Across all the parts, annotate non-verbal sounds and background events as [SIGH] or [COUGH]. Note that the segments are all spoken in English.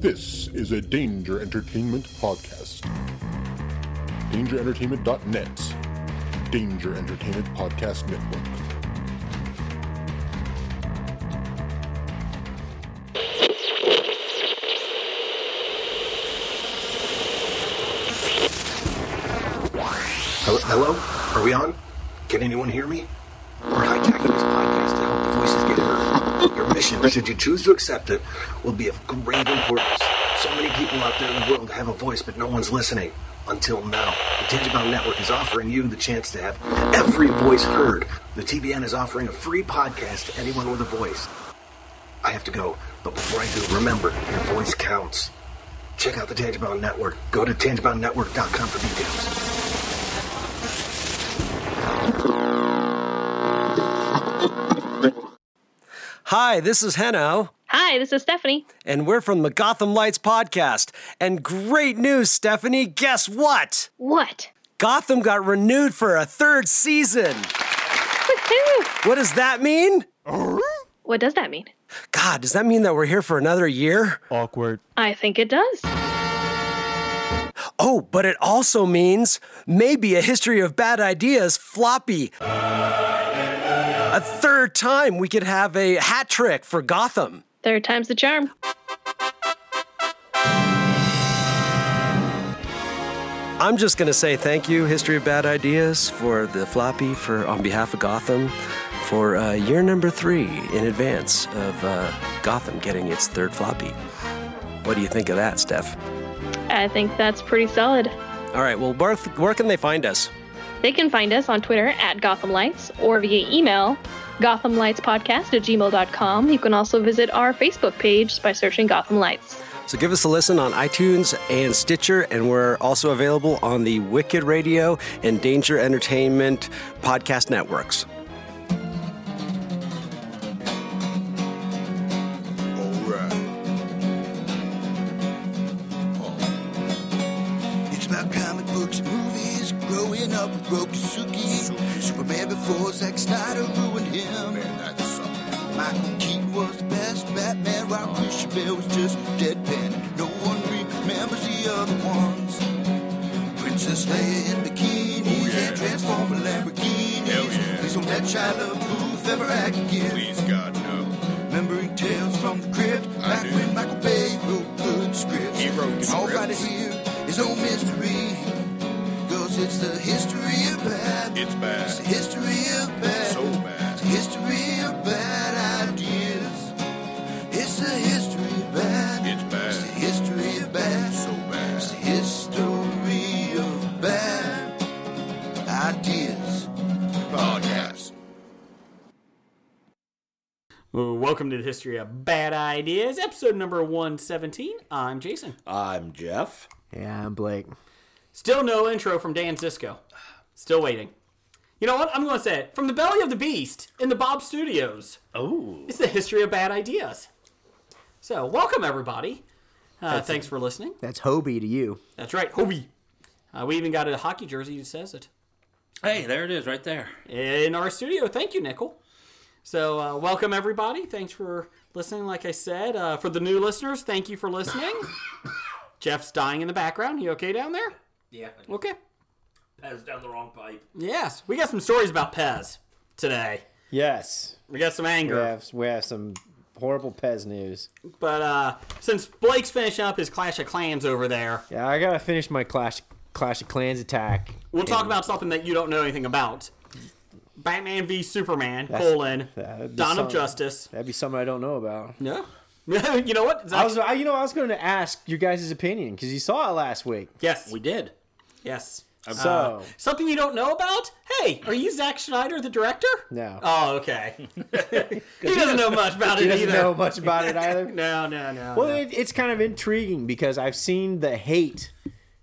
This is a Danger Entertainment podcast. DangerEntertainment.net. Danger Entertainment Podcast Network. Hel- Hello? Are we on? Can anyone hear me? We're hijacking this podcast to help the voices get heard. Your mission, should you choose to accept it, will be of great importance. So many people out there in the world have a voice, but no one's listening. Until now, the Tangibound Network is offering you the chance to have every voice heard. The TBN is offering a free podcast to anyone with a voice. I have to go, but before I do, remember, your voice counts. Check out the Tangibound Network. Go to tangiboundnetwork.com for details. Hi, this is Heno, Hi, this is Stephanie. and we're from the Gotham Lights podcast. And great news, Stephanie. Guess what? What? Gotham got renewed for a third season. What does that mean? What does that mean? God, does that mean that we're here for another year? awkward. I think it does. Oh, but it also means maybe a history of bad ideas floppy. A third time we could have a hat trick for Gotham. Third time's the charm. I'm just gonna say thank you, History of Bad Ideas, for the floppy for on behalf of Gotham for uh, year number three in advance of uh, Gotham getting its third floppy. What do you think of that, Steph? I think that's pretty solid. All right, well, where, where can they find us? They can find us on Twitter at Gotham Lights or via email gothamlightspodcast at gmail.com. You can also visit our Facebook page by searching Gotham Lights. So give us a listen on iTunes and Stitcher, and we're also available on the Wicked Radio and Danger Entertainment podcast networks. Alright. Oh. It's about comic books and movies, growing up with Rokusuki. Superman before Zack Snyder ruined him. Michael Keaton was the best Batman, while Christian Bale was just deadpan. No one remembers the other ones. Princess Leia in bikinis and Transformer Lamborghinis. Please don't let Shia LaBeouf ever act again. Please, God, no. Remembering tales from the crypt. back when Michael Bay wrote good scripts. He wrote scripts. All right here is no mystery. Cause it's the history of bad. It's bad. It's the history of bad. So bad. It's the history of bad ideas. It's the history of bad. It's bad. It's the history of bad. So bad. It's the history of bad ideas. Podcast. Well, Welcome to the History of Bad Ideas, episode number 117. I'm Jason. I'm Jeff. Yeah, I'm Blake. Still no intro from Dan Cisco. Still waiting. You know what? I'm going to say it. From the belly of the beast in the Bob Studios. Oh, It's the History of Bad Ideas. So, welcome everybody. Uh, thanks for listening. That's Hobie to you. That's right, Hobie. Uh, we even got a hockey jersey that says it. hey, there it is, right there. in our studio. Thank you, Nickel. So, uh, welcome everybody. Thanks for listening. Like I said, uh, for the new listeners, thank you for [LAUGHS] listening. Jeff's dying in the background. You okay down there? Yeah, Okay. Pez down the wrong pipe. Yes, we got some stories about Pez today. Yes, We got some anger, we have, we have some horrible Pez news. but uh, since Blake's finishing up his Clash of Clans over there, Yeah, I gotta finish my Clash Clash of Clans attack. we'll talk about something that you don't know anything about. Batman v Superman: colon that'd be Dawn some- of Justice. Uh, That'd be something I don't know about. No, [LAUGHS] you know what? I was, I, you know, I was going to ask your guys' opinion because you saw it last week. yes, We did. yes. So Something you don't know about? Hey, are you Zack Schneider, the director? no, Oh, okay. [LAUGHS] [LAUGHS] he doesn't know much about he it doesn't either. know much [LAUGHS] about it either. No, no, no. Well, no. it, it's kind of intriguing because I've seen the hate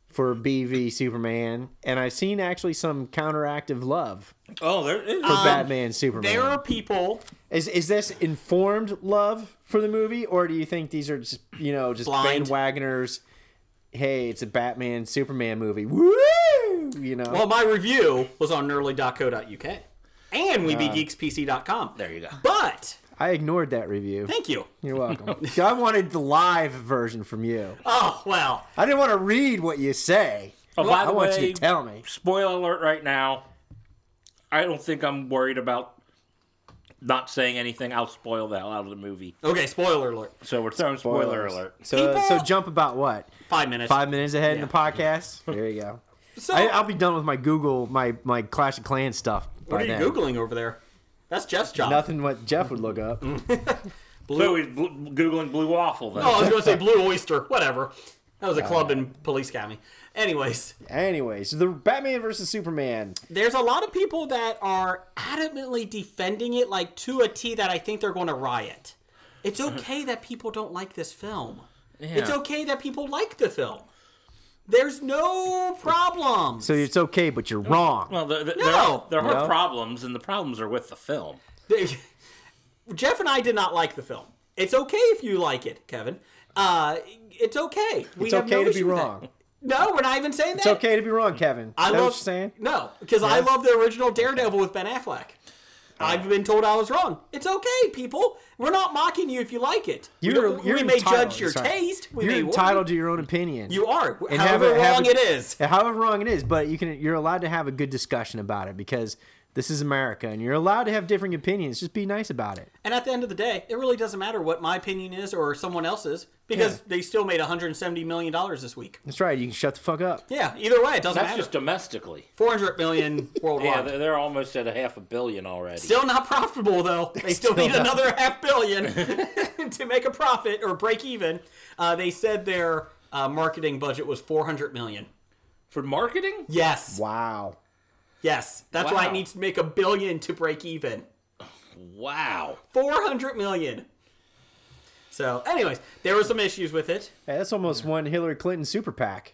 for BV Superman, and I've seen actually some counteractive love Oh, there it is. for Batman Um, Superman. there are people Is is this informed love for the movie, or do you think these are just you know just Blind. bandwagoners? Hey, it's a Batman Superman movie. Woo! You know, Well, my Uh. review was on nerdly.co.uk and weebgeekspc.com. There you go. But I ignored that review. Thank you. You're welcome. I wanted the live version from you. Oh well. I didn't want to read what you say. Oh, by I the want way, you to tell me. spoiler alert right now. I don't think I'm worried about not saying anything. I'll spoil the hell out of the movie. Okay. Spoiler alert. So we're throwing spoiler alert. So, People- so jump about what? Five minutes. Five minutes ahead in the podcast. There you go. So I, I'll be done with my Google, my my Clash of Clans stuff. what by are you then. googling over there? That's Jeff's job. Nothing what Jeff would look Mm. up. So he's bl- googling blue waffle then. Oh, I was gonna say blue oyster. Whatever. That Uh, was a club in Police County. Anyways, Anyways, the Batman versus Superman. there's a lot of people that are adamantly defending it, like to a T, that I think they're going to riot. It's Uh-huh. okay that people don't like this film. It's okay that people like the film. There's no problem. So it's okay, but you're wrong. Well, there, there, there No. are, there are No. problems, and the problems are with the film. They- Jeff and I did not like the film. It's okay if you like it, Kevin. Uh, it's okay. We it's have no okay to be issue with that. wrong. No, we're not even saying It's that. okay to be wrong, Kevin. I Is that love what you're saying? no, because I love the original Daredevil with Ben Affleck. Oh. I've been told I was wrong. It's okay, people. We're not mocking you if you like it. We You're, don't- we, you're may entitled- judge your sorry. taste. We you're may entitled to your own opinion. You are. And have however it- have wrong it- it is. however wrong it is, but you can you're allowed to have a good discussion about it because this is America and you're allowed to have differing opinions. Just be nice about it. And at the end of the day, it really doesn't matter what my opinion is or someone else's because they still made 170 million dollars this week. That's right. You can shut the fuck up. Yeah, either way, it doesn't That's matter. just domestically. 400 million [LAUGHS] worldwide. Yeah, they're, they're almost at a half a billion already. Still not profitable though. They still, need another half [LAUGHS] billion [LAUGHS] to make a profit or break even. Uh, they said their uh, marketing budget was 400 million. For marketing? Yes, Wow. yes. That's why it Wow. needs to make a billion to break even. Wow. 400 million. So, anyways, there were some issues with it. Hey, that's almost one Hillary Clinton super PAC.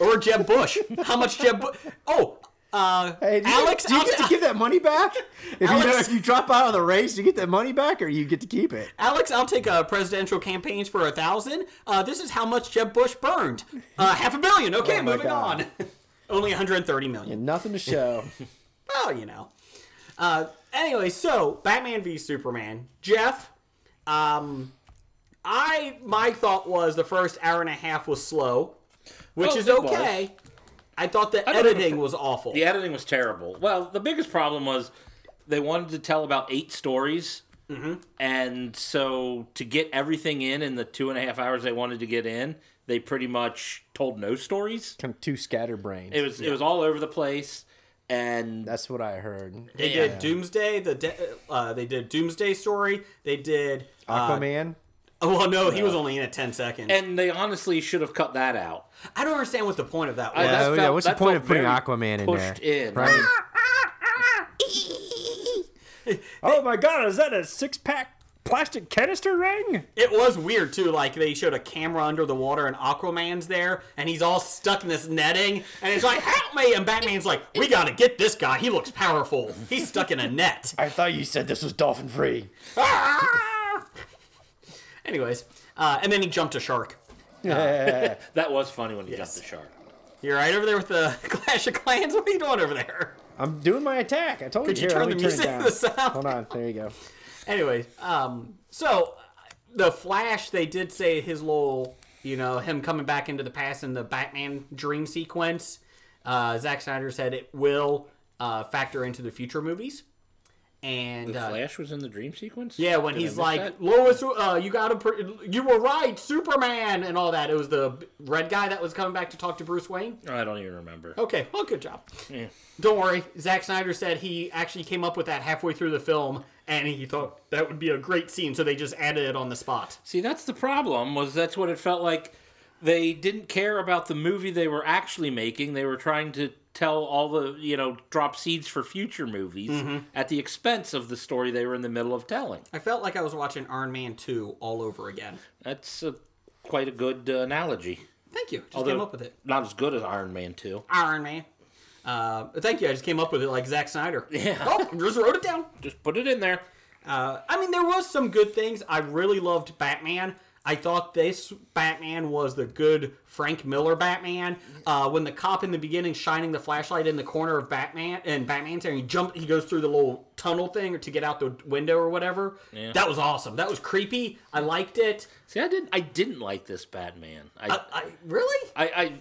Or Jeb Bush. How much Jeb? Bu- oh, uh, Hey, do you, Alex. do you get to outs- give that money [LAUGHS] back? If you Alex- don't- if you drop out of the race, you get that money back, or you get to keep it. Alex, I'll take uh, presidential campaigns for a thousand. Uh, this is how much Jeb Bush burned. Uh, half a billion. Okay, Oh my moving God. on. [LAUGHS] Only 130 million. Nothing to show. Well, Oh, you know. Uh, anyway, so Batman v Superman. Jeff, um, I my thought was the first hour and a half was slow, which Well, is Oh, it was. okay. I thought the don't even editing thi- was awful. The editing was terrible. Well, the biggest problem was they wanted to tell about eight stories. Mm-hmm. And so to get everything in in the two and a half hours they wanted to get in, they pretty much told no stories. [LAUGHS] Kind of two scatterbrains. It was it was all over the place. And That's what I heard. They did Doomsday. The de- uh, they did Doomsday story. They did. Uh, Aquaman. oh well, no, he was only in it ten seconds. and they honestly should have cut that out. I don't understand what the point of that I- was. that yeah, yeah, felt- what's the that point felt of putting very Aquaman in pushed there? [LAUGHS] in. Right? [LAUGHS] oh my god, is that a six pack plastic canister ring? It was weird too. Like they showed a camera under the water, and Aquaman's there, and he's all stuck in this netting, and it's like, "Help me!" And Batman's like, "We gotta get this guy. He looks powerful. He's stuck in a net." [LAUGHS] I thought you said this was dolphin [LAUGHS] free. Ah! Anyways, uh, and then he jumped a shark. Yeah. That was funny when he jumped the shark. You're right over there with the [LAUGHS] Clash of Clans. What are you doing over there? I'm doing my attack. I told Could you Here, turn let the me music it down. to the sound? Hold on, there you go. Anyway, um, so uh, the Flash, they did say his little, you know, him coming back into the past in the Batman dream sequence. Uh, Zack Snyder said it will uh, factor into the future movies. And uh, Flash was in the dream sequence? yeah, when Did I he's miss like, that? Lois, uh, you got to, pr- you were right, Superman, and all that. It was the red guy that was coming back to talk to Bruce Wayne. I don't even remember. Okay, well, good job. Don't worry. Zack Snyder said he actually came up with that halfway through the film, and he thought that would be a great scene, so they just added it on the spot. See, that's the problem. Was that's what it felt like? They didn't care about the movie they were actually making. They were trying to tell all the you know drop seeds for future movies Mm-hmm. at the expense of the story they were in the middle of telling. I felt like I was watching Iron Man 2 all over again. That's a, quite a good uh, analogy. Thank you. Just Although- came up with it. Not as good as Iron Man Two. Iron Man. Uh, thank you. I just came up with it like Zack Snyder. Yeah. Oh, just wrote it down. Just put it in there. Uh, I mean, there was some good things. I really loved Batman. I thought this Batman was the good Frank Miller Batman. Uh, when the cop in the beginning shining the flashlight in the corner of Batman and Batman's and he jumped, he goes through the little tunnel thing to get out the window or whatever. That was awesome. That was creepy. I liked it. Uh, See, I didn't. I didn't like this Batman. I, I really. I, I,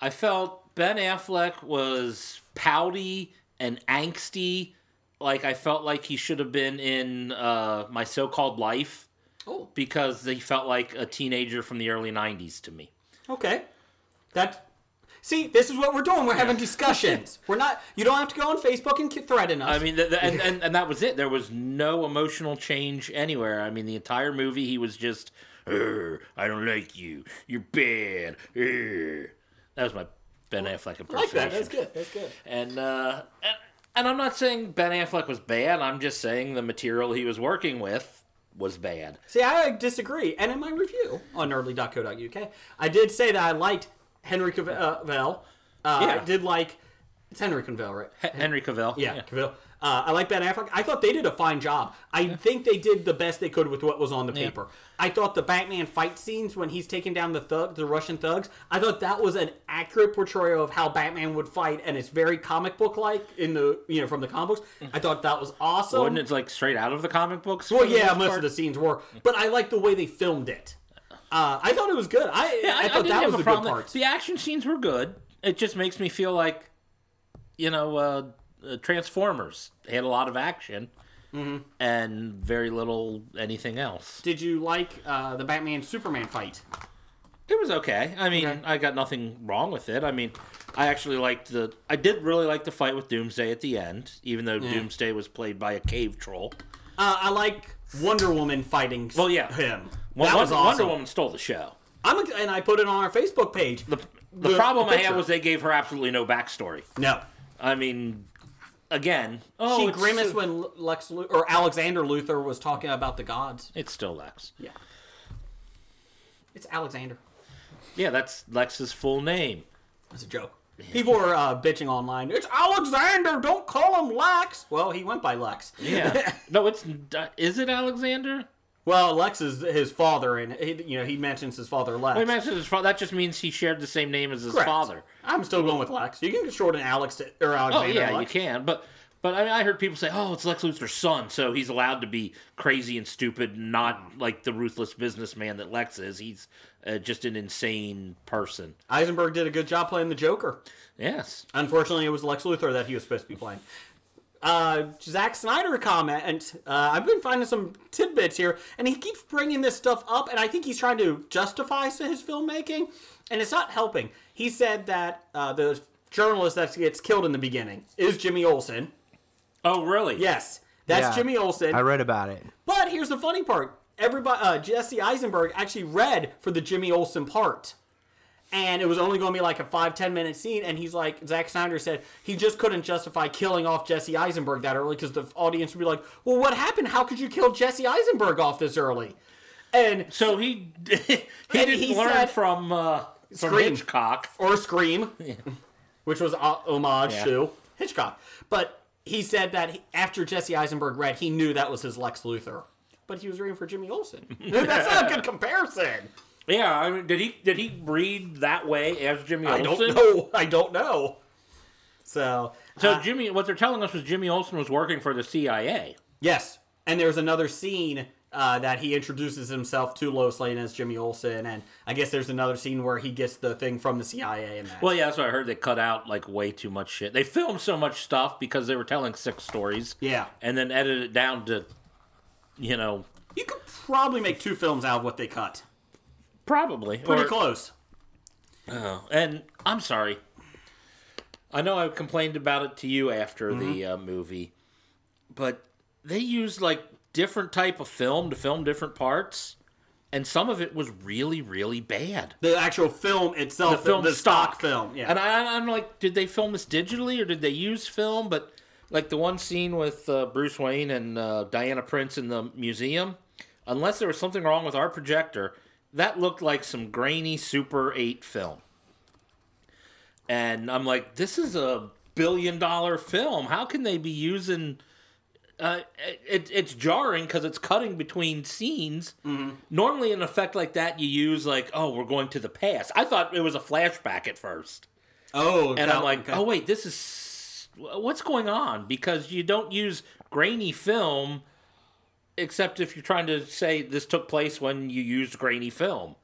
I felt Ben Affleck was pouty and angsty. Like I felt like he should have been in uh, my so-called life Oh, because he felt like a teenager from the early '90s to me. Okay. That. See, this is what we're doing. We're [LAUGHS] having discussions. We're not. You don't have to go on Facebook and ki- threaten us. I mean, th th and, and and that was it. There was no emotional change anywhere. I mean, the entire movie, he was just, "Urgh, I don't like you. You're bad. Urgh." That was my Ben Affleck impersonation. I like that. That's good. That's good. And, uh, and and I'm not saying Ben Affleck was bad. I'm just saying the material he was working with was bad. See, I disagree. And in my review on nerdly.co.uk, I did say that I liked Henry Cavill. Uh, I Yeah. did like. It's Henry Cavill, right? H- Henry Cavill. Yeah, Cavill. Uh, I like Ben Affleck. I thought they did a fine job. I think they did the best they could with what was on the paper. I thought the Batman fight scenes when he's taking down the thug, the Russian thugs, I thought that was an accurate portrayal of how Batman would fight, and it's very comic book like in the you know from the comic books. I thought that was awesome. Mm-hmm. Wasn't it like straight out of the comic books? for Well, the yeah, most most part? of the scenes were, but I liked the way they filmed it. Uh, I thought it was good. I, Yeah, I, thought didn't that have was a the good problem. part. The action scenes were good. It just makes me feel like, you know, uh, uh, Transformers had a lot of action Mm-hmm. and very little anything else. Did you like uh, the Batman Superman fight? It was okay. I mean, I got nothing wrong with it. I mean, I actually liked the. I did really like the fight with Doomsday at the end, even though Doomsday was played by a cave troll. Uh, I like Wonder Woman fighting. Well, yeah. him. Won- that was Wonder, awesome. Woman stole the show. I'm ex- and I put it on our Facebook page. The, the, The- problem the I had picture. was they gave her absolutely no backstory. no, I mean, again, oh, she it's- grimaced when Lex Lu- or Alexander Luther was talking about the gods. It still lacks. Yeah, it's Alexander. Yeah, that's Lex's full name. It's a joke. People were uh, bitching online. It's Alexander. Don't call him Lex. Well, he went by Lex. [LAUGHS] Yeah. [LAUGHS] no, it's uh, is it Alexander? Well, Lex is his father, and he, you know he mentions his father Lex. I imagine his father. That just means he shared the same name as his Correct. father. I'm still going with Lex. You can shorten Alex to, or Oh Alexander. yeah, you Lex. can. But but I, mean, I heard people say, oh, it's Lex Luthor's son, so he's allowed to be crazy and stupid, not like the ruthless businessman that Lex is. He's uh, just an insane person. Eisenberg did a good job playing the Joker. Yes. Unfortunately, it was Lex Luthor that he was supposed to be playing. Uh, Zack Snyder comment. Uh, I've been finding some tidbits here, and he keeps bringing this stuff up, and I think he's trying to justify his filmmaking, and it's not helping. He said that uh, the journalist that gets killed in the beginning is Jimmy Olsen. Oh really? Yes, that's Yeah. Jimmy Olsen. I read about it. But here's the funny part: everybody, uh, Jesse Eisenberg actually read for the Jimmy Olsen part, and it was only going to be like a five ten minute scene. And he's like, Zack Snyder said he just couldn't justify killing off Jesse Eisenberg that early because the audience would be like, "Well, what happened? How could you kill Jesse Eisenberg off this early?" And So he [LAUGHS] he And didn't he learn said- from uh, from Scream. Hitchcock. or Scream, which was a homage Yeah. to Hitchcock. But he said that he- after Jesse Eisenberg read, he knew that was his Lex Luthor. But he was reading for Jimmy Olsen. [LAUGHS] That's not a good comparison. Yeah, I mean, did he did he read that way as Jimmy I Olsen? [LAUGHS] don't know. I don't know. So uh, So Jimmy, what they're telling us was Jimmy Olsen was working for the CIA. yes, and there's another scene uh, that he introduces himself to Lois Lane as Jimmy Olsen, and I guess there's another scene where he gets the thing from the CIA and that. Well, yeah, that's what I heard. They cut out like way too much shit. They filmed so much stuff because they were telling six stories. Yeah. and then edited it down to, you know, you could probably make two films out of what they cut. probably Pretty or- uh, close. And I'm sorry. I know I complained about it to you after the Mm-hmm. uh, movie, but they used like different type of film to film different parts, and some of it was really, really bad. The actual film itself, the, film the stock, stock. film. Yeah, And I, I'm like, did they film this digitally or did they use film? But like the one scene with uh, Bruce Wayne and uh, Diana Prince in the museum, unless there was something wrong with our projector, that looked like some grainy Super 8 film. And I'm like, this is a billion dollar film. How can they be using uh, it, it's jarring because it's cutting between scenes. Normally, an effect like that, you use like, oh, we're going to the past. I thought it was a flashback at first, Oh, and I'm that- like, okay. oh wait, this is what's going on because you don't use grainy film except if you're trying to say this took place when you used grainy film.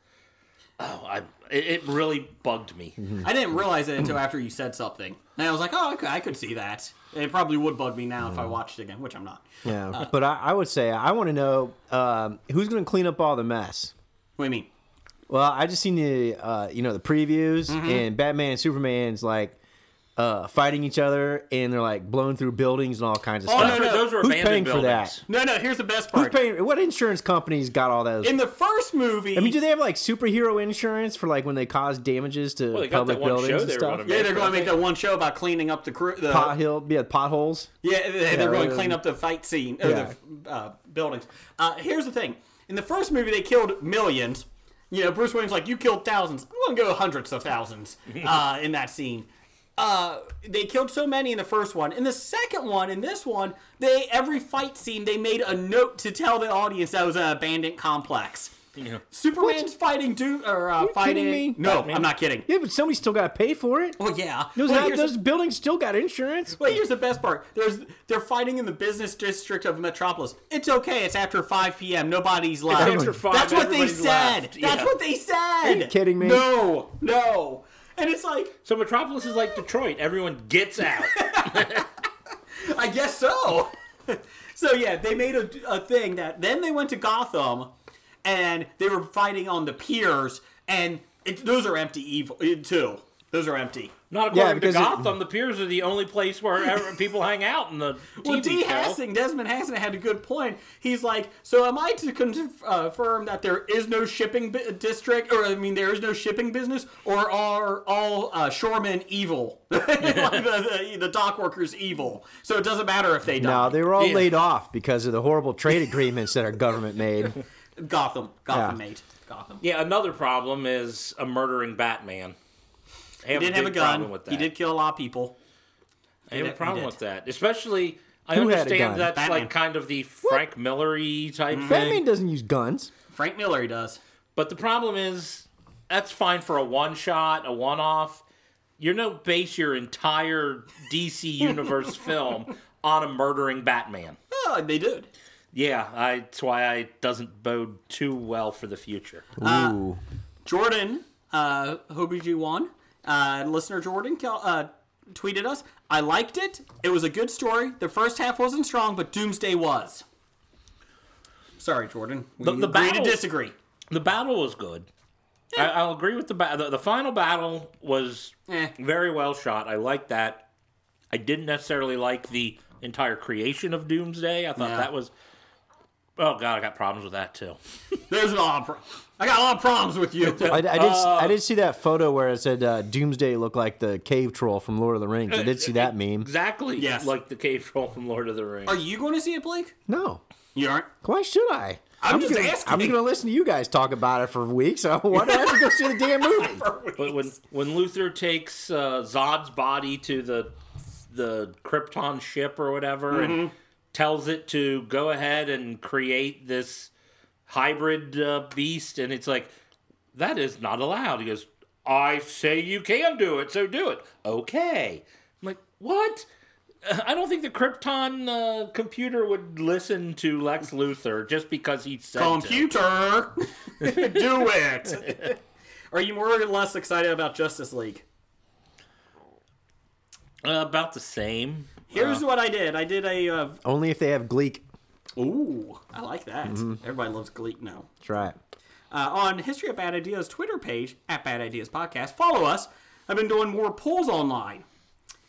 Oh, I it, it really bugged me. Mm-hmm. I didn't realize it until after you said something. And I was like, oh, okay, I could see that. It probably would bug me now Mm. if I watched it again, which I'm not. Yeah, but I, I would say I want to know um, who's going to clean up all the mess. What do you mean? Well, I just seen the uh, you know the previews Mm-hmm. and Batman and Superman's like uh, fighting each other and they're like blown through buildings and all kinds of Oh, stuff. no, no, those were Who's abandoned paying for buildings. that? No, no, here's the best Who's part. paying? What insurance companies got all those? In the first movie, I mean, do they have like superhero insurance for like when they cause damages to Well, they got public that one buildings show and they were stuff? gonna yeah, they're going to make that one show about cleaning up the crew. The, Pothill, yeah, potholes. Yeah, they- they're going to clean um, up the fight scene or yeah. the uh, buildings. Uh, here's the thing: in the first movie, they killed millions. You know, Bruce Wayne's like, "You killed thousands. I'm going to go hundreds of [LAUGHS] thousands uh, in that scene." Uh, they killed so many in the first one. In the second one, in this one, they every fight scene they made a note to tell the audience that was an abandoned complex. Superman's fighting Doom or uh, you fighting. kidding me? No, I'm not kidding. Yeah, but somebody still got to pay for it. Oh, Well, yeah. Those, Well, not- here's the- those buildings still got insurance. but here's the best part. There's they're fighting in the business district of Metropolis. It's okay. It's after 5 p.m. Nobody's left. after 5, That's what they everybody's said. left. That's Yeah. what they said. Are you kidding me? No, no. And it's like, So Metropolis is like Detroit. Everyone gets out. I guess so. [LAUGHS] so yeah, they made a, a thing that then they went to Gotham, and they were fighting on the piers, and it, those are empty evil eh, too. Those are empty. Not Yeah, according to because it- Gotham. the piers are the only place where ever, [LAUGHS] people hang out in the TV Well, D. show. Hassing, Desmond Hassing had a good point. He's like, so am I to conf- uh, confirm that there is no shipping bi- district, or I mean, there is no shipping business, or are all uh, shoremen evil? [LAUGHS] like the, the, the dock workers evil. So it doesn't matter if they die. No, they were all Yeah. laid off because of the horrible trade agreements that our government made. [LAUGHS] Gotham, Gotham, Yeah. mate, Gotham. Yeah, another problem is a murdering Batman. He I have did have a big gun. Problem with that. He did kill a lot of people. I have a did- he problem did. with that, especially. I Who had a understand gun? Mm-hmm. that's Batman. like kind of the Frank Millery type Batman thing, doesn't use guns. Frank Miller, he does. but the problem is that's fine for a one shot, a one off. You're no base your entire [LAUGHS] DC universe film on a murdering Batman. Oh, they did. Yeah, I, that's why I it doesn't bode too well for the future. Ooh. Jordan, uh, Hobijuan, uh, listener Jordan, cal- uh, tweeted us. I liked it. It was a good story. The first half wasn't strong, but Doomsday was. Sorry, Jordan. We The- the agree battle- to disagree. The battle was good. I, I'll agree with the battle. The, the final battle was Eh. very well shot. I like that. I didn't necessarily like the entire creation of Doomsday. I thought Yeah. that was. Oh god, I got problems with that too. There's a lot of pro- I got a lot of problems with [LAUGHS] you. I, I did. I Oh. did see that photo where it said uh, Doomsday looked like the cave troll from Lord of the Rings. I did see that meme. Exactly. Yes. Like the cave troll from Lord of the Rings. Are you going to see it, Blake? No, You aren't. why should I? I'm just gonna, asking. I'm gonna listen to you guys talk about it for weeks. So [LAUGHS] why do I have to go see the damn movie? But when when Luther takes uh, Zod's body to the the Krypton ship or whatever and tells it to go ahead and create this hybrid uh, beast, and it's like that is not allowed. He goes, "I say you can do it, so do it." Okay, I'm like, what? [LAUGHS] I don't think the Krypton uh, computer would listen to Lex Luthor just because he said to. [LAUGHS] Computer, do it. [LAUGHS] Are you more or less excited about Justice League? Uh, about the same. Uh. Here's what I did. I did a. Uh, Only if they have Gleek. ooh, I like that. Mm-hmm. Everybody loves Gleek now. That's right. uh, on History of Bad Ideas Twitter page at Bad Ideas Podcast. Follow us. I've been doing more polls online,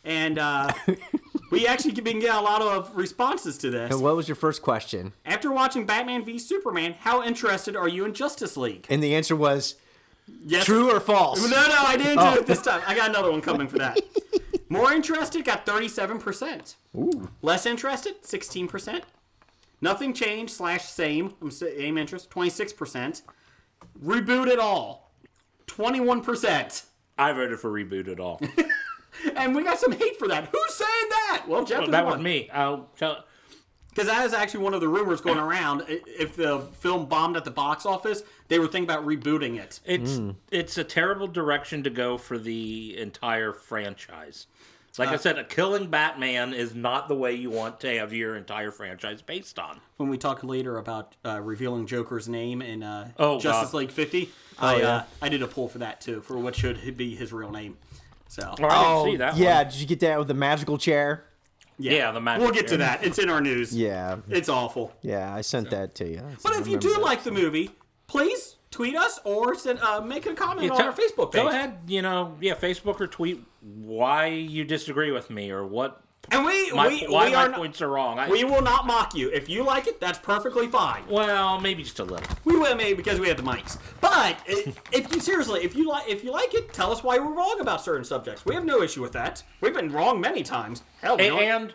and uh, we actually been getting a lot of responses to this. And what was your first question? After watching Batman v Superman, how interested are you in Justice League? And the answer was Yes. true or false. No, no, I didn't do it this time. I got another one coming for that. More interested got thirty-seven percent. Less interested, sixteen percent. Nothing changed slash same. I'm same interest, twenty-six percent. Reboot it all, twenty-one percent. [LAUGHS] I voted for reboot at all. And we got some hate for that. Who's saying that? Well, Jeff is that one. was me. I'll tell. Because that is actually one of the rumors going around. I- If the film bombed at the box office, they were thinking about rebooting it. It's it's a terrible direction to go for the entire franchise. Like Uh. I said, killing Batman is not the way you want to have your entire franchise based on. When we talk later about uh, revealing Joker's name in uh, Oh, Justice God. League 50, I, uh, I did a poll for that too, for what should be his real name. So, Oh, I didn't Oh, see that yeah. one. Did you get that with the magical chair? yeah, yeah, the magic We'll get to chair. that. It's in our news. Yeah. It's awful. Yeah, I sent that to you. But if you do like the movie, please tweet us or send, uh, make a comment Yeah, on tell- our Facebook page. Go ahead, you know, yeah, Facebook or tweet why you disagree with me or what And we, my, we, why we, my are not, points are wrong. I, we will not mock you. If you like it, that's perfectly fine. well, maybe just a little. We will maybe because we have the mics. But [LAUGHS] i- if you seriously, if you like, if you like it, tell us why we're wrong about certain subjects. We have no issue with that. We've been wrong many times. Hell, we A- don't- and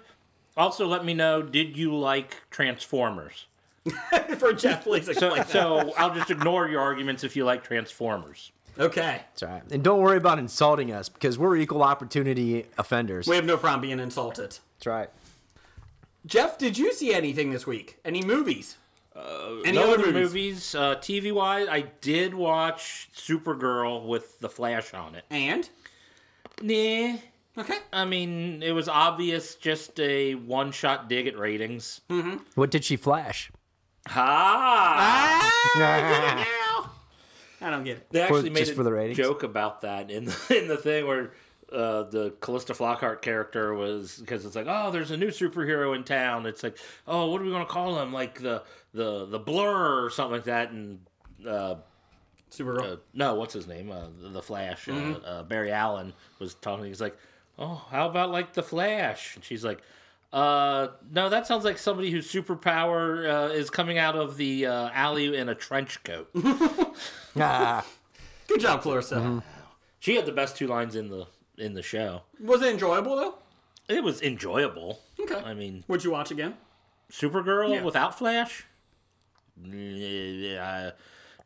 also let me know did you like Transformers? [LAUGHS] for Jeff, please [LAUGHS] So, explain. [LAUGHS] so I'll just ignore your arguments if you like Transformers. okay, That's all right. And don't worry about insulting us because we're equal opportunity offenders. we have no problem being insulted. That's right. Jeff, did you see anything this week? Any movies? Any Uh, other no other movies? movies, uh, TV wise, I did watch Supergirl with the Flash on it. And Nah, [LAUGHS] okay, I mean it was obvious, just a one shot dig at ratings. What did [LAUGHS] she flash? [LAUGHS] Ha! Ah, now I don't get it. They actually made just a for the ratings? joke about that in the, [LAUGHS] in the thing where uh, the Callista Flockhart character was because it's like, oh, there's a new superhero in town. It's like, oh, what are we gonna call him? Like the the the Blur or something like that. And uh, Supergirl. uh, no, what's his name? Uh, the Flash. Uh, uh, Barry Allen was talking. He's like, oh, how about like the Flash? And she's like. Uh, no, that sounds like somebody whose superpower uh, is coming out of the uh, alley in a trench coat. Ah, Good job, Clarissa. mm-hmm. She had the best two lines in the in the show. Was it enjoyable though? It was enjoyable. Okay. I mean, Would you watch again? Supergirl Yeah. without Flash? Yeah,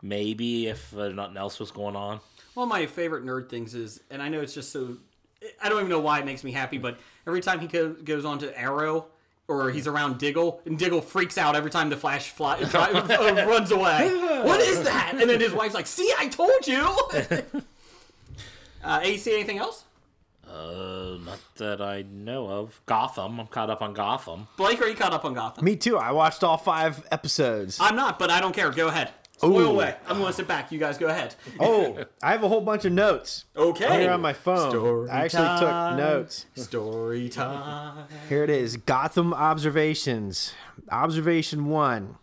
maybe if uh, nothing else was going on. One of my favorite nerd things is, and I know it's just so, I don't even know why it makes me happy, but every time he go, goes on to Arrow or he's around Diggle, and Diggle freaks out every time the Flash fly, fly, uh, runs away. What is that? And then his wife's like, "See, I told you." uh, AC, anything else? Uh, not that I know of. Gotham. I'm caught up on Gotham. Blake, are you caught up on Gotham? me too. I watched all five episodes. I'm not, but I don't care. Go ahead. Spoil Ooh. away. I'm gonna sit back. You guys go ahead. [LAUGHS] oh, I have a whole bunch of notes Okay. here on my phone. Story I actually time. took notes. Story time. Here it is Gotham observations. Observation one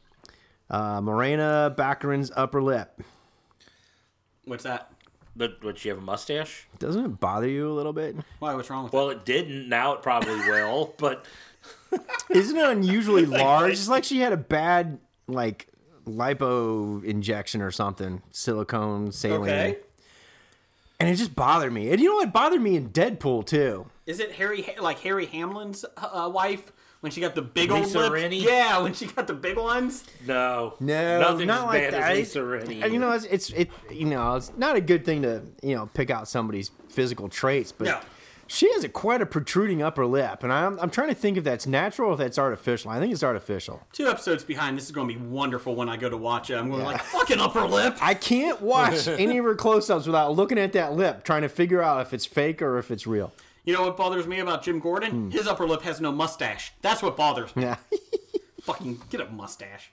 uh, Morena Baccarin's upper lip. What's that? But would she have a mustache? Doesn't it bother you a little bit? Why? What's wrong with Well, it didn't. Now [LAUGHS] it probably will. But Isn't it [LAUGHS] unusually large? It's like she had a bad, like, lipo injection or something, silicone, saline. Okay. And it just bothered me. And you know what bothered me in Deadpool, too? Is it Harry like Harry Hamlin's uh, wife when she got the big old Lisa lips? Rinna? Yeah, when she got the big ones. no, No, nothing's not as like bad that. as Lisa Rinna. And, you know, it's, it's it. You know, it's not a good thing to you know pick out somebody's physical traits, but No. she has a quite a protruding upper lip, and I'm I'm trying to think if that's natural or if that's artificial. I think it's artificial. Two episodes behind, this is going to be wonderful when I go to watch it. I'm going like fucking upper lip. I can't watch any of her close-ups without looking at that lip, trying to figure out if it's fake or if it's real. [LAUGHS] You know what bothers me about Jim Gordon? His upper lip has no mustache. That's what bothers me. Yeah. Fucking get a mustache.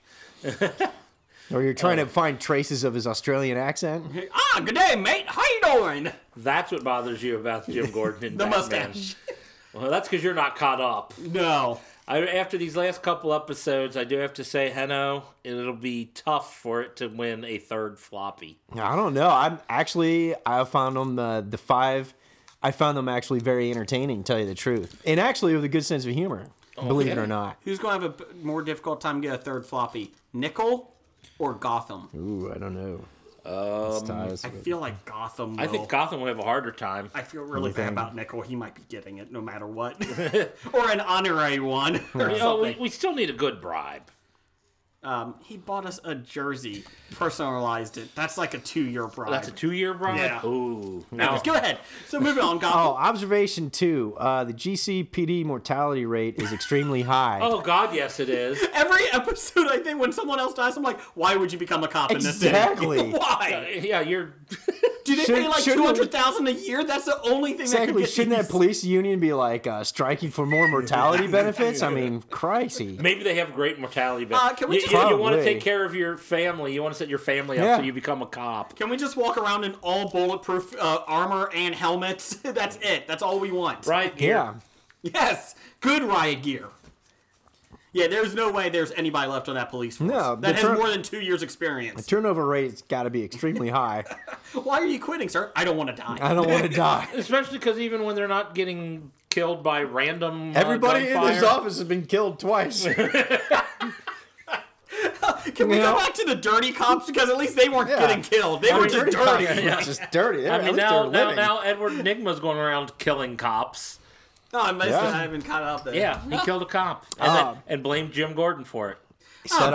or you're trying to find traces of his Australian accent. Ah, good day, mate. How you doing? that's what bothers you [LAUGHS] about Jim Gordon and The Batman. mustache. [LAUGHS] Well, that's because you're not caught up. No. I, after these last couple episodes, I do have to say, Heno, it'll be tough for it to win a third floppy. I don't know. I'm actually I found them uh, the five. I found them actually very entertaining, to tell you the truth, and actually with a good sense of humor. Believe it or not. Who's going to have a b- more difficult time get a third floppy? Nickel or Gotham? Ooh, I don't know. I feel like Gotham. I will. think Gotham will have a harder time. I feel really bad about Nickel. He might be getting it no matter [LAUGHS] what, [LAUGHS] or an honorary one. or [LAUGHS] You know, we, something. we still need a good bribe. Um, he bought us a jersey, personalized it. That's like a two-year bribe. That's a two-year bribe. Yeah. Ooh. Now, go ahead. So moving on, Oh, Gotham. observation two. Uh, the GCPD mortality rate is extremely high. Oh God, yes it is. [LAUGHS] Oh. Every episode, I think when someone else dies, I'm like, why would you become a cop in this Exactly. city? [LAUGHS] why? [LAUGHS] yeah, you're. Do they pay Should- like shouldn't- two hundred thousand a year? That's the only thing that could Exactly. get [LAUGHS] Shouldn't these- that police union be like uh, striking for more mortality benefits? I mean, crikey. Maybe they have great mortality, but Uh, can we you, just- want to Probably. take care of your family. You want to set your family up Yeah. so you become a cop. Can we just walk around in all bulletproof uh, armor and helmets? [LAUGHS] That's it. That's all we want. Right? Gear. Yeah. Yes. Good riot gear. Yeah, there's no way there's anybody left on that police force. No, that the has tur- more than two years experience. Turnover rate's got to be extremely high. Why are you quitting, sir? I don't want to die. I don't want to die. Especially because even when they're not getting killed by random uh, Everybody in this gunfire- office has been killed twice. Can we you know- go back to the dirty cops because at least they weren't Yeah. getting killed. They were just dirty. Just dirty. They're- I at mean, least now, they're now, living. now Edward Nigma's going around killing cops. No, I must Yeah. I haven't caught up there. Yeah, he killed a cop and, Ah. then, and blamed Jim Gordon for it. set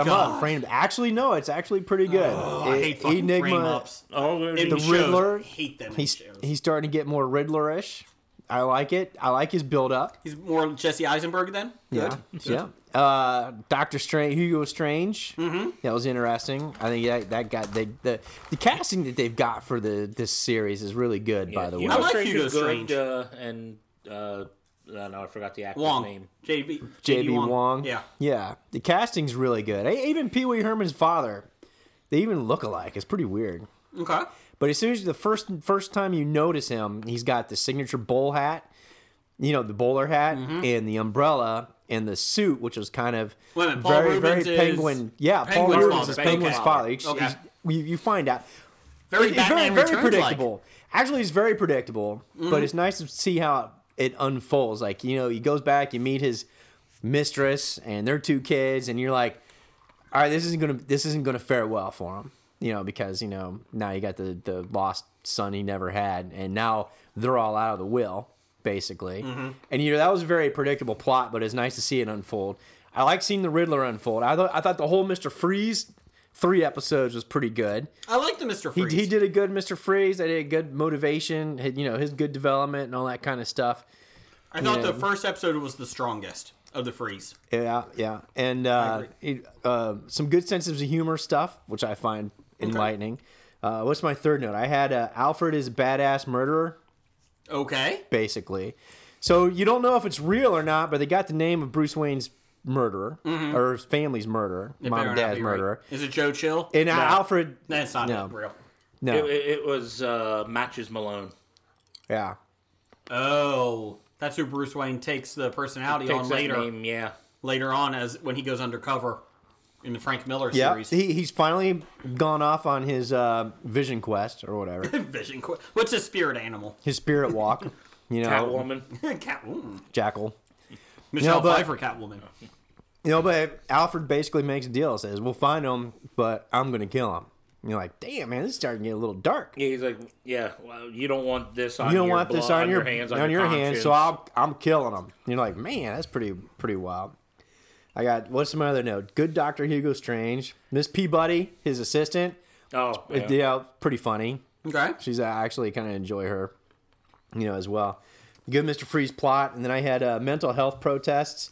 Oh, him God. up, framed. Actually, no, it's actually pretty good. Oh, I hate fucking Enigma, frame ups. Oh, In the- the shows. Riddler, I hate them. in He's shows. he's starting to get more Riddlerish. I like it. I like his build up. He's more Jesse Eisenberg then. Good. Yeah. yeah. Uh, Doctor Strange, Hugo Strange. Mm-hmm. That was interesting. I think that that got they the the casting that they've got for the this series is really good. by the way, Hugo I like Strange Hugo is good, Strange. Uh, and uh, no, no, I forgot the actor's Wong. name. JB. JB Wong. Yeah. Yeah. The casting's really good. Eh, Even Pee Wee Herman's father. They even look alike. It's pretty weird. Okay. But as soon as the first first time you notice him, he's got the signature bowl hat, you know, the bowler hat, and the umbrella and the suit, which was kind of Mm-hmm. Wait a minute, Paul very Rubens very is penguin. Yeah, Paul Penguin's Rubens father, is Penguin's Penguin's father. father. He's- Okay. he's- you, you find out. Very It's Batman very Returns-like. Mm-hmm. predictable. Actually, it's very predictable, but it's nice to see how it unfolds. Like you know, he goes back, you meet his mistress and their two kids, and you're like, all right, this isn't gonna this isn't gonna fare well for him, you know, because you know now you got the the lost son he never had, and now they're all out of the will basically, Mm-hmm. and you know that was a very predictable plot, but it's nice to see it unfold. I like seeing the Riddler unfold. I thought I thought the whole Mister Freeze three episodes was pretty good. I like the Mr. He, Freeze. he did a good Mr. Freeze. I did a good motivation. hi- You know his good development and all that kind of stuff. I thought Yeah. the first episode was the strongest of the Freeze. Yeah, yeah, and uh, it, uh, some good senses of humor stuff, which I find enlightening. Uh, what's my third note? I had uh, Alfred is a badass murderer, Okay. basically. So you don't know if it's real or not, but they got the name of Bruce Wayne's murderer or his family's murderer, mom Better not and dad's be right. murderer, Is it Joe Chill? and uh, Alfred. That's not No. real. No, It, it- it was uh, Matches Malone. yeah, Oh, that's who Bruce Wayne takes the personality Takes on that later. name, yeah. Later on, as when he goes undercover in the Frank Miller yeah. series. He, he's finally gone off on his uh, vision quest or whatever. Vision. Qu- What's his spirit animal? [LAUGHS] his spirit walk. You know, Catwoman. Cat. mm. jackal. Michelle but- Pfeiffer, Catwoman. You know, but Alfred basically makes a deal. Says, "We'll find him, but I'm gonna kill him." And you're like, "Damn, man, this is starting to get a little dark. Yeah, he's like, yeah, well, you don't want this on you don't your want this blood- on your, hands, on your, hands, conscience. so I'll, I'm killing him." And you're like, "Man, that's pretty pretty wild." I got what's my other note? Good Doctor Hugo Strange, Miss Peabody, his assistant. Oh, Yeah, yeah. pretty funny. Okay. She's uh, I actually kind of enjoy her, you know, as well. Good Mr. Freeze plot, and then I had uh, mental health protests.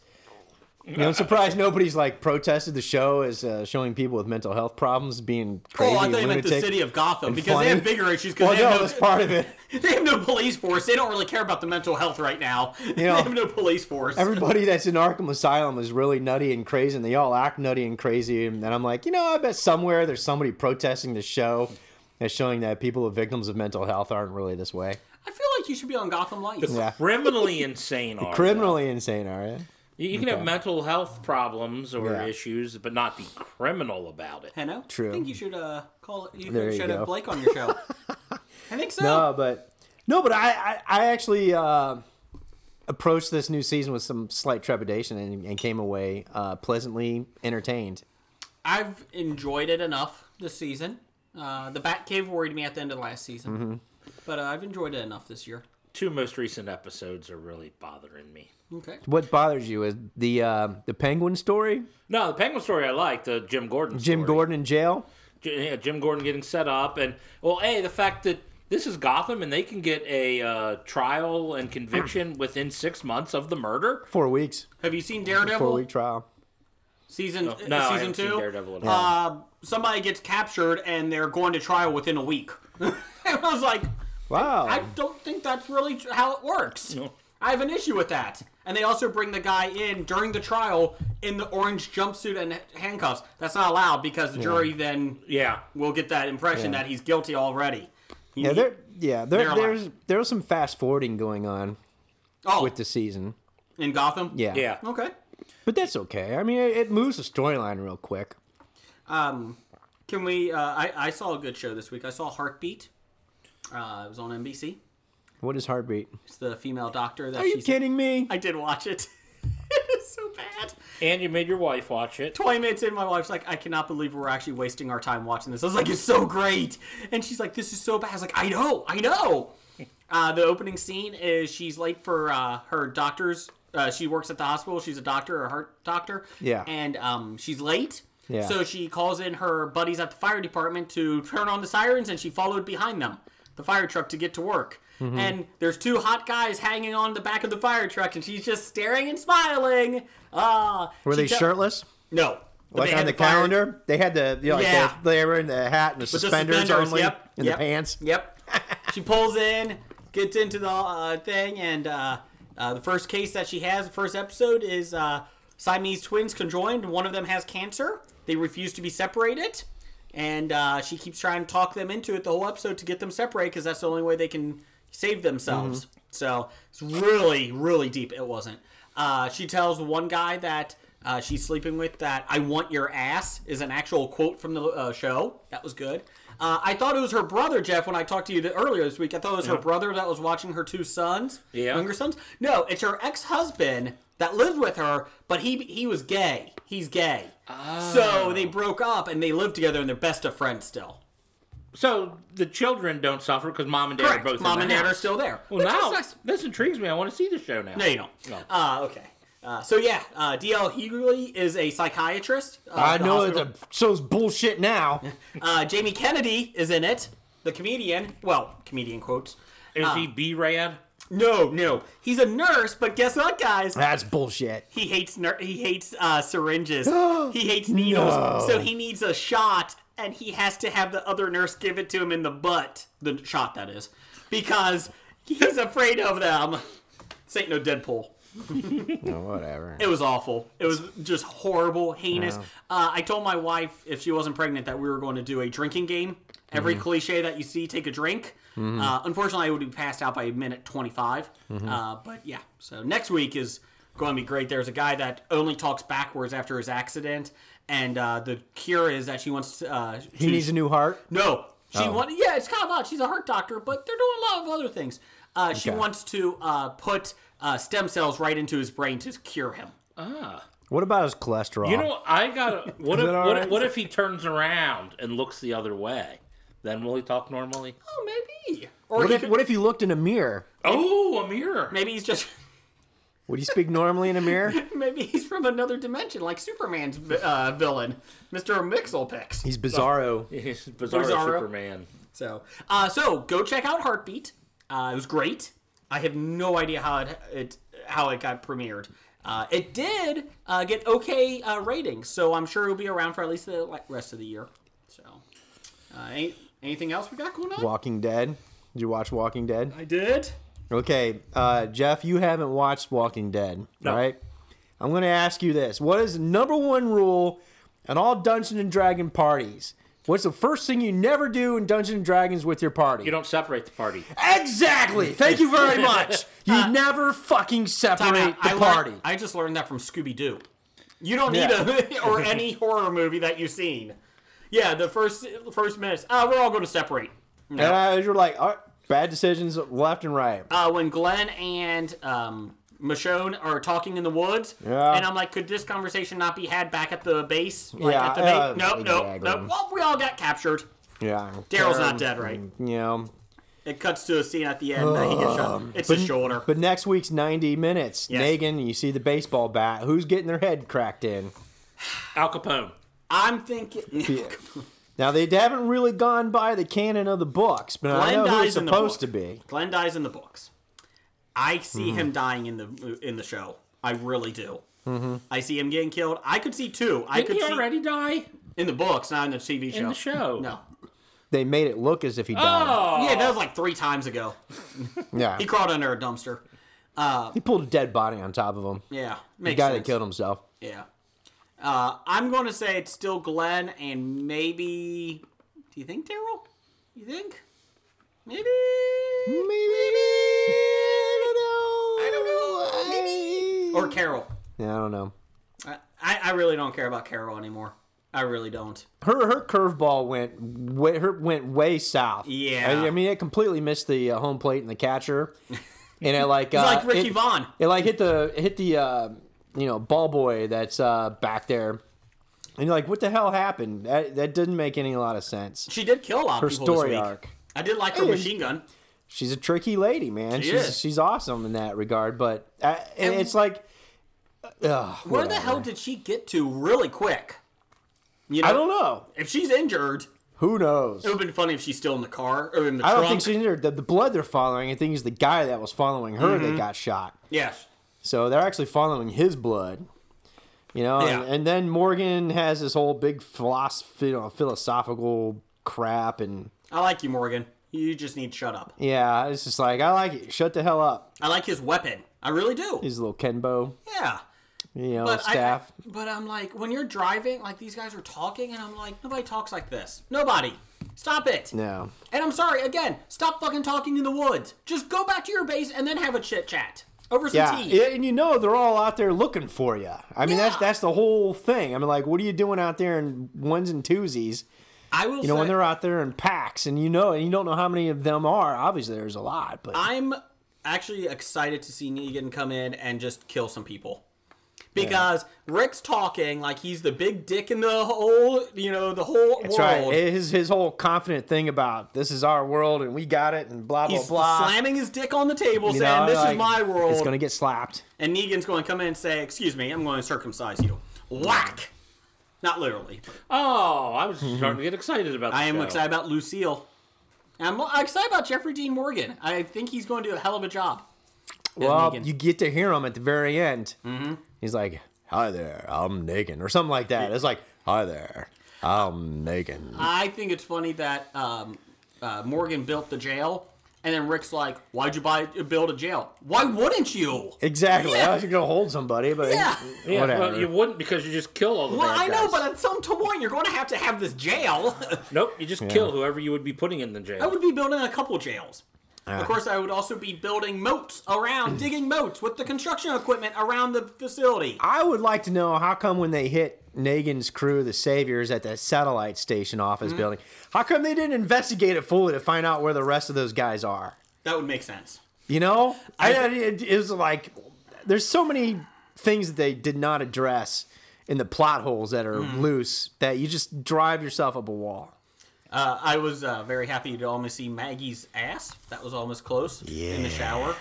You know, I'm surprised nobody's like protested the show as uh, showing people with mental health problems being crazy. Oh, I and thought you meant lunatic the city of Gotham and because funny. they have bigger issues because Well, they, no, have that's no, part of it. [LAUGHS] they have no police force. They don't really care about the mental health right now. [LAUGHS] they know, have no police force. Everybody that's in Arkham Asylum is really nutty and crazy, and they all act nutty and crazy. And then I'm like, you know, I bet somewhere there's somebody protesting the show that's showing that people who are victims of mental health aren't really this way. I feel like you should be on Gotham Lights. Yeah. [LAUGHS] Criminally insane. Are Criminally insane, are you? they? You you can have mental health problems or Yeah. issues, but not be criminal about it. Hello. True. I think you should uh, call it. You There you should go. have Blake on your [LAUGHS] show. I think so. No, but no, but I I, I actually uh, approached this new season with some slight trepidation and, and came away uh, pleasantly entertained. I've enjoyed it enough this Mm-hmm. season. Uh, the Batcave worried me at the end of last season, but uh, I've enjoyed it enough this year. two most recent episodes are really bothering me. Okay. What bothers you is the uh, the penguin story, No, the Penguin story I like the Jim Gordon. Jim story. Gordon in jail. J- yeah, Jim Gordon getting set up, and well, a the fact that this is Gotham and they can get a uh, trial and conviction within six months of the murder. Four weeks, Have you seen four Daredevil week trial. season No, uh, no, I season haven't two? seen Daredevil at all. Uh, somebody gets captured and they're going to trial within a week. [LAUGHS] I was like, Wow. I don't think that's really tr- how it works. I have an issue with that. And they also bring the guy in during the trial in the orange jumpsuit and handcuffs. That's not allowed because the jury then Yeah, will get that impression that he's guilty already. He- yeah, there. Yeah, there, They're alive. there's there was some fast forwarding going on oh, with the season. in Gotham. Yeah. yeah. Okay. But that's okay. I mean, it, it moves the storyline real quick. Um, can we? Uh, I I saw a good show this week. I saw Heartbeat. Uh, it was on NBC. What is heartbeat? It's the female doctor that Are you she's. kidding me? I did watch it. [LAUGHS] it is so bad. And you made your wife watch it. 20 minutes in, my wife's like, I cannot believe we're actually wasting our time watching this. I was like, it's so great. And she's like, this is so bad. I was like, I know, I [LAUGHS] know. Uh, the opening scene is she's late for uh, her doctor's. Uh, she works at the hospital. She's a doctor, a heart doctor. Yeah. And um, she's late. Yeah. So she calls in her buddies at the fire department to turn on the sirens, and she followed behind them, the fire truck, to get to work. Mm-hmm. And there's two hot guys hanging on the back of the fire truck, and she's just staring and smiling. Ah. Were she they tell- shirtless? no. But Like they on had the fire- calendar, they had the you know, like Yeah. the, they were in the hat and the with the suspenders, only, Yep. and yep, the pants. [LAUGHS] Yep. she pulls in, gets into the uh, thing, and uh, uh, the first case that she has, the first episode, is uh, Siamese twins conjoined. One of them has cancer. They refuse to be separated. And uh, she keeps trying to talk them into it the whole episode to get them separated because that's the only way they can save themselves. Mm-hmm. So it's really, really deep. It wasn't. Uh, she tells one guy that uh, she's sleeping with that "I want your ass" is an actual quote from the uh, show. That was good. Uh, I thought it was her brother Jeff when I talked to you th- earlier this week. I thought it was her brother that was watching her two sons, Yeah. younger sons. No, it's her ex-husband that lived with her, but he he was gay. He's gay. Ah. So they broke up and they live together and they're best of friends still. So the children don't suffer because mom and dad Correct. are both. Mom in and the dad are house. still there. Well, which is now nice. this intrigues me. I want to see the show now. No, you don't. Oh. Uh, okay. Uh, so yeah, uh, D.L. Hughley is a psychiatrist. Uh, I the know it's hospital- a show's bullshit [LAUGHS] now. Uh, Jamie Kennedy is in it, the comedian. Well, comedian quotes. Is he Ah. B Rad? No, no, he's a nurse, but guess what, guys? That's bullshit. He hates ner- he hates uh, syringes. [GASPS] he hates needles, No. so he needs a shot, and he has to have the other nurse give it to him in the butt. The shot that is, because he's afraid of them. This ain't no [LAUGHS] Deadpool. No, Oh, whatever. It was awful. It was just horrible, heinous. Uh, I told my wife if she wasn't pregnant that we were going to do a drinking game. Every Mm-hmm. cliche that you see, take a drink. Uh, unfortunately, I would be passed out by minute 25. Mm-hmm. Uh, but yeah, so next week is going to be great. There's a guy that only talks backwards after his accident, and uh, the cure is that she wants to. Uh, He needs a new heart. no, she Oh. want. Yeah, it's kind of odd. She's a heart doctor, but they're doing a lot of other things. Uh, She Okay. wants to uh, put uh, stem cells right into his brain to cure him. What about his cholesterol? You know, Ah. I [LAUGHS] got. What if? that all What, if- right? what if he turns around and looks the other way? Then will he talk normally? Oh, maybe. Or what he if could- what if you looked in a mirror? Oh, [LAUGHS] a mirror. maybe he's just Would you speak normally in [LAUGHS] a mirror? maybe he's from another dimension, like Superman's vi- uh, villain, Mister Mixelpix. He's bizarro. He's Bizarro, Bizarro. Superman. So, uh, so go check out Heartbeat. Uh, it was great. I have no idea how it, it how it got premiered. Uh, it did uh, get okay uh, ratings, so I'm sure it'll be around for at least the like, rest of the year. So, uh, ain't, anything else we got going on? Walking Dead. Did you watch Walking Dead? I did. Okay, uh, Jeff, you haven't watched Walking Dead, right? I'm going to ask you this: What is the number one rule in all Dungeons and Dragon parties? What's the first thing you never do in Dungeons and Dragons with your party? You don't separate [LAUGHS] the party. exactly. Thank you very much. You never fucking Time separate out. the I learned- party. I just learned that from Scooby Doo. You don't need Yeah. a [LAUGHS] or [LAUGHS] any horror movie that you've seen. Yeah, the first the first minutes. Uh, we're all going to separate. And I, you're like, all right, bad decisions left and right. uh, when Glenn and um, Michonne are talking in the woods, Yeah. and I'm like, could this conversation not be had back at the base? Like Yeah, at the base? uh, nope, nope, exactly. nope. Well, we all got captured. yeah, Um, Daryl's not dead, right? You know, It cuts to a scene at the end that he gets shot. It's his shoulder. Um, But next week's 90 minutes. Yes. Negan, you see the baseball bat. Who's getting their head cracked in? Al Capone. I'm [LAUGHS] thinking. Now, they haven't really gone by the canon of the books, but Glenn I know who dies it's in the supposed to book. be. Hmm. Glenn dies in the books. I see him dying in the in the show. I really do. Mm-hmm. I see him getting killed. I could see two. I Did could he see already die in the books, not in the TV show. in the show? No. They made it look as if he died. Oh, Yeah, that was like three times ago. Yeah. He crawled under a dumpster. He pulled a dead body on top of him. Yeah, The makes guy sense. that killed himself. Yeah. Uh, I'm going to say it's still Glenn and maybe. Do you think Daryl? You think? Maybe. Maybe. I don't know. I don't know. Maybe. Or Carol. Yeah, I don't know. I, I I really don't care about Carol anymore. I really don't. Her her curveball went way, her went way south. Yeah. I, I mean it completely missed the uh, home plate and [LAUGHS] the catcher, and it like uh, It's like Ricky it, Vaughn. It like hit the it hit the uh, you know ball boy that's uh, back there, and you're like, what the hell happened? That that didn't make any a lot of sense. She did kill a lot Her of people this story week. arc. I did like her Hey, machine gun. She's a tricky lady, man. She she's is. she's awesome in that regard, but uh, and And- it's like, uh, Where the hell did she get to really quick? You know, I don't know. If she's injured, it Who knows? would have been funny if she's still in the car or in the I trunk. don't think she's injured. The, the blood they're following, I think, is the guy that was following her Mm-hmm. that got shot. Yeah. So they're actually following his blood. You know, Yeah. and, and then Morgan has this whole big philosophy, you know, philosophical crap, and I like you, Morgan. You just need to shut up. yeah, it's just like I like it. Shut the hell up, I like his weapon. I really do. his little Kenbo, yeah. you know, But I- staff. I, but I'm like, when you're driving, like these guys are talking, and I'm like, nobody talks like this. Nobody. Stop it. no, And I'm sorry again. Stop fucking talking in the woods. Just go back to your base and then have a chit chat over some yeah, tea. yeah, and you know they're all out there looking for you. I mean, that's Yeah. that's the whole thing. I mean, like, what are you doing out there in ones and twosies? I will. You know, say, when they're out there in packs, and you know, and you don't know how many of them are. Obviously, there's a lot, but I'm actually excited to see Negan come in and just kill some people. Because Rick's talking like he's the big dick in the whole, you know, the whole That's right. world. His his whole confident thing about this is our world and we got it and blah blah He's blah. Oh, slamming his dick on the table, You know, saying, "This like, is my world." It's gonna get slapped. And Negan's going to come in and say, "Excuse me, I'm going to circumcise you." Whack! Not literally. but oh, I was starting to get excited about. The Mm-hmm. I am show. excited about Lucille. I'm excited about Jeffrey Dean Morgan. I think he's going to do a hell of a job. as Well, Negan. you get to hear him at the very end. Mm-hmm. He's like, "Hi there, I'm Negan," or something like that. It's like, "Hi there, I'm Negan." I think it's funny that um, uh, Morgan built the jail, and then Rick's like, "Why'd you buy build a jail? Why wouldn't you?" exactly. I was gonna hold somebody, but Yeah. Yeah, whatever. well, you wouldn't because you just kill all the Well, bad I know, guys. but at some point you're going to have to have this jail. [LAUGHS] nope, you just kill whoever you would be putting in the jail. I would be building a couple jails. Of course, I would also be building moats around, digging moats with the construction equipment around the facility. I would like to know how come when they hit Negan's crew, the saviors at that satellite station office building, how come they didn't investigate it fully to find out where the rest of those guys are? That would make sense. You know, I, I- it, it was like there's so many things that they did not address in the plot holes that are loose that you just drive yourself up a wall. Uh, I was uh, very happy to almost see Maggie's ass. That was almost close in the shower.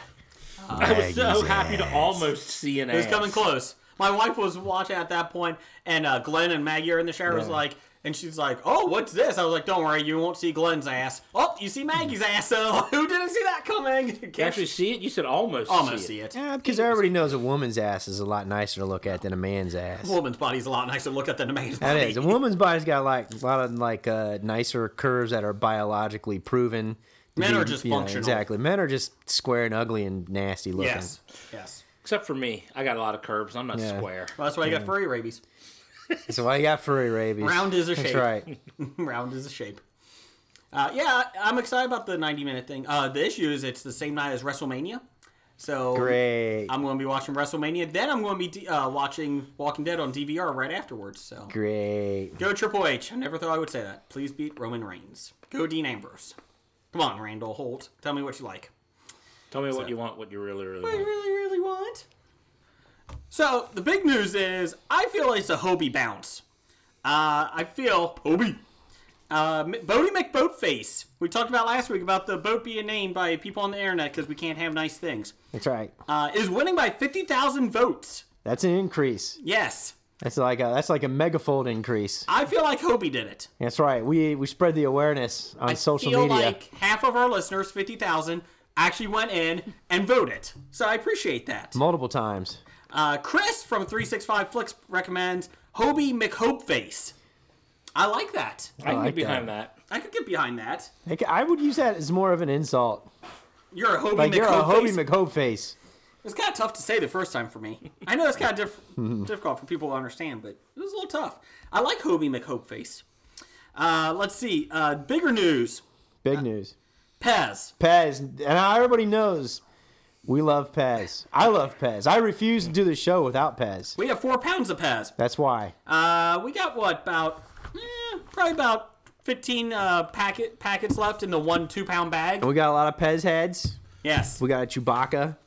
I was so happy to almost see an It was coming close. My wife was watching at that point, and uh, Glenn and Maggie are in the shower. Was like, and she's like, "Oh, what's this?" I was like, "Don't worry, you won't see Glenn's ass. Oh, you see Maggie's ass. So [LAUGHS] who didn't see that coming? [LAUGHS] You actually see it? You said almost. almost see see it. it. Yeah, because everybody knows a woman's ass is a lot nicer to look at than a man's ass. A woman's body's a lot nicer to look at than a man's That body. is. A woman's body's got like a lot of like uh, nicer curves that are biologically proven. to Men are just you know, functional. exactly. Men are just square and ugly and nasty looking. Yes, yes. Except for me, I got a lot of curves. I'm not Yeah. square. Well, that's why you got furry rabies. [LAUGHS] That's why you got furry rabies. Round is a That's shape. [LAUGHS] right. Round is a shape. Uh, yeah, I'm excited about the 90 minute thing. Uh, the issue is it's the same night as WrestleMania, so Great. I'm going to be watching WrestleMania. Then I'm going to be d- uh, watching Walking Dead on DVR right afterwards. So Great. go Triple H. I never thought I would say that. Please beat Roman Reigns. Go Dean Ambrose. Come on, Randall Holt. Tell me what you like. Tell me what you want, what you really, really I want. really, really want. So the big news is I feel it's a Hobie bounce. Uh, I feel Hobie Uh, M- Bodie McBoatface. We talked about last week about the boat being named by people on the internet because we can't have nice things. That's right. Uh, is winning by 50,000 votes. That's an increase. Yes. That's like a that's like a megafold increase. I feel like Hobie did it. That's right. We we spread the awareness on I social feel media. like half of our listeners, 50,000, actually went in and voted. So I appreciate that. Multiple times. Uh, Chris from 365 Flicks recommends Hobie McHopeface. I like that. I can like get behind that. I could get behind that. Like, I would use that as more of an insult. You're a Hobie Like you're a Hobie McHopeface. McHope face. It's kind of tough to say the first time for me. I know it's kind of diff- [LAUGHS] difficult for people to understand, but it was a little tough. I like Hobie McHopeface. Uh, let's see. Uh, bigger news. Uh, Big news. Pez. Pez, and everybody knows we love Pez. I love Pez. I refuse to do the show without Pez. We have four pounds of Pez. That's why. Uh, we got what about? Eh, probably about fifteen uh, packet packets left in the one two pound bag. We got a lot of Pez heads. Yes. We got a Chewbacca.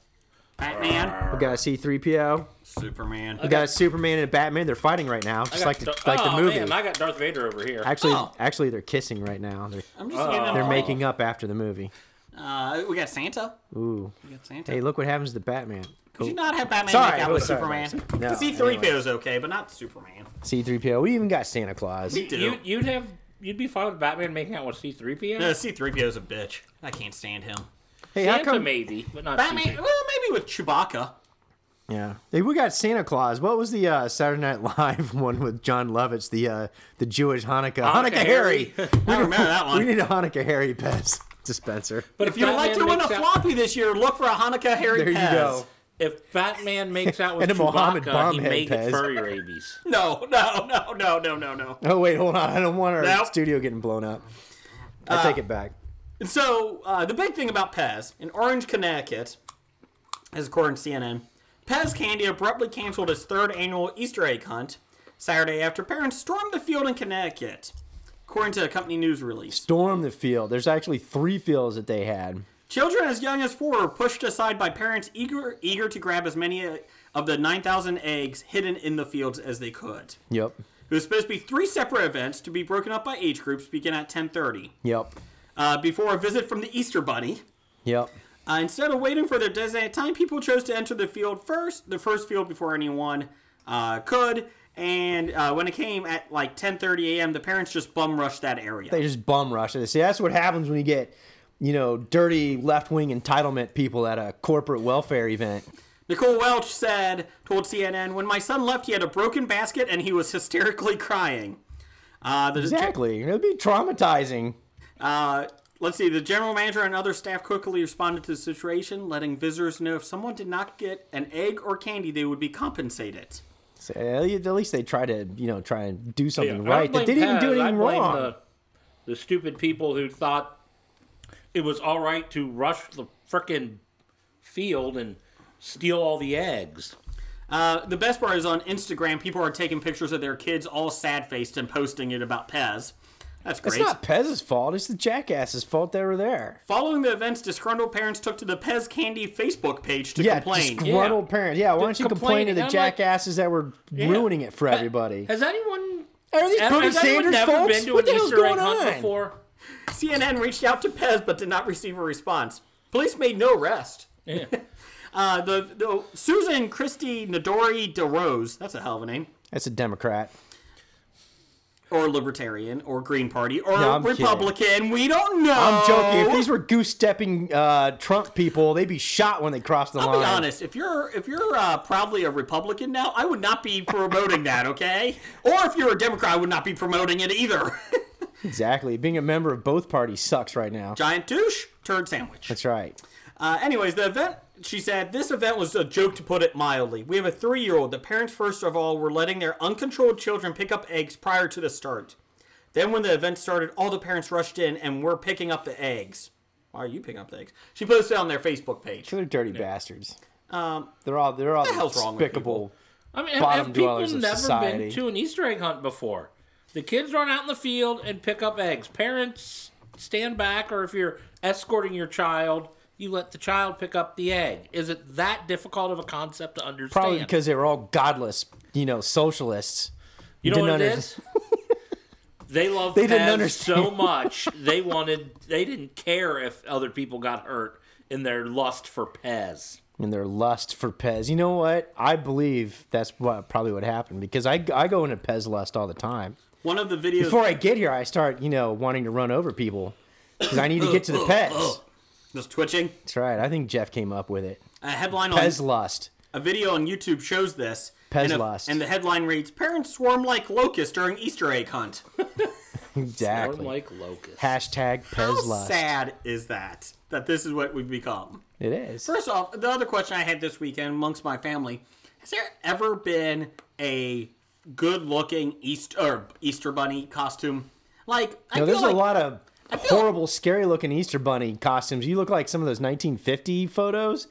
Batman. We got a C-3PO. Superman. We got a Superman and a Batman. They're fighting right now, just like the, Dar- like the oh, movie. Man, I got Darth Vader over here. Actually, Oh. actually, they're kissing right now. They're, I'm just getting them they're all. making up after the movie. Uh, we got Santa. Ooh. We got Santa. Hey, look what happens to Batman. Could you not have Batman Sorry, make out oh, with sorry, Superman? sorry. No, The C-3PO is okay, but not Superman. C-3PO. We even got Santa Claus. We do. you, you'd have you'd be fine with Batman making out with C three PO. No, C-3PO's a bitch. I can't stand him. Hey, how Santa come? maybe, but not Batman, C-3PO. well, maybe with Chewbacca. Yeah. Hey, we got Santa Claus. What was the uh, Saturday Night Live [LAUGHS] one with John Lovitz, the uh, the Jewish Hanukkah? Hanukkah, Hanukkah Harry. [LAUGHS] I don't remember that we one. need a Hanukkah Harry Pez [LAUGHS] dispenser. But If you'd like to Batman win a makes out- floppy this year, look for a Hanukkah Harry There you Pez. go. if Batman [LAUGHS] makes out with And a Mohammed Chewbacca, he Bombhead may Pez. get furry rabies. No, no, no, no, no, no, no. Oh wait, hold on. I don't want our Nope. Uh, studio getting blown up. I take it back. So uh, the big thing about Pez in Orange, Connecticut, is according to CNN, Pez Candy abruptly canceled its third annual Easter egg hunt Saturday after parents stormed the field in Connecticut, according to a company news release. Storm the field. There's actually three fields that they had. Children as young as four were pushed aside by parents eager eager to grab as many uh, of the 9,000 eggs hidden in the fields as they could. Yep. It was supposed to be three separate events to be broken up by age groups, begin at 10:30, Yep. uh, before a visit from the Easter Bunny. Yep. Uh, instead of waiting for their designated time, people chose to enter the field first, the first field before anyone uh, could. And uh, when it came at like 10:30 a.m., the parents just bum rushed that area. They just bum rush it. See, that's what happens when you get, you know, dirty left wing entitlement people at a corporate welfare event. Nicole Welch said, told CNN, "When my son left, he had a broken basket and he was hysterically crying." Uh, the, Exactly. It'd be traumatizing. Uh, let's see. The general manager and other staff quickly responded to the situation, letting visitors know if someone did not get an egg or candy, they would be compensated. So, at le- at least they try to, you know, try and do Yeah, I something don't right. They blame didn't even do Pez. I anything blame wrong. The, the stupid people who thought it was all right to rush the frickin' field and steal all the eggs. Uh, the best part is on Instagram, people are taking pictures of their kids all sad faced and posting it about Pez. That's It's great. not Pez's fault. It's the jackasses' fault they were there. Following the events, disgruntled parents took to the Pez Candy Facebook page to yeah, complain. disgruntled parents. Yeah, why don't you complain to complaining, the I'm like- jackasses that were ruining it for Ha- everybody? Has anyone? Are these has Bernie anyone Sanders never folks? been to What an the hell's Easter egg going hunt on? before? CNN reached out to Pez but did not receive a response. Police made no arrest. Yeah. [LAUGHS] Uh, the, the Susan Christie Nadori DeRose, that's a hell of a name. That's a Democrat. or libertarian or green party or No, I'm republican we don't know Uh, I'm joking. If these were goose stepping uh, Trump people, they'd be shot when they crossed the i'll line. be honest if you're if you're uh, proudly a republican now i would not be promoting that okay or if you're a democrat i would not be promoting it either [LAUGHS] Exactly. Being a member of both parties sucks right now. giant douche turd sandwich That's right. uh, anyways the event she said this event was a joke to put it mildly we have a three-year-old the parents first of all were letting their uncontrolled children pick up eggs prior to the start Then when the event started, all the parents rushed in and were picking up the eggs. Why are you picking up the eggs? She posted on their Facebook page. They're dirty bastards. Um, they're all they're all the hell's wrong with despicable. I mean, have, Bottom have people dwellers of never society. been to an Easter egg hunt before? The kids run out in the field and pick up eggs. Parents stand back, or if you're escorting your child, you let the child pick up the egg. Is it that difficult of a concept to understand? Probably because they were all godless, you know, socialists. you know didn't what it under- is. [LAUGHS] They loved They didn't Pez understand. so much. They wanted. They didn't care if other people got hurt in their lust for Pez. and their lust for Pez. You know what? I believe that's what probably what happened because I, I go into Pez lust all the time. One of the videos. Before I get here, I start you know wanting to run over people because I need to [LAUGHS] get to the Pez. Just twitching. That's right. I think Jeff came up with it. A headline on Pez [LAUGHS] lust. a video on YouTube shows this. Pez and, a- lost. and the headline reads: "Parents swarm like locusts during Easter egg hunt." They're Exactly. like locusts. Hashtag How Pez lust. sad is that? That this is what we've become. It is. First off, the other question I had this weekend amongst my family: Has there ever been a good-looking Easter or Easter bunny costume? Like, I No, feel there's like, a lot of feel- horrible, scary looking Easter Bunny costumes. You look like some of those 1950 photos.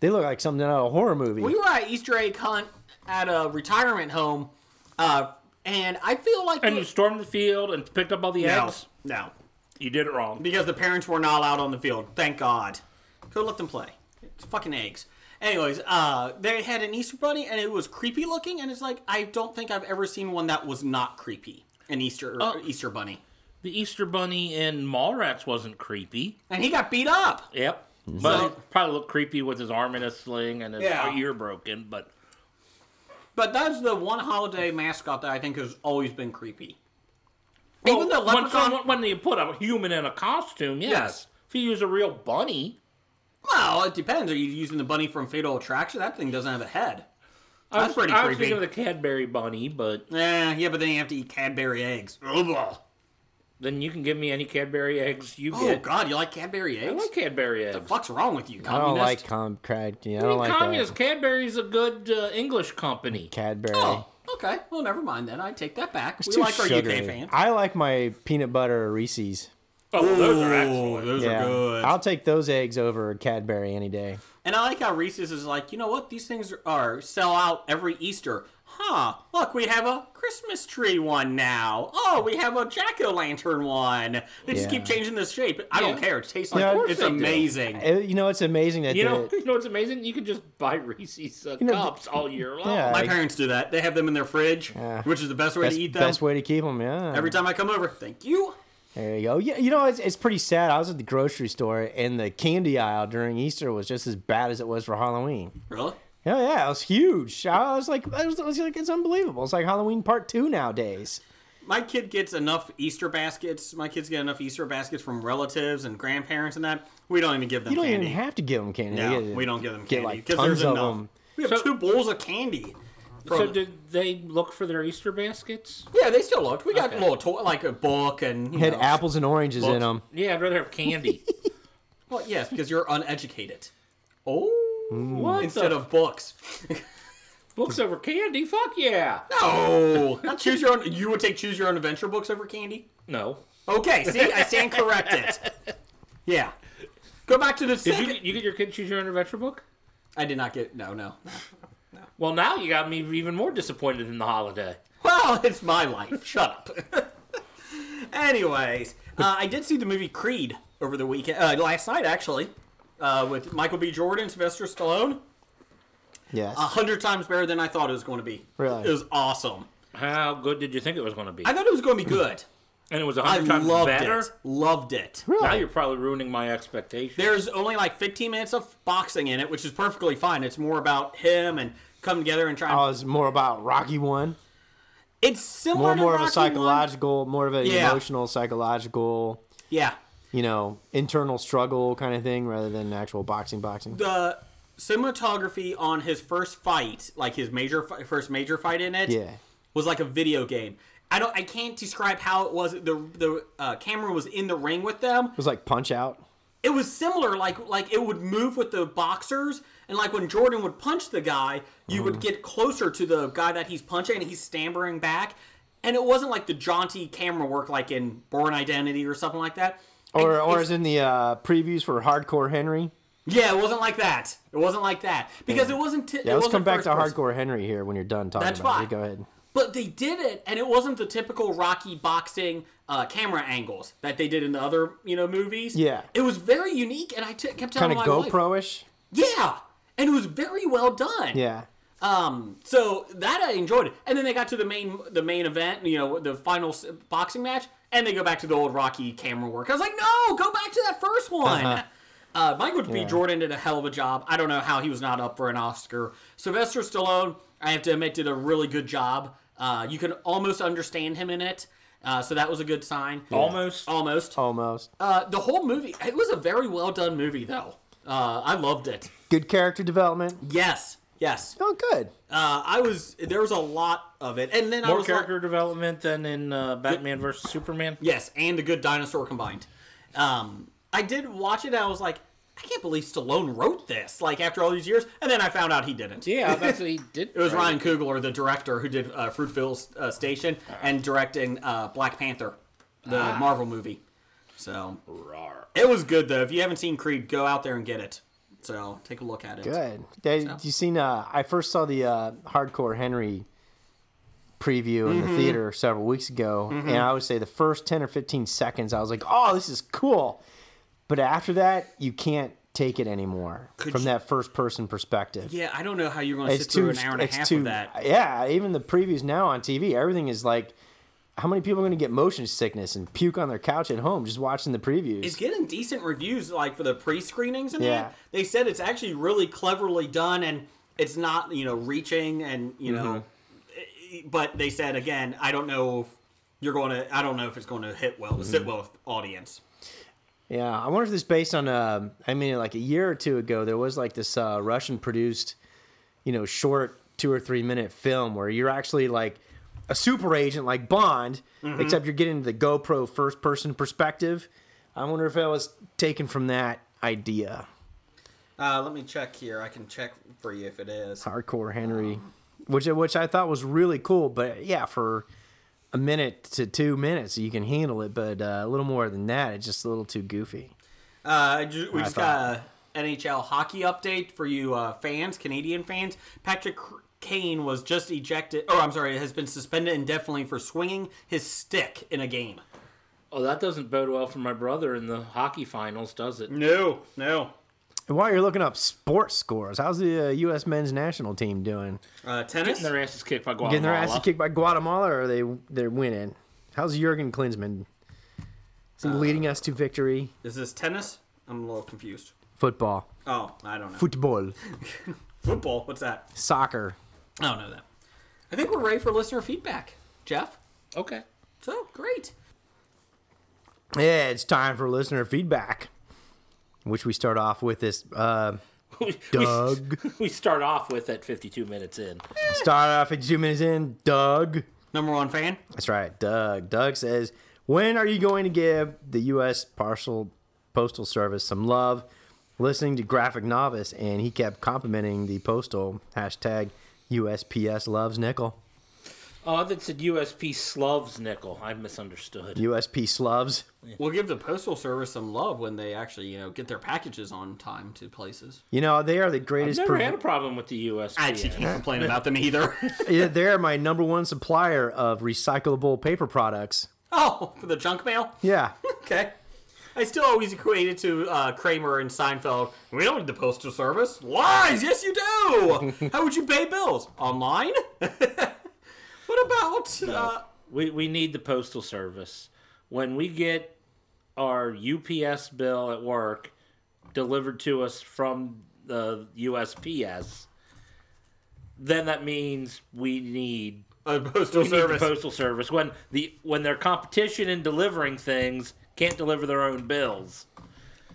They look like something out of a horror movie. We were at Easter egg hunt at a retirement home, uh, and I feel like and we- you stormed the field and picked up all the no, eggs. no, You did it wrong. because the parents were not out on the field. Thank God. Go let them play. It's fucking eggs. Anyways, uh, they had an Easter bunny and it was creepy looking, and it's like I don't think I've ever seen one that was not creepy. An Easter er, Oh. Easter bunny, The Easter Bunny in Mallrats wasn't creepy. and he got beat up. Yep. But So- it probably looked creepy with his arm in a sling and his Yeah. ear broken. But But that's the one holiday mascot that I think has always been creepy. Even the Well, when, leprechaun. someone- when you put a human in a costume, yes. Yes. If you use a real bunny, Well, it depends. Are you using the bunny from Fatal Attraction? That thing doesn't have a head. I was, That's pretty I was creepy. thinking of the Cadbury bunny, but Eh, yeah, but then you have to eat Cadbury eggs. Ugh. then you can give me any Cadbury eggs you Oh get. God, you like Cadbury eggs? I like Cadbury eggs. the fuck's wrong with you, I don't communist? like com- crad. Yeah, I I don't mean, like communist that. Cadbury's a good uh, English company. Cadbury. Oh, okay. Well, never mind then. I take that back. It's we too like our sugary. UK fans. I like my peanut butter Reese's. Oh, those are excellent. those Yeah, I'll take those eggs over Cadbury any day. And I like how Reese's is like, you know what? These things are sell out every Easter. Huh? Look, we have a Christmas tree one now. Oh, we have a jack o' lantern one. They just Yeah. keep changing the shape. I don't Yeah. care. It tastes like Yeah, of course it's they do. amazing. Uh, You know, it's amazing that [LAUGHS] You know, [LAUGHS] the- you know what's amazing? You can just buy Reese's uh, know, cups all year [LAUGHS] long. yeah. My Like- parents do that. They have them in their fridge, which is the best way that's to the eat them. best way to keep them. Yeah. Every time I come over, thank you. There you go. Yeah, you know it's, it's pretty sad. I was at the grocery store and the candy aisle during Easter was just as bad as it was for Halloween. Really? Yeah, yeah, it was huge. I was like, I was, I was like, it's unbelievable. It's like Halloween Part Two nowadays. My kid gets enough Easter baskets. My kids get enough Easter baskets from relatives and grandparents and that. We don't even give them You don't candy. even have to give them candy. no, They get- we don't give them get candy like because there's tons of enough. them. We have two bowls of candy. So From, did they look for their Easter baskets? yeah, they still looked. We got little toy, like a book and you Had know. apples and oranges in Well, them. Yeah, I'd rather have candy. Well, yes, because you're uneducated. Mm. Oh, [LAUGHS] what? instead the- of books. books over candy? Fuck yeah. [LAUGHS] No, not choose your own. You would take choose your own adventure books over candy. No. Okay, see, I stand [LAUGHS] corrected. Yeah. Go back to the Did second. you, you get your kid choose your own adventure book? I did not get. No, no. Well, now you got me even more disappointed in the holiday. Well, [LAUGHS] it's my life. Shut up. [LAUGHS] Anyways, uh, I did see the movie Creed over the weekend, uh, last night actually, uh, with Michael B. Jordan, Sylvester Stallone. Yes. A hundred times better than I thought it was going to be. Really? It was awesome. How good did you think it was going to be? I thought it was going to be good. and it was I 100 times loved better? it. Loved it. Now you're probably ruining my expectations. There's only like 15 minutes of boxing in it, which is perfectly fine. It's more about him and come together and try. I And... was more about Rocky one, It's similar more to more of Rocky a one. psychological, more of an Yeah. emotional, psychological, Yeah. you know, internal struggle kind of thing rather than actual boxing, boxing. the cinematography on his first fight, like his major fi- first major fight in it, Yeah. was like a video game. I don't, I can't describe how it was. The the uh, camera was in the ring with them. It was like Punch Out. It was similar, like like it would move with the boxers, and like when Jordan would punch the guy, you Mm-hmm. would get closer to the guy that he's punching, and he's stammering back. And it wasn't like the jaunty camera work like in Born Identity or something like that. or And or it's- is in the uh, previews for Hardcore Henry. yeah, it wasn't like that. It wasn't like that because it wasn't. T- Yeah, it let's wasn't come back first to person. Hardcore Henry here when you're done talking That's about fine. it. Go ahead. But they did it, and it wasn't the typical Rocky boxing uh, camera angles that they did in the other you know movies. Yeah. it was very unique, and I t- kept telling Kind of my wife, GoPro ish. yeah, and it was very well done. Yeah. Um, so that I enjoyed, it. and then they got to the main the main event, you know, the final s- boxing match, and they go back to the old Rocky camera work. I was like, no, go back to that first one. [LAUGHS] uh Michael B. Jordan did a hell of a job. I don't know how he was not up for an Oscar. Sylvester Stallone, I have to admit, did a really good job. Uh, you can almost understand him in it, uh, so that was a good sign. Almost. almost. Almost. Uh, the whole movie, it was a very well done movie, though. Uh, I loved it. Good character development. Yes, yes. Oh, good. Uh, I was there was a lot of it, and then I More was character like, development than in uh, Batman versus Superman. yes, and a good dinosaur combined. Um, I did watch it, and I was like, I can't believe Stallone wrote this. Like after all these years, and then I found out he didn't. Yeah, that's what he did. It was Ryan Coogler, the director, who did uh, Fruitville uh, Station Uh-huh. and directing uh, Black Panther, the Ah. Marvel movie. So it was good though. If you haven't seen Creed, go out there and get it. So take a look at it. Good. They, You seen? Uh, I first saw the uh, Hardcore Henry preview in Mm-hmm. the theater several weeks ago, and I would say the first ten or fifteen seconds, I was like, "Oh, this is cool," but after that, you can't take it anymore from you- that first person perspective. Yeah, I don't know how you're going to it's sit too. through an hour and a it's half too. of that. Yeah, even the previews now on TV, everything is like. How many people are going to get motion sickness and puke on their couch at home just watching the previews? It's getting decent reviews, like for the pre-screenings and Yeah. that. They said it's actually really cleverly done, and it's not you know reaching and you know. Mm-hmm. eh, But they said again, I don't know if you're going to. I don't know if it's going to hit well, Mm-hmm. sit well with audience. Yeah, I wonder if this is based on. um I mean, like a year or two ago, there was like this uh, Russian-produced, you know, short two or three-minute film where you're actually like a super agent, like Bond, except you're getting the GoPro first-person perspective. I wonder if that was taken from that idea. Uh, let me check here. I can check for you if it is. Hardcore Henry, which which I thought was really cool, but yeah, for a minute to two minutes, you can handle it, but uh, a little more than that, it's just a little too goofy. Uh, ju- we just thought- got a NHL hockey update for you uh, fans, Canadian fans. Patrick Kane was just ejected. Oh, I'm sorry, has been suspended indefinitely for swinging his stick in a game. Oh, that doesn't bode well for my brother in the hockey finals, does it? No, no. And while you're looking up sports scores, how's the uh, U.S. men's national team doing? Uh, tennis. Getting their asses kicked by Guatemala. Getting their asses kicked by Guatemala, or are they they're winning? How's Jurgen Klinsmann? Is he leading us to victory? Is this tennis? I'm a little confused. Football, Oh, I don't know. football, Football. What's that? soccer. I don't know that. I think we're ready for listener feedback, Jeff. Okay. So great. Yeah, it's time for listener feedback, which we start off with this. Uh, [LAUGHS] We- Doug. We, we start off with at 52 minutes in. start off at two minutes in, Doug. Number one fan. That's right, Doug. Doug says, "When are you going to give the U.S. Parcel Postal Service some love?" Listening to Graphic Novice, and he kept complimenting the postal hashtag USPS loves nickel. Oh, that said USP Slavs nickel. I misunderstood. USP Sloves. We'll give the postal service some love when they actually, you know, get their packages on time to places. You know they are the I've greatest. never prov- had a problem with the USP. I actually can't [LAUGHS] complain about them either. [LAUGHS] Yeah, they are my number one supplier of recyclable paper products. oh, for the junk mail. Yeah, Okay. I still always equate it to uh, Kramer and Seinfeld. We don't need the postal service. Lies! Yes, you [LAUGHS] do. How would you pay bills online? [LAUGHS] what about? Uh, We, we need the postal service. When we get our UPS bill at work delivered to us from the USPS, then that means we need a postal we need service. the postal service when the when their competition in delivering things can't deliver their own bills.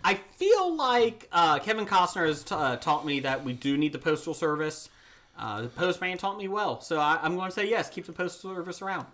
I feel like uh, Kevin Costner has t- uh, taught me that we do need the postal service. Uh, the postman taught me well, so I- I'm going to say yes. Keep the postal service around.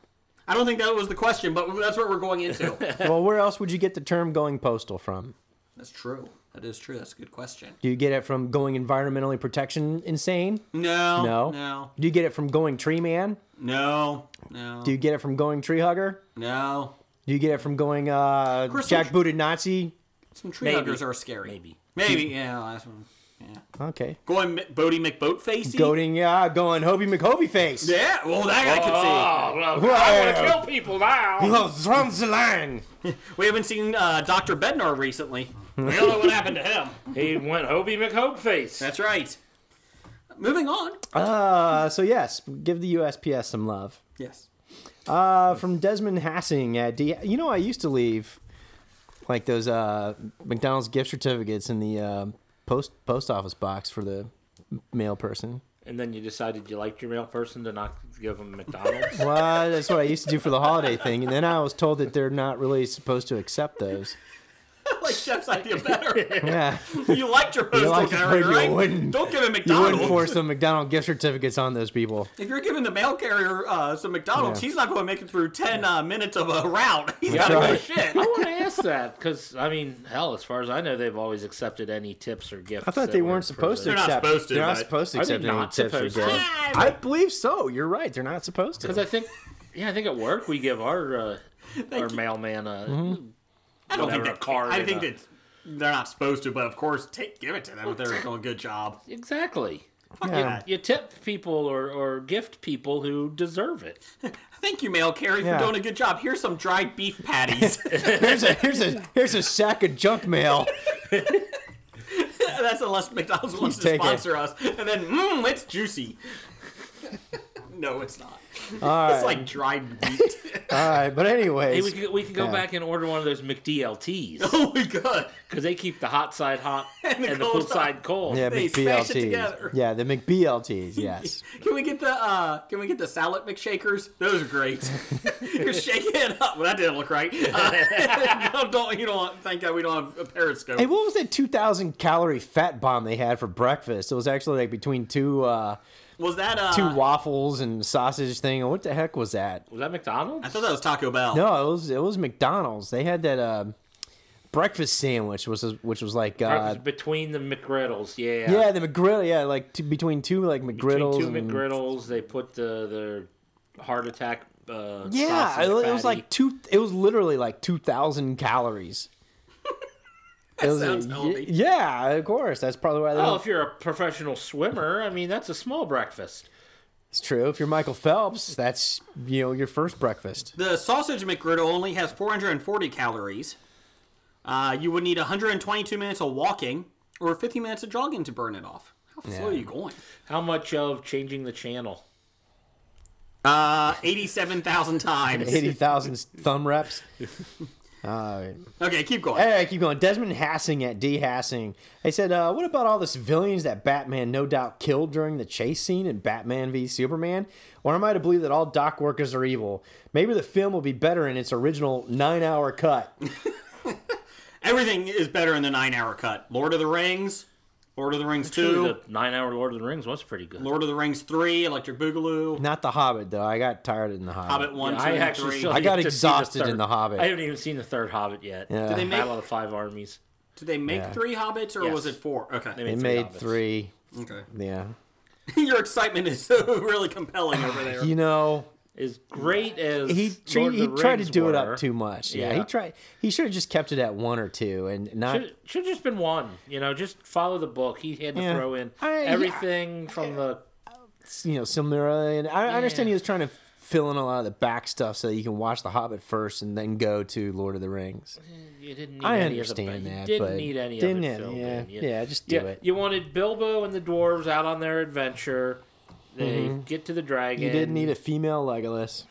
I don't think that was the question, but that's what we're going [LAUGHS] into. well, where else would you get the term "going postal" from? that's true. That is true. That's a good question. Do you get it from going environmentally protection insane? No. No. No. Do you get it from going tree man? No. No. Do you get it from going tree hugger? No. Do you get it from going uh, course, jack there's- booted Nazi? Some tree Maybe. huggers are scary. Maybe. Maybe. Yeah. Last one. Yeah. Okay. Going M- Bodie McBoatfacey. Goading, yeah, going Hobie McHobie face. Yeah. Well, that I could Oh, well, Whoa. I want to kill people now. Oh, Thrones the line. see. We haven't seen uh, Doctor Bednar [LAUGHS] recently. we don't know what happened to him. he went Hobie McHopeface. That's right. Moving on. Uh, so yes, give the USPS some love. Yes. Uh, from Desmond Hassing at D. You know, I used to leave like those uh, McDonald's gift certificates in the uh, post post office box for the mail person. And then you decided you liked your mail person to not [LAUGHS] give them McDonald's. Well, that's what I used to do for the holiday thing, and then I was told that they're not really supposed to accept those. [LAUGHS] like Chef's idea [LAUGHS] better. Yeah, you liked your postal liked it, carrier, but you right? wouldn't- Don't give him you McDonald's. wouldn't force the McDonald gift certificates on those people. If you're giving the mail carrier uh, some McDonald's, Yeah. he's not going to make it through 10 uh, minutes of a route. [LAUGHS] He's got That's to go right. shit. I want to ask that because I mean, hell, as far as I know, they've always accepted any tips or gifts. I thought that they were weren't supposed to They're not accept. supposed to, they're not but- supposed to Are they accept any not tips or supposed to? [LAUGHS] gifts. [LAUGHS] I believe so. You're right. They're not supposed to. Because I think, yeah, I think at work we give our uh, our mailman a Mm-hmm. I don't think that, whatever, a card I and think a- that they're not supposed to, but of course, take, give it to them if they're doing a good job. exactly. Fuck Yeah. yeah. You tip people or, or gift people who deserve it. Thank you, mail carrier, Yeah. for doing a good job. Here's some dried beef [LAUGHS] patties. [LAUGHS] [LAUGHS] here's a here's a here's a sack of junk mail. That's unless McDonald's wants to take it. sponsor us. And then, mmm, it's juicy. [LAUGHS] no, it's not. All It's right, like dried meat. [LAUGHS] [LAUGHS] all right. But anyways, Hey, we could, we could go yeah. back and order one of those McDLTs oh my god. because they keep the hot [LAUGHS] side hot and the the, cold cold side cold. yeah, they smash it together. McBLTs. Yeah, [LAUGHS] the McBLTs. Yes. Can we get the uh can we get the salad McShakers? Those are great. [LAUGHS] You're shaking it up. Well, that didn't look right. Uh, [LAUGHS] no, don't you don't thank God we don't have a periscope. Hey, what was that 2,000 calorie fat bomb they had for breakfast? It was actually like between two uh, was that uh two waffles and sausage thing. What the heck was that? Was that McDonald's? I thought that was Taco Bell. [LAUGHS] No, it was it was McDonald's. They had that uh, breakfast sandwich, which was which was like uh, Breakfast between the McGriddles, yeah. yeah, the McGriddle. Yeah, like t- between two like between McGriddles. two and- McGriddles, they put the the heart attack. Uh, Yeah, sausage it, was- it was patty. like two. It was literally like two thousand calories. that sounds healthy. Yeah, of course. That's probably why. They Oh, don't- if you're a professional swimmer, I mean that's a small breakfast. It's true. If you're Michael Phelps, that's you know your first breakfast. The sausage McGriddle only has 440 calories. Uh, you would need 122 minutes of walking or 50 minutes of jogging to burn it off. How slow are you going? How much of changing the channel? Uh, 87,000 [LAUGHS] times. Eighty thousand thumb reps. Okay, keep going. Hey, keep going. Desmond Hassing at D Hassing. They said, uh, "What about all the civilians that Batman no doubt killed during the chase scene in Batman v Superman? Or am I to believe that all dock workers are evil? Maybe the film will be better in its original nine-hour cut." Everything is better in the nine hour cut. Lord of the Rings, Lord of the Rings 2, The nine-hour Lord of the Rings was pretty good. Lord of the Rings 3, Electric Boogaloo, Not the Hobbit though. I got tired in the Hobbit. Hobbit 1, 2, I and actually 3. still I got need to see the exhausted in third- The Hobbit. I haven't even seen the third Hobbit yet. Yeah. Did they make- Battle of the Five Armies? Did they make three Hobbits or Yes. was it four? Okay. They made three. okay. Yeah. [LAUGHS] Your excitement is so really compelling over there. You know, As great as he tre- Lord of he the tried to Rings do it were, up too much. Yeah, he Yeah. tried. He should have just kept it at one or two and not. Should should just been one. You know, just follow the book. He had to Yeah. throw in I- everything from the. you know similar and I, I understand he Yeah. was trying to fill in a lot of the back stuff so that you can watch the hobbit first and then go to lord of the rings You didn't need i any of understand the, that You didn't but need any didn't of it? it. filled yeah in. You- yeah just do yeah, it You wanted Bilbo and the dwarves out on their adventure. They get to the dragon. Mm-hmm. you didn't need a female legolas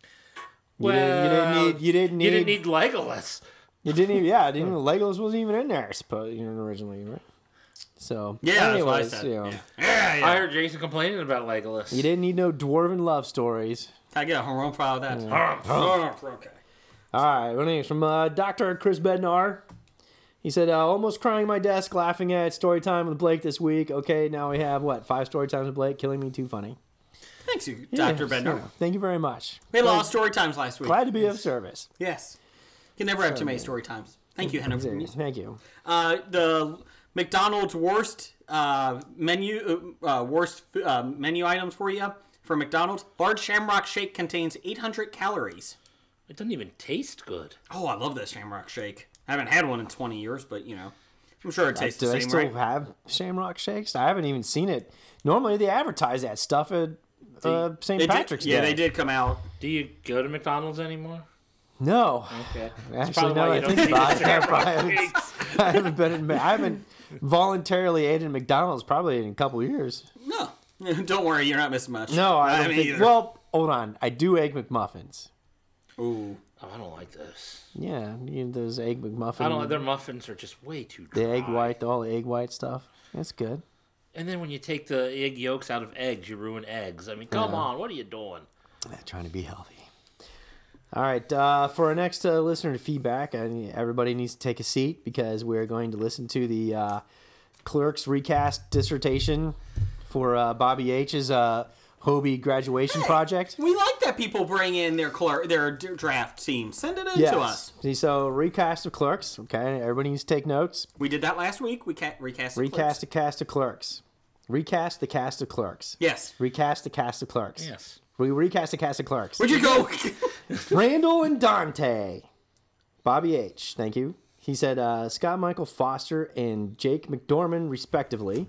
you, Well, didn't, you didn't need you you didn't need need Legolas. you didn't even yeah didn't even legolas wasn't even in there i suppose you know originally right so Yeah, that's what I anyways said. you know I heard Jason complaining about Legolas. you didn't need no dwarven love stories I get a home file of that. Humph, Okay. All right, my name's from uh, Dr. Chris Bednar. He said, uh, almost crying my desk, laughing at story time with Blake this week. Okay, now we have what? Five story times with Blake, killing me too funny. Thanks, you, Dr. Yes, Bender. yeah, thank you very much. We had a lot of story times last week. Glad to be of service. Yes. You can never have too many story times. Thank you, Hannah, for the music. Thank you. Uh, the McDonald's worst uh, menu uh, uh, worst uh, menu items for you for McDonald's. Large Shamrock Shake contains 800 calories. It doesn't even taste good. Oh, I love this Shamrock Shake. I haven't had one in 20 years, but you know, I'm sure it tastes Do the they same, still right? have Shamrock Shakes? I haven't even seen it. Normally they advertise that stuff at uh, St. They did- Patrick's yeah, Day. they did come out. Do you go to McDonald's anymore? No. Okay. Actually, probably no, why I you don't think see about the [LAUGHS] [LAUGHS] it. I haven't been in, I haven't voluntarily ate at McDonald's probably in a couple years. No, [LAUGHS] don't worry, you're not missing much. No, I don't haven't think. either. Well, hold on. I do egg McMuffins. Ooh. Oh, I don't like this. Yeah, you know, those egg McMuffins. I don't like their muffins are just way too dry. the egg white, all the egg white stuff. That's good. And then when you take the egg yolks out of eggs, you ruin eggs. I mean, come on, what are you doing? Yeah, trying to be healthy. All right, uh, for our next uh, listener feedback, I need, everybody needs to take a seat because we're going to listen to the uh, clerk's recast dissertation for uh, Bobby H's uh, Hobie graduation project. We like that people bring in their clerk, their d- draft team. Send it in to us. See, So recast of clerks. Okay, everybody needs to take notes. We did that last week. We ca- recast. the Recast clips. the cast of clerks. Recast the cast of clerks. Yes. Recast the cast of clerks. [LAUGHS] Yes. We recast the cast of clerks. Would you [LAUGHS] go? [LAUGHS] Randall and Dante. Bobby H. Thank you. He said uh, Scott Michael Foster and Jake McDorman, respectively,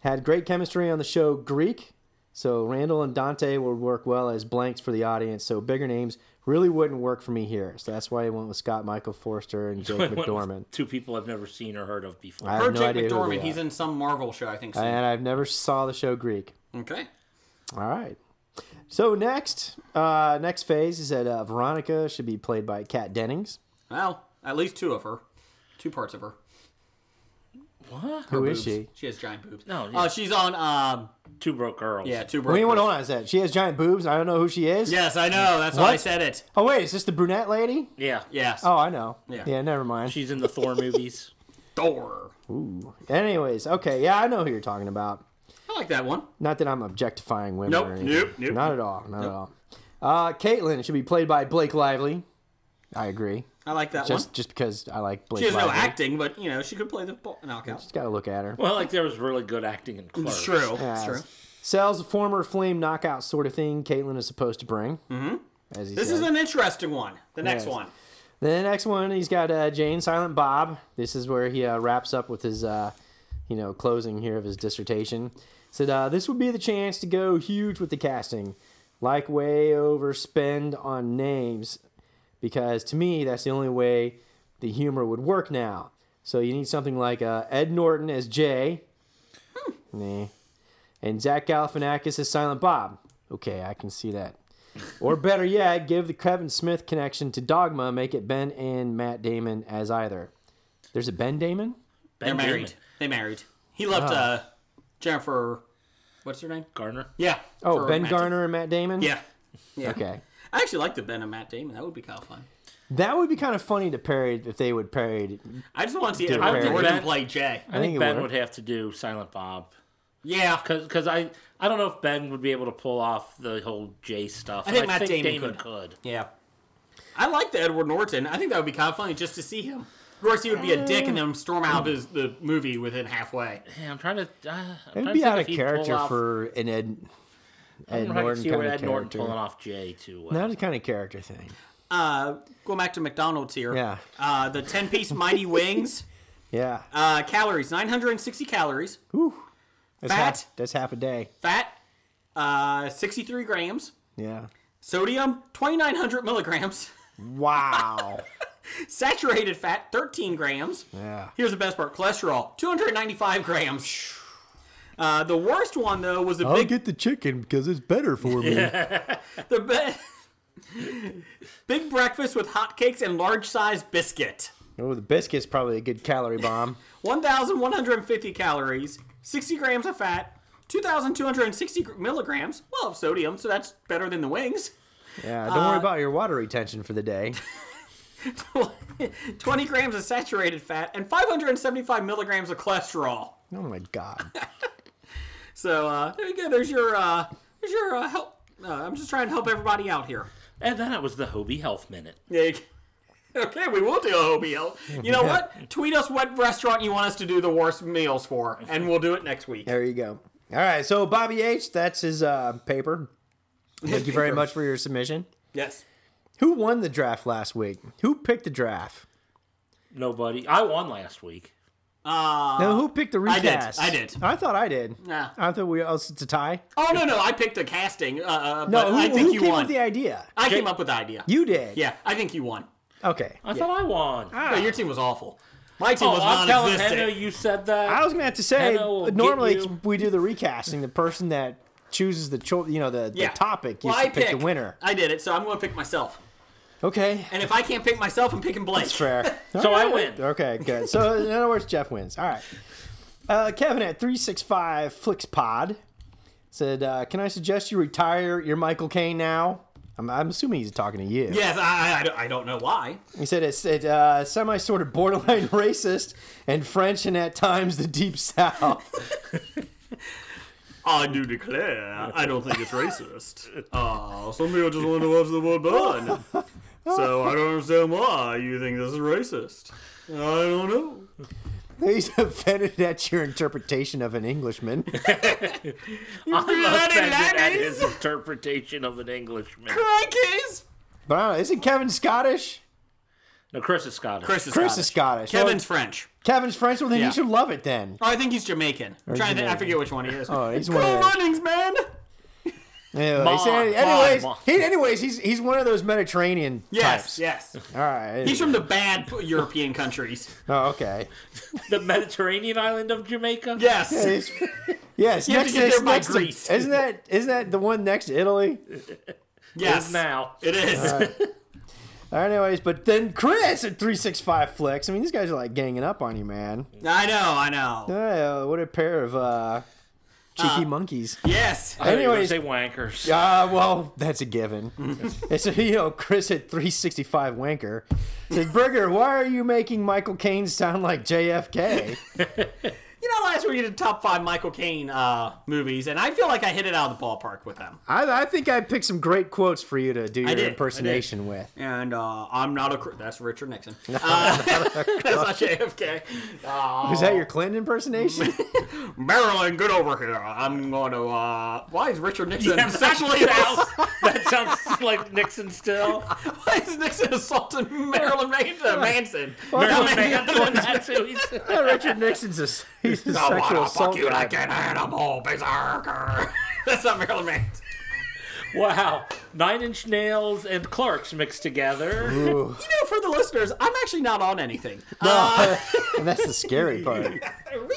had great chemistry on the show Greek. So Randall and Dante would work well as blanks for the audience. So bigger names really wouldn't work for me here. So that's why I went with Scott Michael Forster [LAUGHS] and Jake I went with McDorman. Two people I've never seen or heard of before. I Or have no Jake idea who they McDormand. are. He's in some Marvel show, I think. So. and I've never saw the show Greek. okay. All right. So next, uh, next phase is that uh, Veronica should be played by Kat Dennings. Well, at least two of her, two parts of her. what? Who is she? She has giant boobs. No, Oh, she's on. Um. Two broke girls. Yeah. Two. Well, you Brokers. want hold on a second. She has giant boobs. I don't know who she is. Yes, I know. That's why I What? said it. Oh wait, is this the brunette lady? Yeah. Yes. Oh, I know. Yeah. never mind. She's in the [LAUGHS] Thor movies. Thor. Anyways, okay, yeah, I know who you're talking about. I like that one. Not that I'm objectifying women. Nope, or anything. nope, nope. Not at all. Not at all. Uh, Caitlin should be played by Blake Lively. I agree. I like that Just one. just because I like Blake She has Lively. no acting, but you know she could play the ball- knockout. Just gotta look at her. Well, like there was really good acting in Clerks. It's true. It's Yeah. true. Sells a former flame knockout sort of thing Caitlin is supposed to bring. Mm-hmm. As he This said. is an interesting one. The next Yes. one. Then the next one, he's got uh, Jane Silent Bob. This is where he uh, wraps up with his, uh, you know, closing here of his dissertation. Said uh, this would be the chance to go huge with the casting, like way overspend on names, because to me that's the only way the humor would work now. So you need something like uh, Ed Norton as Jay, nah, and Zach Galifianakis as Silent Bob. Okay, I can see that. Or better yet, give the Kevin Smith connection to Dogma, make it Ben and Matt Damon as either. There's a Ben Damon? Ben They're Damon. married. They married. He left uh, Jennifer. What's her name? Garner. Yeah. Oh, for Ben Matt Garner and Matt Damon? Damon. Yeah. Yeah. Okay. I actually like the Ben and Matt Damon. That would be kind of fun. That would be kind of funny to parody if they would parody. I just want to see Dude, Ed I think Norton Ben- play Jay. I, think, it Ben would. would have to do Silent Bob. Yeah. Because I, I don't know if Ben would be able to pull off the whole Jay stuff. I think And Matt Damon could. could. Yeah. I like the Edward Norton. I think that would be kind of funny just to see him. Of course, he would be a dick and then storm out of his, the movie within halfway. Yeah, I'm trying to. Uh, I'm trying to It'd be think out if of he'd pull character off- for an Ed, I Ed don't know if Norton I can see kind where of Ed Norton character. pulling off Jay too. uh, well. Not a kind of character thing. Uh, going back to McDonald's here. Yeah. Uh, the 10 piece Mighty Wings. Yeah. Uh, calories 960 calories. That's fat. half, that's half a day. Fat uh, 63 grams. Yeah. Sodium 2900 milligrams. [LAUGHS] Wow. Saturated fat 13 grams. [LAUGHS] yeah. Here's the best part: cholesterol, 295 grams. Uh, the worst one though was the I'll big, get the chicken because it's better for me. the be- [LAUGHS] big breakfast with hotcakes and large-sized biscuit. Oh, the biscuit's probably a good calorie bomb. 1,150 calories, 60 grams of fat, 2,260 gr- milligrams. Well, of sodium, so that's better than the wings. Yeah. Don't worry about your water retention for the day. [LAUGHS] 20 grams of saturated fat and 575 milligrams of cholesterol. Oh my god. So uh, there you go. There's your uh, there's your uh, help. Uh, I'm just trying to help everybody out here. And then it was the Hobie Health Minute. Yeah. you can- [LAUGHS] Okay, we will do a meal. You know what? Tweet us what restaurant you want us to do the worst meals for, and we'll do it next week. There you go. All right, so Bobby H, that's his uh, paper. Thank you very much for your submission. Yes. Who won the draft last week? Who picked the draft? Nobody. I won last week. no, who picked the did. recast? Uh, I did. I thought I did. Nah. I thought we. Oh, it's it's a tie. Oh no no! I picked a casting. Uh, uh, No, but who, I think who you came won. with the idea? I came up with the idea. You did. Yeah, I think you won. Okay. I thought I won. Ah. No, your team was awful. I My team Oh, was I'm telling non-existent. Hannah you said that. I was gonna have to say Hannah will normally get you. we do the recasting. The person that chooses the cho- you know the, the yeah. topic Well, gets I to pick the picked- winner. I did it, so I'm going to pick myself. Okay, And if I can't pick myself, I'm picking Blake. that's [LAUGHS] fair. So I win. Okay, good. So in other words, Jeff wins. All right. Uh, Kevin at three six five FlixPod said, uh, "Can I suggest you retire your Michael Caine now?" I'm, I'm assuming he's talking to you. Yes, I, I- I, don't- I don't know why. He said it's it, uh, semi sort of borderline [LAUGHS] racist and French and at times the Deep South. [LAUGHS] I do declare, I don't think it's racist. [LAUGHS] Uh, some people just want to watch the world burn. [LAUGHS] So I don't understand why you think this is racist. I don't know. he's offended at your interpretation of an Englishman. [LAUGHS] I'm offended at laddies. his interpretation of an Englishman. Crankies! But I don't know, isn't Kevin Scottish? No, Chris is Scottish. Chris is Chris Scottish. is Scottish. Kevin's So French. Kevin's French. Well, then Yeah. you should love it then. Oh, I think he's Jamaican. I'm trying to think, I Jamaican. forget which one he is. Oh, he's one Cool of the- runnings, man! Anyway, Mon, so mon, anyways, mon. he, anyways, he's he's one of those Mediterranean Yes, types. [LAUGHS] yes. All right. He's from the bad European [LAUGHS] countries. Oh, okay. The Mediterranean island of Jamaica? Yes. He's- yes. [LAUGHS] You have next to get there to, by next to- Greece. isn't that isn't that the one next to Italy? It is yes. now. It is. All right, anyways, but then Chris at three six five flicks. I mean, these guys are like ganging up on you, man. [LAUGHS] I know, I know. Oh, what a pair of uh, cheeky monkeys. Yes. I thought you were Anyways- gonna say wankers. Uh, well, that's a [LAUGHS] given. it's you know, Chris at 365 Wanker says, Burger, why are you making Michael Caine sound like JFK? You know, last week we did top five Michael Caine uh, movies, and I feel like I hit it out of the ballpark with them. [LAUGHS] I, I think I picked some great quotes for you to do your did, I did. impersonation with. And uh, I'm not a. cr- That's Richard Nixon. [LAUGHS] Uh, that's not JFK. Uh, [LAUGHS] Is that your Clinton impersonation? Marilyn, get over here. I'm going to. Uh, why is Richard Nixon Yeah, sexually that assault- [LAUGHS] sounds- [LAUGHS] that sounds like [LAUGHS] Nixon still. Why is Nixon assaulting Marilyn Manson? Manson. Marilyn Marilyn Manson, that's who he said. Yeah, [LAUGHS] Richard Nixon's a, [LAUGHS] he's a I sexual want to fuck assault. you guy. like an animal, berserker. [LAUGHS] that's not Marilyn Manson. Wow. Nine Inch Nails and Clark's mixed together. You know, for the listeners, I'm actually not on anything. and that's the scary [LAUGHS] part. Uh, wee.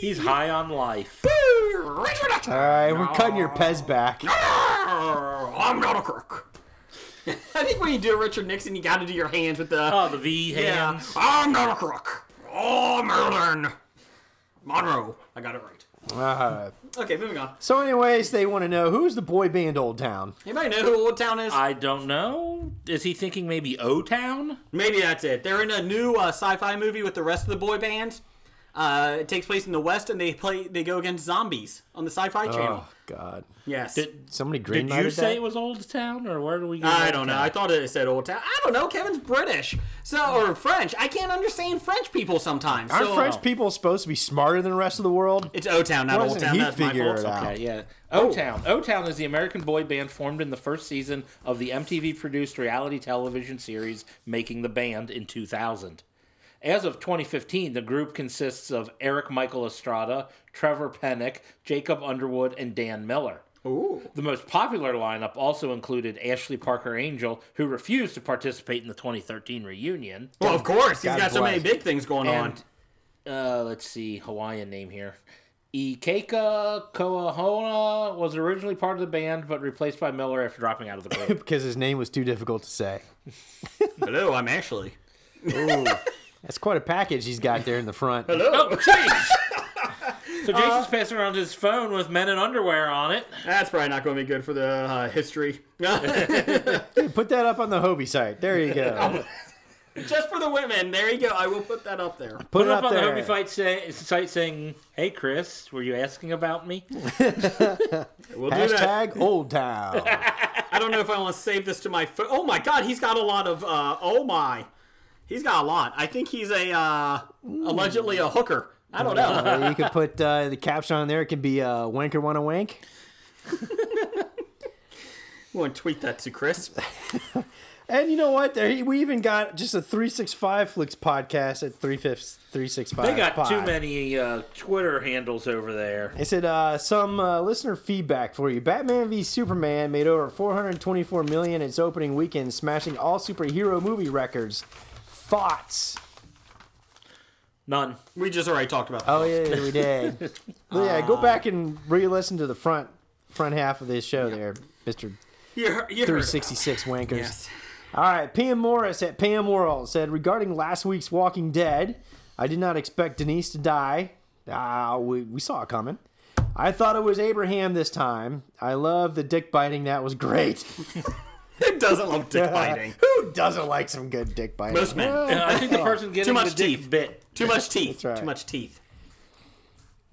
He's high on life. Richard Nixon. All right, we're cutting your Pez back. [LAUGHS] I'm not a crook. I think when you do Richard Nixon, you got to do your hands with the. Oh, the V hands. I'm not a crook. Oh, Marilyn Monroe. I got it right. Uh, Okay, moving on. so, anyways, they want to know who's the boy band Old Town? Anybody know who Old Town is? I don't know. Is he thinking maybe O Town? Maybe that's it. They're in a new uh, sci-fi movie with the rest of the boy band. Uh, it takes place in the West, and they play. They go against zombies on the Sci-Fi Channel. Oh, God. Yes. Did, Somebody green did you lighted say that? it was Old Town, or where do we? get I Old don't know. Town? I thought it said Old Town. I don't know. Kevin's British, so or French. I can't understand French people sometimes. Aren't so, French people supposed to be smarter than the rest of the world? It's O Town, not Why Old doesn't Town. he That's my figure fault. it out? Okay, yeah. O Town. O Town is the American boy band formed in the first season of the MTV produced reality television series Making the Band in 2000. As of 2015, the group consists of Eric Michael Estrada, Trevor Pennick, Jacob Underwood, and Dan Miller. The most popular lineup also included Ashley Parker Angel, who refused to participate in the 2013 reunion, Well, of course, he's God got so many bless. big things going on. [LAUGHS] and uh, let's see Hawaiian name here. Ikeka Koahona was originally part of the band, but replaced by Miller after dropping out of the group. because his name was too difficult to say. Hello, I'm Ashley. That's quite a package he's got there in the front. [LAUGHS] oh, jeez! [LAUGHS] Uh, so Jason's passing around his phone with men in underwear on it. That's probably not going to be good for the uh, history. [LAUGHS] Put that up on the Hobie site. There [LAUGHS] you go. Just for the women. There you go. I will put that up there. Put Put it up, up, on there. the Hobie Fight say, site saying, "Hey Chris, were you asking about me?" We'll do that. Hashtag Old Town. I don't know if I want to save this to my phone. Oh my god, he's got a lot of. Uh, oh my, he's got a lot. I think he's a uh, allegedly a hooker. I don't [LAUGHS] know. Uh, you could put uh, the caption on there. It could be uh, Wanker Wanna Wank. I'm going to tweet that to Chris. And you know what? There, we even got just a 365 Flicks podcast at 365. They got too many uh, Twitter handles over there. It said uh, some uh, listener feedback for you. Batman v Superman made over 424 million its opening weekend, smashing all superhero movie records. Thoughts? None. We just already talked about that. Oh yeah, we [LAUGHS] did. But yeah, Ah. go back and re-listen to the front front half of this show there, Mister You heard- you heard Three about Sixty Six Wankers. Yes. All right, Pam Morris at Pam World said regarding last week's Walking Dead, I did not expect Denise to die. Ah, we, we saw it coming. I thought it was Abraham this time. I love the dick biting. That was great. Who doesn't [LAUGHS] love dick biting? Who doesn't like some good dick biting? Most men. I think the person getting much the dick teeth. bit. Too much teeth. right. Too much teeth.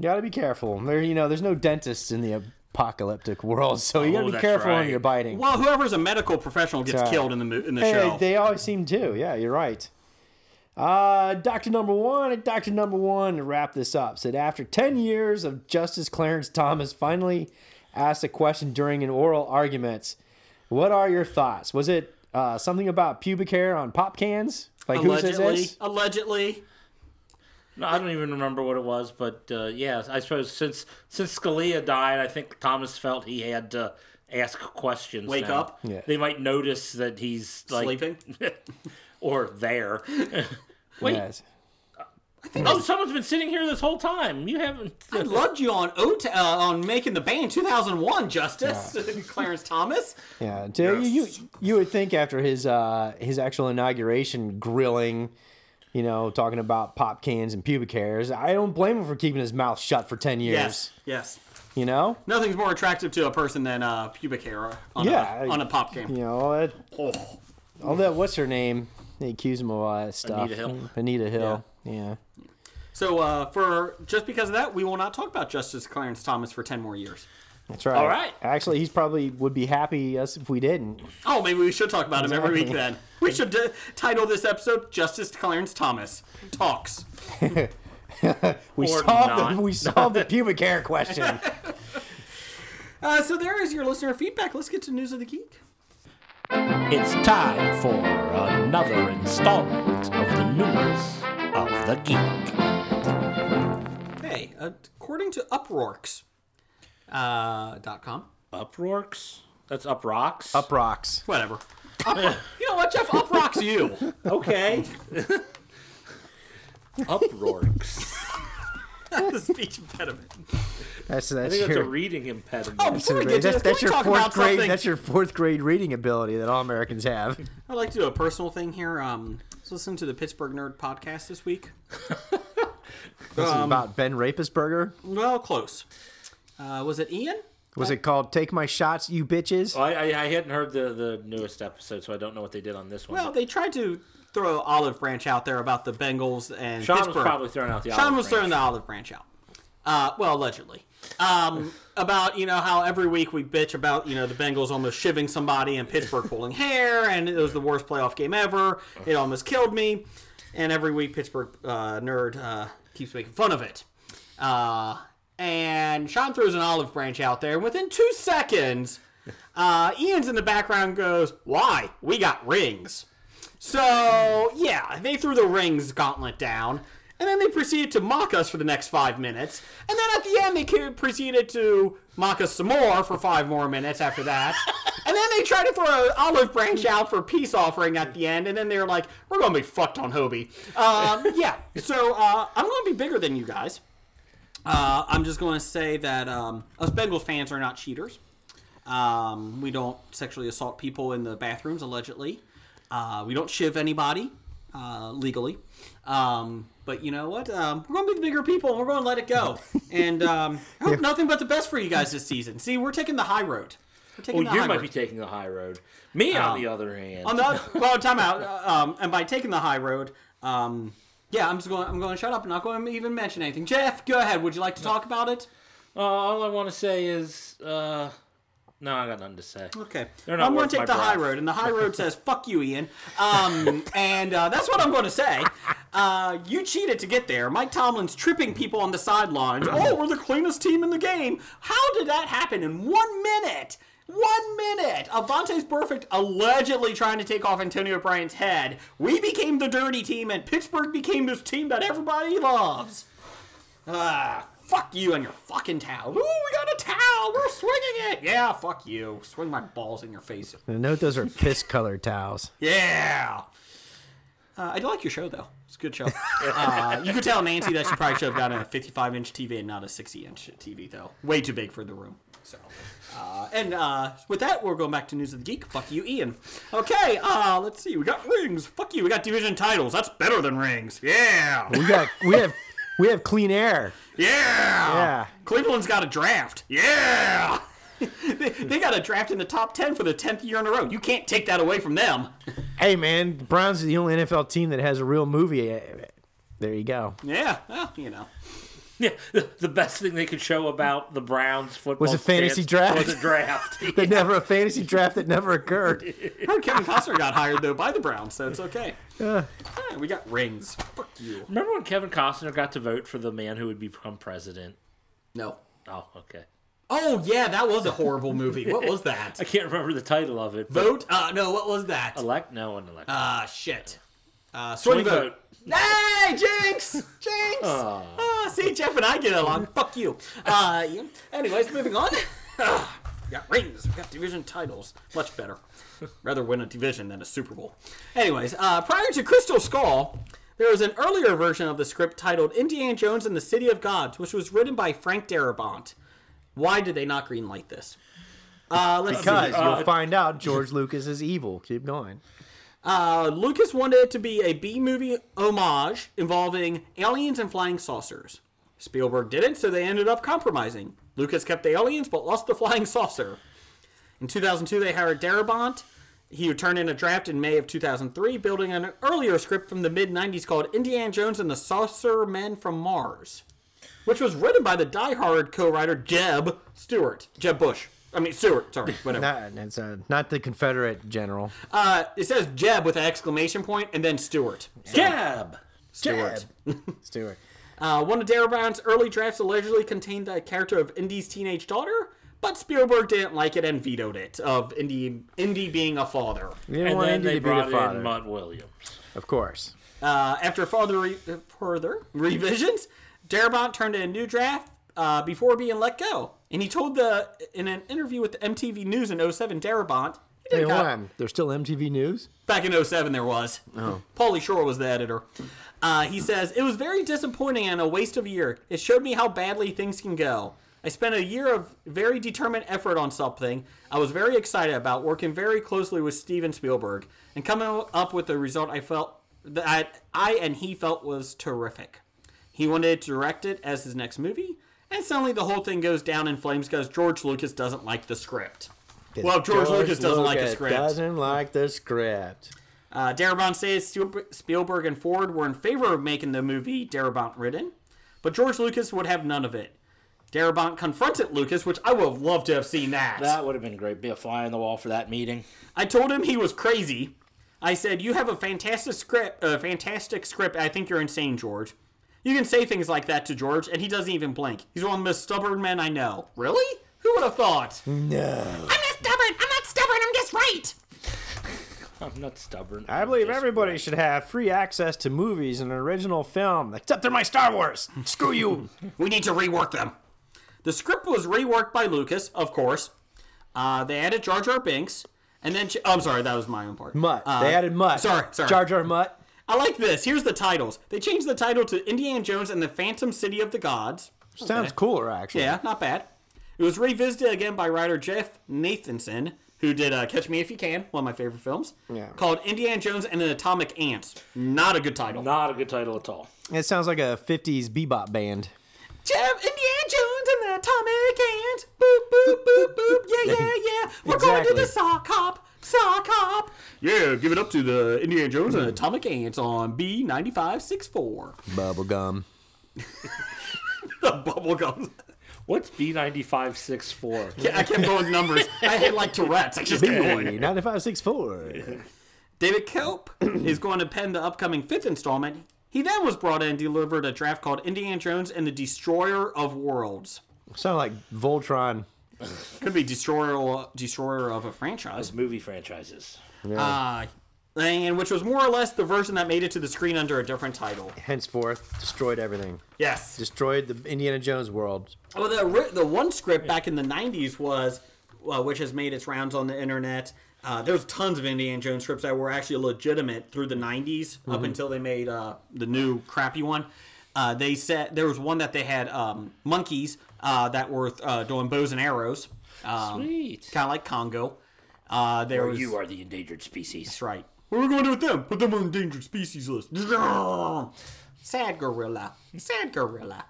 Gotta be careful. There, you know, there's no dentists in the apocalyptic world, so you Oh, gotta be that's careful when right. you're biting. Well, whoever's a medical professional gets right. killed in the mo- in the Hey, show. they always seem to. Yeah, you're right. Uh, Doctor Number One and Doctor Number One to wrap this up said after ten years of Justice Clarence Thomas finally asked a question during an oral argument. What are your thoughts? Was it uh, something about pubic hair on pop cans? Like who says allegedly, this? allegedly, No, I don't even remember what it was, but uh, yeah, I suppose since since Scalia died, I think Thomas felt he had to ask questions. Wake now. up. Yeah. They might notice that he's like sleeping. [LAUGHS] or there. Wait, Yes. oh, someone's been sitting here this whole time. You [LAUGHS] haven't. I loved you on Ot- uh, on making the band 2001, Justice [LAUGHS] Clarence Thomas. Yeah, dude, you, you you would think after his uh, his actual inauguration grilling, you know, talking about pop cans and pubic hairs. I don't blame him for keeping his mouth shut for ten years. Yes, yes. You know, Nothing's more attractive to a person than uh, pubic hair on, Yeah, a, on a pop game. you know, it, Oh, all that. What's her name? They accuse him of all that stuff. Anita Hill. Anita Hill. Yeah. So uh, for just because of that, we will not talk about Justice Clarence Thomas for 10 more years. that's right. All right. Actually, he's probably would be happy us if we didn't. Oh, maybe we should talk about him every week Exactly. then. We should uh, title this episode Justice Clarence Thomas Talks. We Or solved not. the, [LAUGHS] we solved the pubic hair question. Uh, so there is your listener feedback. Let's get to News of the Geek. It's time for another installment of the news of the geek. Hey, according to Uproarks, uh, dot com, Uprocks. That's uprocks. Up rocks. whatever. Up- [LAUGHS] you know what, Jeff? Uproarks you. [LAUGHS] Okay. uprorks. Speech impediment. That's I that's think that's a your. reading impediment. Oh, before we get to That's, this, that's can we your talk fourth about grade. something? That's your fourth grade reading ability that all Americans have. I'd like to do a personal thing here. Um, I was listening to the Pittsburgh Nerd podcast this week. This Um, is about Ben Rapisberger. Well, close. Uh, was it Ian? Was it called "Take My Shots, You Bitches"? I, I, I hadn't heard the, the newest episode, so I don't know what they did on this one. Well, they tried to throw an olive branch out there about the Bengals and Sean Pittsburgh. was probably throwing out the Sean olive was branch. throwing the olive branch out. Uh, well, allegedly. Um, about you know how every week we bitch about you know the Bengals almost shivving somebody and Pittsburgh pulling hair and it was the worst playoff game ever. It almost killed me. And every week Pittsburgh uh, nerd uh, keeps making fun of it. Uh, and Sean throws an olive branch out there. Within two seconds, uh, Ian's in the background goes, "Why? We got rings." So yeah, they threw the rings gauntlet down, and then they proceeded to mock us for the next five minutes, and then at the end they ca- proceeded to mock us some more for five more minutes after that, and then they tried to throw an olive branch out for peace offering at the end, and then they're like, "We're gonna be fucked on Hobie." Um, yeah, so uh, I'm gonna be bigger than you guys. Uh, I'm just gonna say that um, us Bengals fans are not cheaters. Um, we don't sexually assault people in the bathrooms, allegedly. Uh, we don't shiv anybody uh, legally. Um, but you know what? Um, we're going to be the bigger people and we're going to let it go. and um, I hope nothing but the best for you guys this season. See, we're taking the high road. We're taking Well, the Oh, you high might road. be taking the high road. Me, on the other hand. On the other, well, time out. Uh, Um, and by taking the high road, um, yeah, I'm just going. I'm going to shut up. I'm not going to even mention anything. Jeff, go ahead. Would you like to talk about it? Uh, all I want to say is, uh, no, I got nothing to say. Okay. They're not I'm going worth to my take the high breath. road, and the high road says, [LAUGHS] fuck you, Ian. Um, [LAUGHS] and uh, that's what I'm going to say. Uh, you cheated to get there. Mike Tomlin's tripping people on the [CLEARS THROAT] sidelines. oh, we're the cleanest team in the game. How did that happen in one minute? One minute! Avante's perfect allegedly trying to take off Antonio Bryant's head. We became the dirty team, and Pittsburgh became this team that everybody loves. Ah, fuck you and your fucking towel. Ooh, we got a towel. We're swinging it. Yeah, fuck you. Swing my balls in your face. Note those are piss colored towels. Yeah. Uh, I do like your show though. It's a good show. uh, you could tell Nancy that she probably should have gotten a 55 inch TV and not a 60 inch TV, though. Way too big for the room. So, uh, and uh, with that, we're going back to News of the Geek. Fuck you, Ian. Okay, uh, let's see. We got rings. Fuck you. We got division titles. That's better than rings. Yeah. We got we have we have clean air. Yeah. Yeah. Cleveland's got a draft. Yeah. [LAUGHS] they, they got a draft in the top 10 for the 10th year in a row. You can't take that away from them. Hey man, the Browns are the only NFL team that has a real movie. There you go. Yeah. Well, you know. Yeah, the, the best thing they could show about the Browns football Was a fantasy stance draft. Was a draft. [LAUGHS] They never a fantasy draft that never [LAUGHS] occurred. Heard Kevin Costner got hired though by the Browns, so it's okay. All right, we got rings. Fuck you. Remember when Kevin Costner got to vote for the man who would become president? No. Oh, okay. Oh yeah, that was a horrible movie. What was that? I [LAUGHS] can't remember the title of it. but- Vote? Uh, no, what was that? elect? No one elect. Ah, shit. Uh, swing, Swing vote. Hey, Jinx! Jinx! Aw. Ah, see, Jeff and I get along. Fuck [LAUGHS] you. Uh, yeah. anyways, moving on. Ah, we got rings. We got division titles. Much better. Rather win a division than a Super Bowl. Anyways, uh, prior to Crystal Skull, there was an earlier version of the script titled Indiana Jones and the City of Gods, which was written by Frank Darabont. Why did they not greenlight this? Uh, let's see. Because you'll find out George Lucas is evil. Keep going. Uh, Lucas wanted it to be a B movie homage involving aliens and flying saucers. Spielberg didn't, so they ended up compromising. Lucas kept the aliens but lost the flying saucer. In 2002, they hired Darabont. He returned in a draft in May of 2003, building an earlier script from the mid 90s called Indiana Jones and the Saucer Men from Mars, which was written by the diehard co writer Jeb Stewart. Jeb Bush. I mean, Stewart, sorry, whatever. Not, it's uh not the Confederate general. Uh, it says Jeb with an exclamation point and then Stewart. Jab. Stewart. Stewart. Uh, one of Darabont's early drafts allegedly contained the character of Indy's teenage daughter, but Spielberg didn't like it and vetoed it, of Indy, Indy being a father. We didn't And want then Indy they to be the brought father. in Mutt Williams. of course. Uh, after further, re- further revisions, Darabont turned in a new draft uh, before being let go. And he told the in an interview with the MTV News in 07, Darabont, he Hey, didn't hold got- on. There's still MTV News? Back in 07, there was. Oh. Paulie Shore was the editor. Uh, he says, It was very disappointing and a waste of a year. It showed me how badly things can go. I spent a year of very determined effort on something I was very excited about, working very closely with Steven Spielberg, and coming up with a result I felt that I and he felt was terrific. He wanted to direct it as his next movie, and suddenly the whole thing goes down in flames because George Lucas doesn't like the script. Well, if George, Lucas doesn't like the Lucas script. Doesn't like the script. Uh, Darabont says Stu- Spielberg and Ford were in favor of making the movie Darabont ridden, but George Lucas would have none of it. Darabont confronted Lucas, which I would have loved to have seen that. That would have been great. Be a fly on the wall for that meeting. I told him he was crazy. I said, "You have a fantastic script. A fantastic script. I think you're insane, George. You can say things like that to George, and he doesn't even blink. He's one of the most stubborn men I know. Really? Who would have thought? I'm No. not stubborn. I'm not stubborn. I'm just right." I'm not stubborn. I believe everybody should have free access to movies and original film, except they're my Star Wars. Screw you. We need to rework them. The script was reworked by Lucas, of course. Uh, they added Jar Jar Binks, and then oh, I'm sorry, that was my own part. Mutt. Uh, they added Mutt. Sorry, sorry. Jar Jar Mutt. I like this. Here's the titles. They changed the title to Indiana Jones and the Phantom City of the Gods. Sounds cooler, actually. Yeah, not bad. It was revisited again by writer Jeff Nathanson, who did uh, Catch Me If You Can, one of my favorite films. Yeah. Called Indiana Jones and the Atomic Ants. Not a good title. Not a good title at all. It sounds like a 50s bebop band. Jeff Indiana Jones and the Atomic Ants. Boop, boop, boop, boop. Yeah, [LAUGHS] yeah, yeah. We're going to Exactly. the sock hop. Sock hop. Yeah, give it up to the Indiana Jones and Atomic Ants on B9564. Bubblegum. [LAUGHS] The bubblegum. What's B9564? Yeah, I kept going with numbers. I had like Tourette's. I just kept going. 9564. David Kelp [CLEARS THROAT] is going to pen the upcoming fifth installment. He then was brought in and delivered a draft called Indiana Jones and the Destroyer of Worlds. Sound like Voltron. Could be destroyer, destroyer of a franchise. [LAUGHS] Movie franchises. Uh, and which was more or less the version that made it to the screen under a different title. Henceforth, destroyed everything. Yes. Destroyed the Indiana Jones world. Well, the ri- the one script back in the '90s was, uh, which has made its rounds on the internet, Uh, there's tons of Indiana Jones strips that were actually legitimate through the 90s Mm-hmm. up until they made uh, the new crappy one. Uh, they said there was one that they had um, monkeys uh, that were uh, doing bows and arrows, um, Sweet. kind of like Congo. Uh, there was You are the endangered species. that's right. What are we going to do with them? Put them on endangered species list. [LAUGHS] Sad gorilla. Sad gorilla.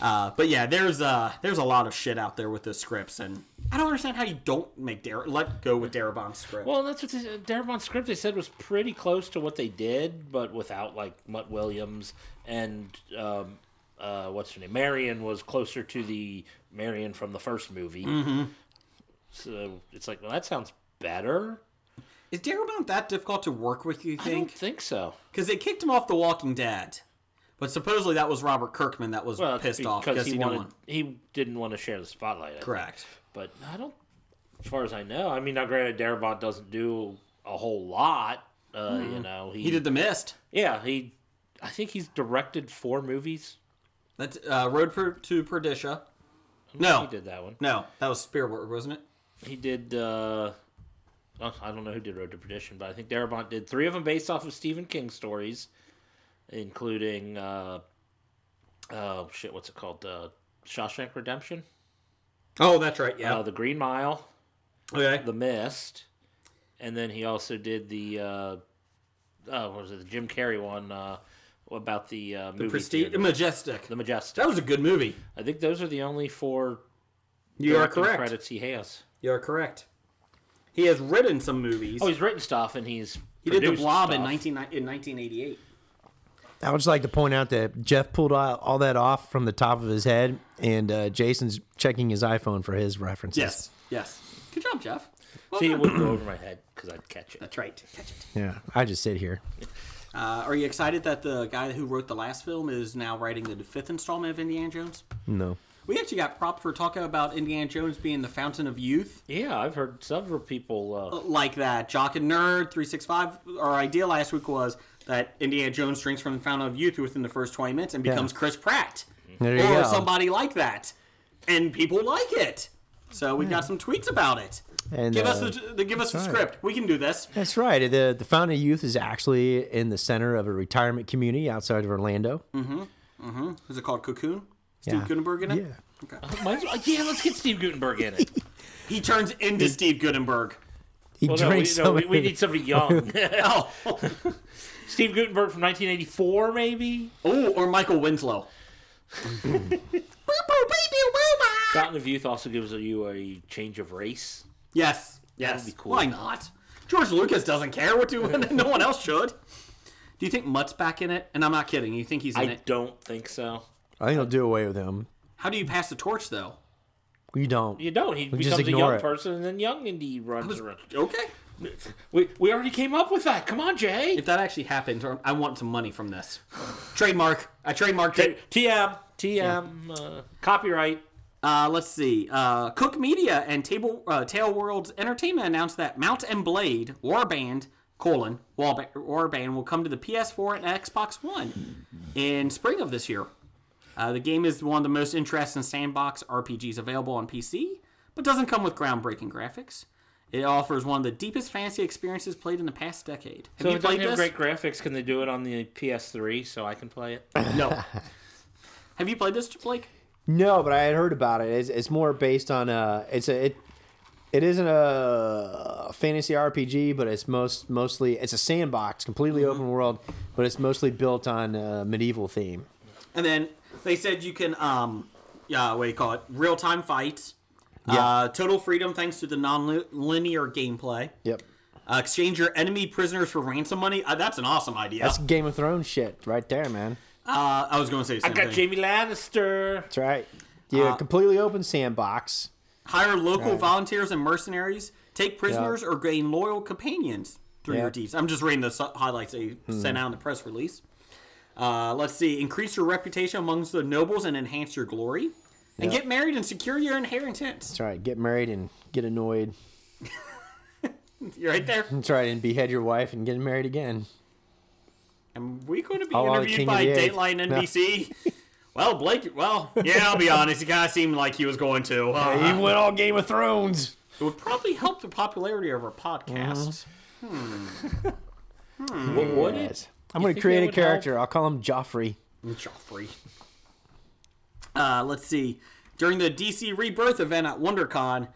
Uh, but yeah, there's uh, there's a lot of shit out there with the scripts, and I don't understand how you don't make Dar- let go with Darabon's script. Well, that's what they, said. Darabon's script they said was pretty close to what they did, but without like Mutt Williams and um, uh, what's her name? Marion was closer to the Marion from the first movie. Mm-hmm. So it's like, well, that sounds better. Is Darabont that difficult to work with? You I don't think? think so. Because they kicked him off The Walking Dead, but supposedly that was Robert Kirkman that was Well, pissed because off because he, he, no wanted one. he didn't want to share the spotlight. I think. Correct. But I don't, as far as I know. I mean, now granted, Darabont doesn't do a whole lot. Uh, You know, Mm-hmm. He did The Mist. Yeah, he. I think he's directed four movies. That's uh, Road per- to Perdition. No, He did that one. no, that was Spearward, wasn't it? He did. Uh, oh, I don't know who did Road to Perdition, but I think Darabont did three of them based off of Stephen King stories, including. Uh, oh shit! What's it called? Uh, Shawshank Redemption, Oh, that's right. Yeah. uh, The Green Mile, okay. The Mist, and then he also did the. Uh, oh, what was it the Jim Carrey one uh, about the uh, movie Prestige, theater. Majestic. the Majestic? That was a good movie. I think those are the only four You are directing correct. credits he has. You are correct. He has written some movies. Oh, he's written stuff and he's he did the produced Blob in stuff. 19, in 1988. I would just like to point out that Jeff pulled all, all that off from the top of his head, and uh, Jason's checking his iPhone for his references. Yes. Yes. Good job, Jeff. Well See, it done. wouldn't go over my head because I'd catch [COUGHS] it. That's right. Catch it. Yeah, I just sit here. Uh, are you excited that the guy who wrote the last film is now writing the fifth installment of Indiana Jones? No. We actually got props for talking about Indiana Jones being the fountain of youth. Yeah, I've heard several people. Uh, like that. Jock and Nerd, 365. Our idea last week was that Indiana Jones drinks from the fountain of youth within the first 20 minutes and becomes Chris Pratt. There you or go. somebody like that. And people like it. So we got some tweets about it. And, give us uh, the, the give us the right. script. We can do this. That's right. The the Fountain of Youth is actually in the center of a retirement community outside of Orlando. Is it called Cocoon? Mm. Steve Yeah. Gutenberg in it? Yeah. Oh. might as well- yeah, let's get Steve Gutenberg in [LAUGHS] it. He turns into Steve Gutenberg. He Well, no, we, drinks no, so we, we many- need somebody [LAUGHS] young. [LAUGHS] Oh. Steve Gutenberg from 1984, maybe? oh, or Michael [LAUGHS] Winslow. Fountain of Youth also gives you a change of race. Yes. Yes. would be cool. Why not? George Lucas doesn't care. What do no one else should? Do you think Mutt's back in it? And I'm not kidding. You think he's in I it? don't think so. I think he'll do away with him. How do you pass the torch though? We don't. You don't. He We just becomes a ignore young it. person, and then young Indy runs around. [LAUGHS] Okay. We, we already came up with that. Come on, Jay. If that actually happens, or- I want some money from this. Trademark. I trademarked it. TM. TM. Uh, copyright. Uh, let's see. Uh, Cook Media and Table uh, Tail Worlds Entertainment announced that Mount and Blade Warband colon Warba- Warband will come to the PS4 and Xbox One in spring of this year. Uh, the game is one of the most interesting sandbox RPGs available on PC, but doesn't come with groundbreaking graphics. It offers one of the deepest fantasy experiences played in the past decade. Have So you it doesn't played have this? great graphics. Can they do it on the PS3 so I can play it? [LAUGHS] No. Have you played this, Blake? No, but I had heard about it. It's, it's more based on uh it's a it it isn't a fantasy RPG, but it's most mostly it's a sandbox, completely Mm-hmm. open world, but it's mostly built on a medieval theme. And then they said you can, um, yeah, what do you call it? Real time fights. Uh, total freedom thanks to the non linear gameplay. Yep. Uh, exchange your enemy prisoners for ransom money. Uh, that's an awesome idea. That's Game of Thrones shit right there, man. uh, I was going to say the I same got thing. Jamie Lannister. That's right. Yeah, Uh, completely open sandbox. Hire local volunteers and mercenaries. Take prisoners or gain loyal companions through your Yeah. Hmm. deeds. I'm just reading the su- highlights they sent out in the press release. Uh, let's see. Increase your reputation amongst the nobles and enhance your glory. And get married and secure your inheritance. That's right. Get married and get annoyed. You're right there. That's right, and behead your wife and get married again. And we going to be Oh, I'm the interviewed king of by the egg. Dateline No. NBC? well, Blake, well, yeah, I'll be honest. He kind of seemed like he was going to. Uh, went all Game of Thrones. It would probably help the popularity of our podcast. What would it? Yes. I'm going to think create that a would help? character. I'll call him Joffrey. Joffrey. Uh, let's see. During the DC Rebirth event at WonderCon,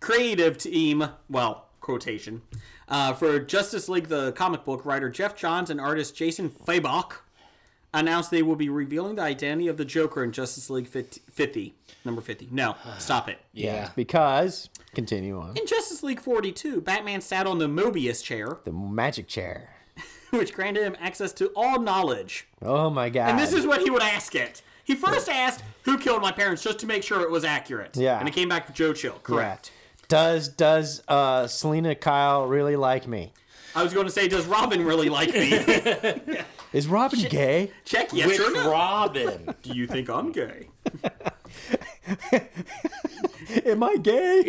creative team, well, quotation, uh, for Justice League, the comic book writer Jeff Johns and artist Jason Fabok announced they will be revealing the identity of the Joker in Justice League 50, 50 number 50. No, stop it. Yeah. Because, continue on, In Justice League 42, Batman sat on the Mobius chair, [LAUGHS] the magic chair. which granted him access to all knowledge. Oh my God. And this is what he would ask it. He first asked, "Who killed my parents?" just to make sure it was accurate. Yeah. And it came back to Joe Chill. Correct. Does does uh, Selena Kyle really like me? I was going to say, "Does Robin really like me?" Is Robin gay? Check yes Which or no. Robin? [LAUGHS] Do you think I'm gay? Am I [LAUGHS] gay?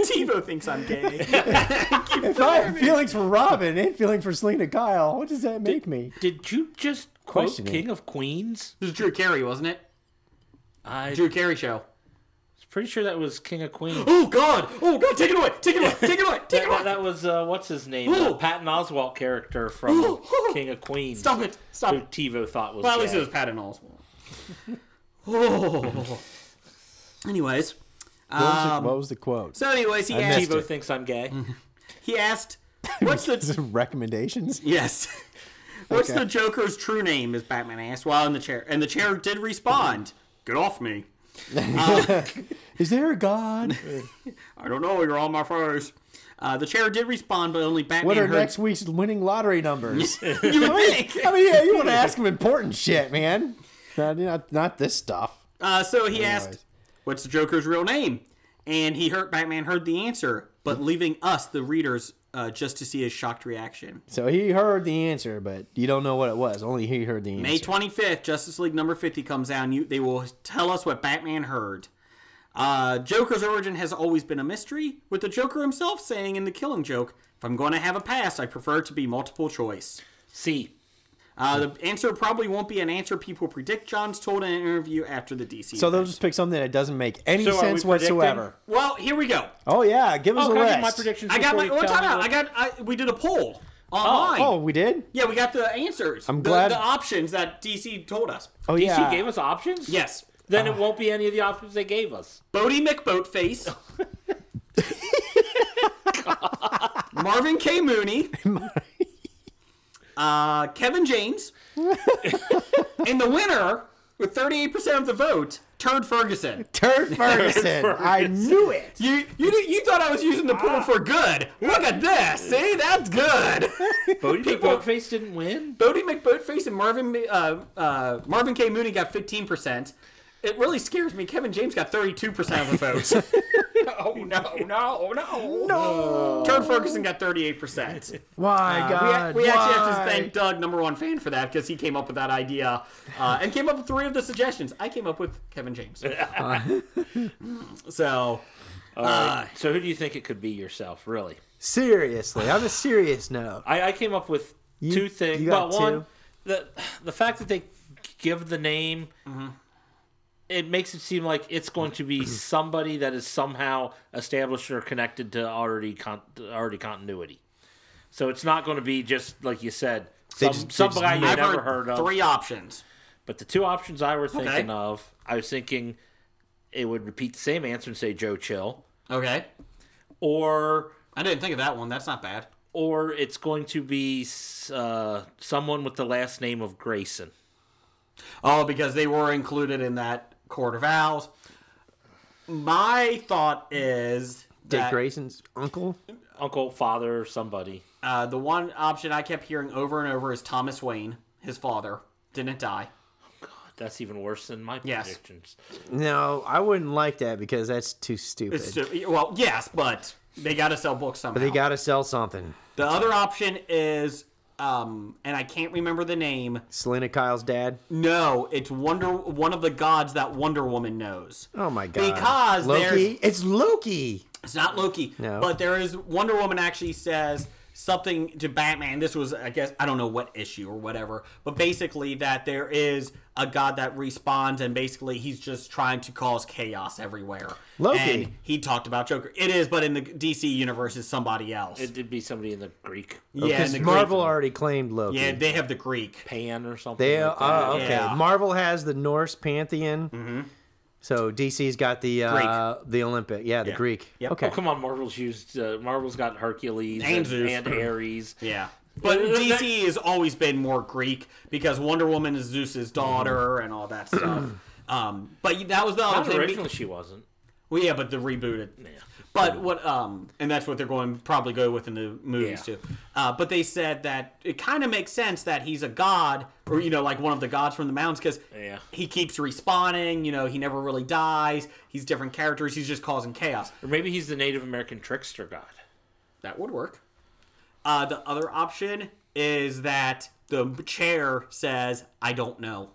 TiVo thinks I'm gay. if I have feelings for Robin and feelings for Selena Kyle, what does that make me? Did you just quote Questioning. King of Queens? This is Drew Carey, wasn't it? I Drew Carey show. was pretty sure that was King of Queens. [GASPS] Oh God! Oh God! Take it away! Take it away! Take it away! Take it That, away! that was uh, what's his name? Ooh. Uh, Patton Oswalt character from Ooh, ooh. King of Queens. Stop it! Stop Who it! TiVo thought was. Well, at least gay. it was Patton Oswalt. Oh. Anyways, What was, um, the, what was the quote? so anyways, he missed asked. TiVo thinks I'm gay. Mm. He asked, "What's the [LAUGHS] Is it [LAUGHS] recommendations? Yes. [LAUGHS] What's Okay. the Joker's true name? Is Batman asked while in the chair, and the chair did respond. Get off me! Um, [LAUGHS] Is there a [LAUGHS] god? I don't know. You're on my face. Uh, the chair did respond, but only Batman What are heard. next week's winning lottery numbers? I [LAUGHS] you would think. mean, yeah, you want to ask him important shit, man. Not, not, not this stuff. Uh, so he asked, Anyways. "What's the Joker's real name?" And he heard Batman heard the answer, but leaving us the readers uh, just to see his shocked reaction. So he heard the answer, but you don't know what it was. Only he heard the answer. May 25th, Justice League number 50 comes out, and you, they will tell us what Batman heard. Uh, Joker's origin has always been a mystery, with the Joker himself saying in The Killing Joke, If I'm going to have a past, I prefer it to be multiple choice. See, Uh, the answer probably won't be an answer people predict, Johns told in an interview after the DC. so they'll event. just pick something that doesn't make any So are we sense predicting? whatsoever. Well, here we go. Oh yeah, give us oh, a can I get list. my predictions? I got before my. you Well, tell time me out. what- I got. I, we did a poll online. Oh, we did. Yeah, we got the answers. I'm the, glad- The options that DC told us. Oh DC yeah. gave us options. Yes. Then it won't be any of the options they gave us. Bodie McBoatface. Marvin K. Mooney. uh, Kevin James. and the winner, with 38% of the vote, Turd Ferguson. [LAUGHS] Turd Ferguson. I knew it. You, you did- you thought I was using the pool for good. Look at this. See, that's good. Bodie People- McBoatface didn't win. Bodie McBoatface and Marvin uh, uh, Marvin K. Mooney got 15%. It really scares me. Kevin James got 32% of the votes. [LAUGHS] oh, no, no, no. No. Turd Ferguson got [LAUGHS] 38%. Why we God? we actually have why? to thank Doug, number one fan, for that because he came up with that idea uh, and came up with three of the suggestions. I came up with Kevin James. Uh, so, So who do you think it could be? Yourself, really? Seriously, on a serious note. I, I came up with You- two things. you got well, one, two? the the fact that they give the name, it makes it seem like it's going [CLEARS THROAT] to be somebody that is somehow established or connected to already con- already continuity. So it's not going to be just like you said, some, just- they some just guy you I've never heard heard of. three options. But the two options I were thinking of, I was thinking it would repeat the same answer and say Joe Chill, Okay. or I didn't think of that one. That's not bad. or it's going to be uh, someone with the last name of Grayson. Oh, because they were included in that court of owls. My thought is Dick that Grayson's uncle. uncle, father, somebody. uh, the one option I kept hearing over and over is Thomas Wayne, his father, didn't die. That's even worse than my Yes. predictions. No, I wouldn't like that because that's too stupid. It's ju- well, yes, but they got to sell books somehow. but they got to sell something. the other option is, um, and I can't remember the name. Selena Kyle's dad. No, it's Wonder, one of the gods that Wonder Woman knows. Oh my god. Because Loki. It's Loki. It's not Loki. No. But there is Wonder Woman actually says something to Batman. This was, I guess, I don't know what issue or whatever, but basically that there is a god that respawns and basically he's just trying to cause chaos everywhere. Loki. And he talked about Joker. It is, but in the DC universe, it's somebody else. It'd be somebody in the Greek yeah, in Because the Marvel Greek, already claimed Loki. yeah, they have the Greek. pan or something. They like that. uh, okay. Yeah. Marvel has the Norse pantheon. Mm-hmm. So DC's got the uh, the Olympic. Yeah, the Yeah. Greek. Yep. Okay. Oh, come on, Marvel's used. Uh, Marvel's got Hercules And and, Zeus. [LAUGHS] and Ares. Yeah. But Uh, that- DC has always been more Greek because Wonder Woman is Zeus's daughter and all that [CLEARS THROAT] stuff. Um, but that was the Not other thing. originally, she wasn't. Well, yeah, but the rebooted. But what um, and that's what they're going probably go with in the movies Yeah. too. Uh, but they said that it kind of makes sense that he's a god or you know like one of the gods from the mountains because Yeah. he keeps respawning. You know, he never really dies. He's different characters. He's just causing chaos. Or maybe he's the Native American trickster god. That would work. Uh, the other option is that the chair says, "I don't know."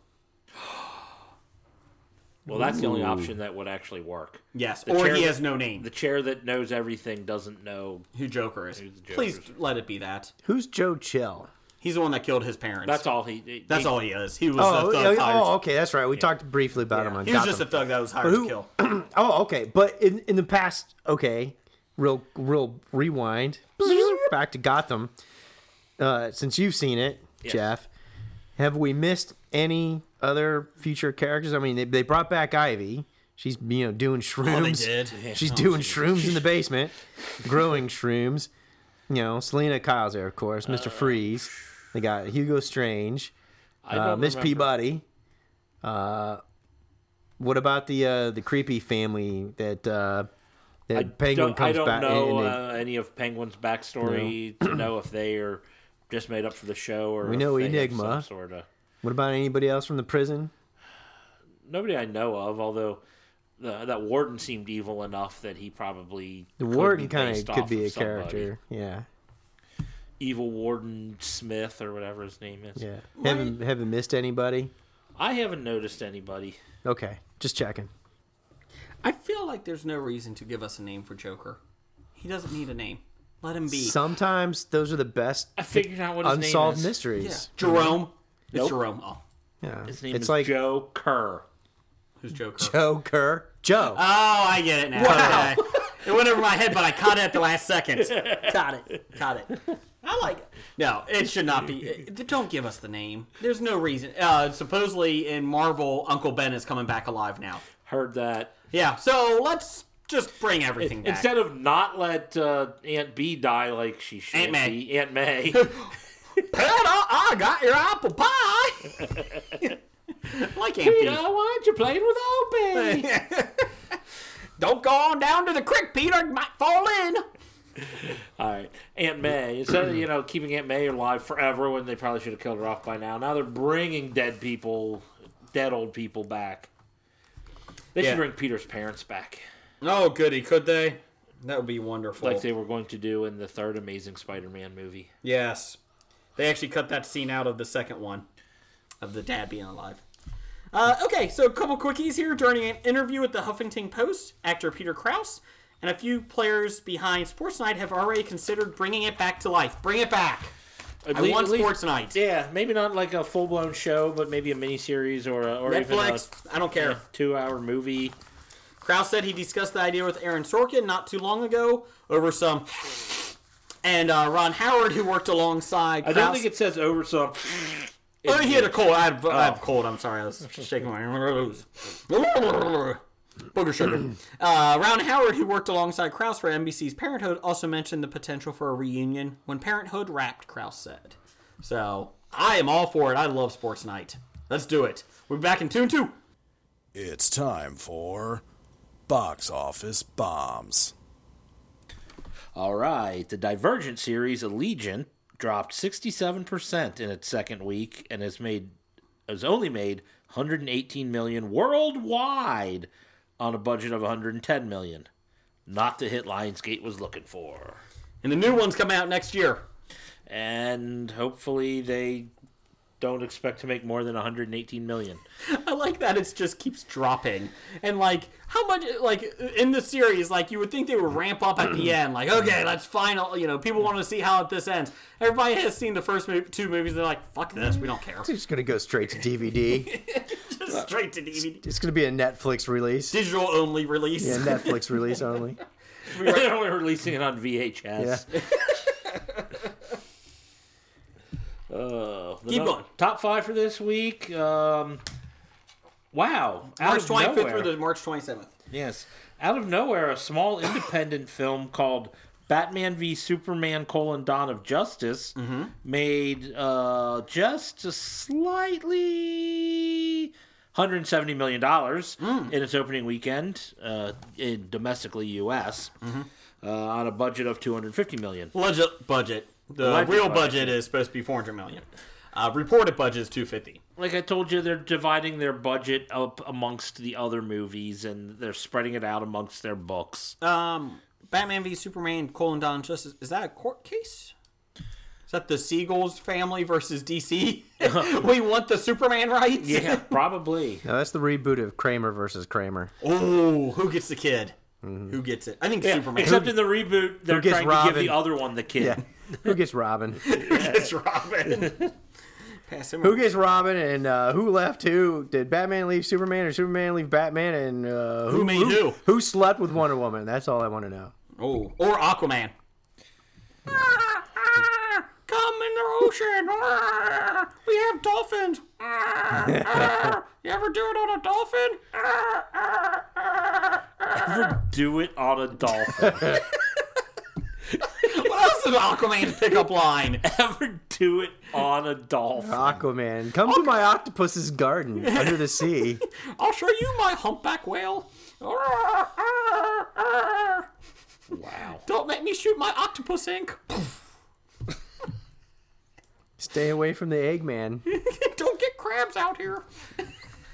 Well, that's the only option that would actually work. Yes, The or chair he that- has no name. The chair that knows everything doesn't know. who Joker is? the Joker Please is. let it be that. Who's Joe Chill? He's the one that killed his parents. That's all he. That's he- all he is. He was Oh, a thug. oh, hired- oh, okay. That's right. We talked briefly about him on He was Gotham. just a thug that was hired who- to kill. [CLEARS THROAT] Oh, okay. But in in the past, okay, real real rewind back to Gotham. Uh, since you've seen it, Jeff, have we missed any other future characters? I mean, they, they brought back Ivy. She's you know doing shrooms. Oh, did? Oh, She's doing shrooms in the basement, growing shrooms. You know, Selena Kyle's there, of course. Mister Uh, Freeze. They got Hugo Strange. I Uh, don't Miss remember. Peabody. Uh, what about the uh, the creepy family that uh, that Penguin Don't- comes I don't back? know and- and uh, any of Penguin's backstory [CLEARS THROAT] to know if they are just made up for the show or We know if they have Enigma. some Sort of. what about anybody else from the prison? Nobody I know of, although. The, that warden seemed evil enough that he probably The could be warden kind based of could off be a somebody. character. Yeah, evil warden Smith or whatever his name is. yeah. Haven't haven't missed anybody. I haven't noticed anybody. Okay, just checking. I feel like there's no reason to give us a name for Joker. He doesn't need a name. Let him be. Sometimes those are the best I figured out [LAUGHS] what his unsolved name is. Yeah. mysteries. Jerome. It's Nope. Jerome. Oh, Yeah, His name it's is like Joe Kerr. who's Joker? Joe Kerr. Joe. Uh, [LAUGHS] Oh, I get it now. Okay. It went over my head, but I caught it at the last [LAUGHS] second. Caught it. Caught it. I like it. No, it should not be. it- Don't give us the name. There's no reason. Uh, supposedly in Marvel, Uncle Ben is coming back alive now. Heard that. Yeah, so let's just bring everything back. Instead of not let uh, Aunt B die like she should, Aunt May. be, Aunt [LAUGHS] May. Peter, I got your apple pie. [LAUGHS] like Aunt Pete. Peter, why aren't you playing with Opie? [LAUGHS] Don't go on down to the creek, Peter. You might fall in. [LAUGHS] All right, Aunt May. Instead of you know keeping Aunt May alive forever when they probably should have killed her off by now. Now they're bringing dead people, dead old people back. They Yeah. should bring Peter's parents back, Oh, goody. Could they? That would be wonderful. like they were going to do in the third Amazing Spider-Man movie. Yes. They actually cut that scene out of the second one of the dad being alive. Uh, okay, so a couple quickies here. During an interview with the Huffington Post, actor Peter Krause and a few players behind Sports Night have already considered bringing it back to life. Bring it back. At I lea- want at least- Sports Night. Yeah, maybe not like a full blown show, but maybe a miniseries or a, or uh, Netflix, I don't care. even a two hour movie. Krause said he discussed the idea with Aaron Sorkin not too long ago over some. And uh, Ron Howard, who worked alongside I Krause. don't think it says over some. Oh, he had a cold. I have, I have a cold. I'm sorry. I was shaking my nose. Booger sugar. Uh, Ron Howard, who worked alongside Krause for NBC's Parenthood, also mentioned the potential for a reunion when Parenthood wrapped, Krause said. So, I am all for it. I love Sports Night. Let's do it. We're back in 2 and 2. It's time for box office bombs. All right, the Divergent series Allegiant dropped sixty seven percent in its second week and has made has only made one hundred and eighteen million worldwide on a budget of one hundred and ten million. Not the hit Lionsgate was looking for. And the new one's coming out next year. and hopefully they don't expect to make more than 118 million. [LAUGHS] I like that it's just keeps dropping. And like how much like in the series, like you would think they would ramp up at the [CLEARS THROAT] end, like, okay, let's final you know, people want to see how this ends. Everybody has seen the first mov two movies, they're like, fuck this, we don't care. [LAUGHS] [LAUGHS] It's just gonna go straight to DVD. straight to DVD. It's gonna be a Netflix [LAUGHS] release. Digital only release. Yeah, Netflix release only. [LAUGHS] They're only releasing it on VHS. Yeah. [LAUGHS] Uh, the Keep no- going. Top five for this week. Um, wow. Out March of 25th nowhere. through the March 27th. Yes. Out of nowhere, a small independent [COUGHS] film called Batman v Superman: colon, Dawn of Justice made uh, just a slightly 170 million dollars in its opening weekend uh, in domestically U.S. Uh, on a budget of 250 million. Legit budget. The Legit real budget. budget is supposed to be 400 million. Uh, reported budget is 250. like I told you, they're dividing their budget up amongst the other movies, and they're spreading it out amongst their books. Um, Batman v Superman: Colon Dawn of Justice is that a court case? Is that the Seagulls family versus DC? [LAUGHS] we want the Superman rights. [LAUGHS] yeah, [LAUGHS] probably. No, that's the reboot of Kramer versus Kramer. Oh, who gets the kid? Who gets it? I think Superman. Except in the reboot, they're gets trying to give Robin? the other one the kid. Yeah. Who gets Robin? it's Robin. Pass him. Who gets Robin and uh, who left who? Did Batman leave Superman or Superman leave Batman? And uh, Who made who? Who slept with Wonder Woman? That's all I want to know. Oh, or Aquaman. Ah, ah, Come in the ocean. [LAUGHS] Ah, We have dolphins. [LAUGHS] Ah, ah. You ever do it on a dolphin? Ah, ah, ah, ah. Ever do it on a [LAUGHS] dolphin? What else is Aquaman's pickup line? Ever do it on a dolphin? Aquaman, come to my octopus's garden under the [LAUGHS] sea. I'll show you my humpback whale. Wow. Don't make me shoot my octopus ink. [LAUGHS] Stay away from the [LAUGHS] Eggman. No, Don't get crabs out here.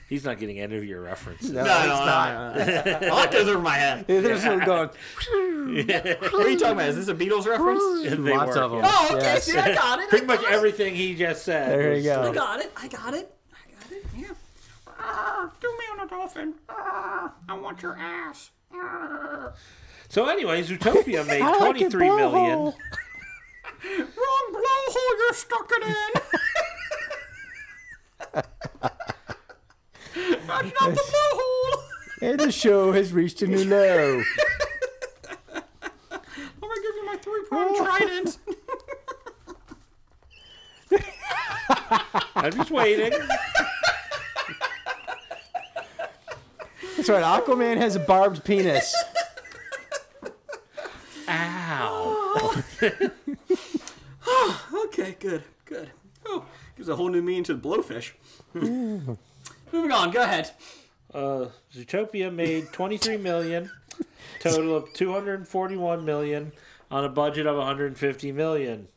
He's not getting any of your references. it's no, no, [LAUGHS] not. I like those over my head. What There's one going. are you talking about? Is this a Beatles reference? They Lots were, of them. yeah. [LAUGHS] Oh, okay. Yes. See, I got [LAUGHS] it. Pretty much everything he just said. There was- you go. I got it. I got it. I got it. Yeah. Ah, do me on a dolphin. Ah, I want your ass. Ah. So, [LAUGHS] anyways, Zootopia made twenty-three million. Wrong blowhole you're stuck it [LAUGHS] in. That's not the blowhole. And the show has reached a new low. I'm gonna give you my three pronged trident. I'm [LAUGHS] just waiting. That's right. Aquaman has a barbed penis. Ow. okay, good, good. Oh, gives a whole new meaning to the [LAUGHS] blowfish. Moving on, go ahead. [LAUGHS] Uh, Zootopia made 23 million, total of 241 million on a budget of 150 million.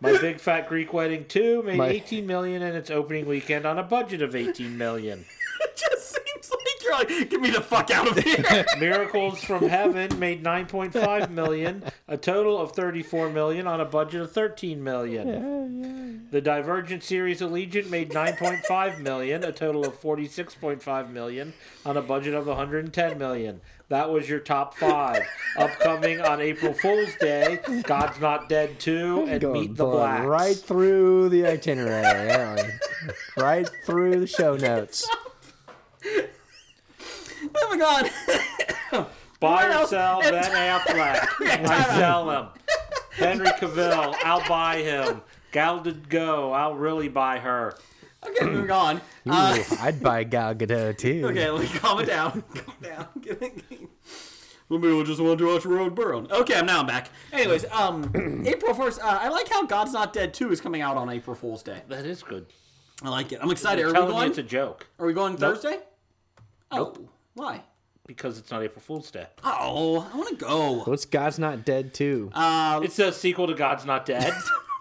My Big Fat Greek Wedding 2 made My- 18 million in its opening weekend on a budget of 18 million. It just seems like you're like, get me the fuck out of [LAUGHS] here. Miracles from Heaven made 9.5 million, a total of 34 million on a budget of 13 million. The Divergent series Allegiant made 9.5 million, a total of 46.5 million on a budget of 110 million. That was your top five. Upcoming on April Fool's Day, God's Not Dead 2 and Going [LAUGHS] Meet the blood Blacks. Right through the itinerary. aren't we? right through the show notes. Moving on. [LAUGHS] Buy Where or else? sell Ben [LAUGHS] Affleck. I sell him. Henry Cavill. I'll buy him. Gal did go. I'll really buy her. Okay, moving on. Uh, Ooh, I'd buy Gal Gadot too. Okay, [LAUGHS] let me calm it down. calm down. [LAUGHS] Some people just want to watch Road Burn. Okay, I'm now I'm back. Anyways, [CLEARS THROAT] um, April first. Uh, I like how God's Not Dead Two is coming out on April Fool's Day. That is good. I like it. I'm excited. Are we Telling me going? it's a joke Are we going Thursday? Oh, why? because it's not April Fool's Day. Oh, I want to go. What's God's Not Dead too? Um, It's a sequel to God's Not [LAUGHS] Dead.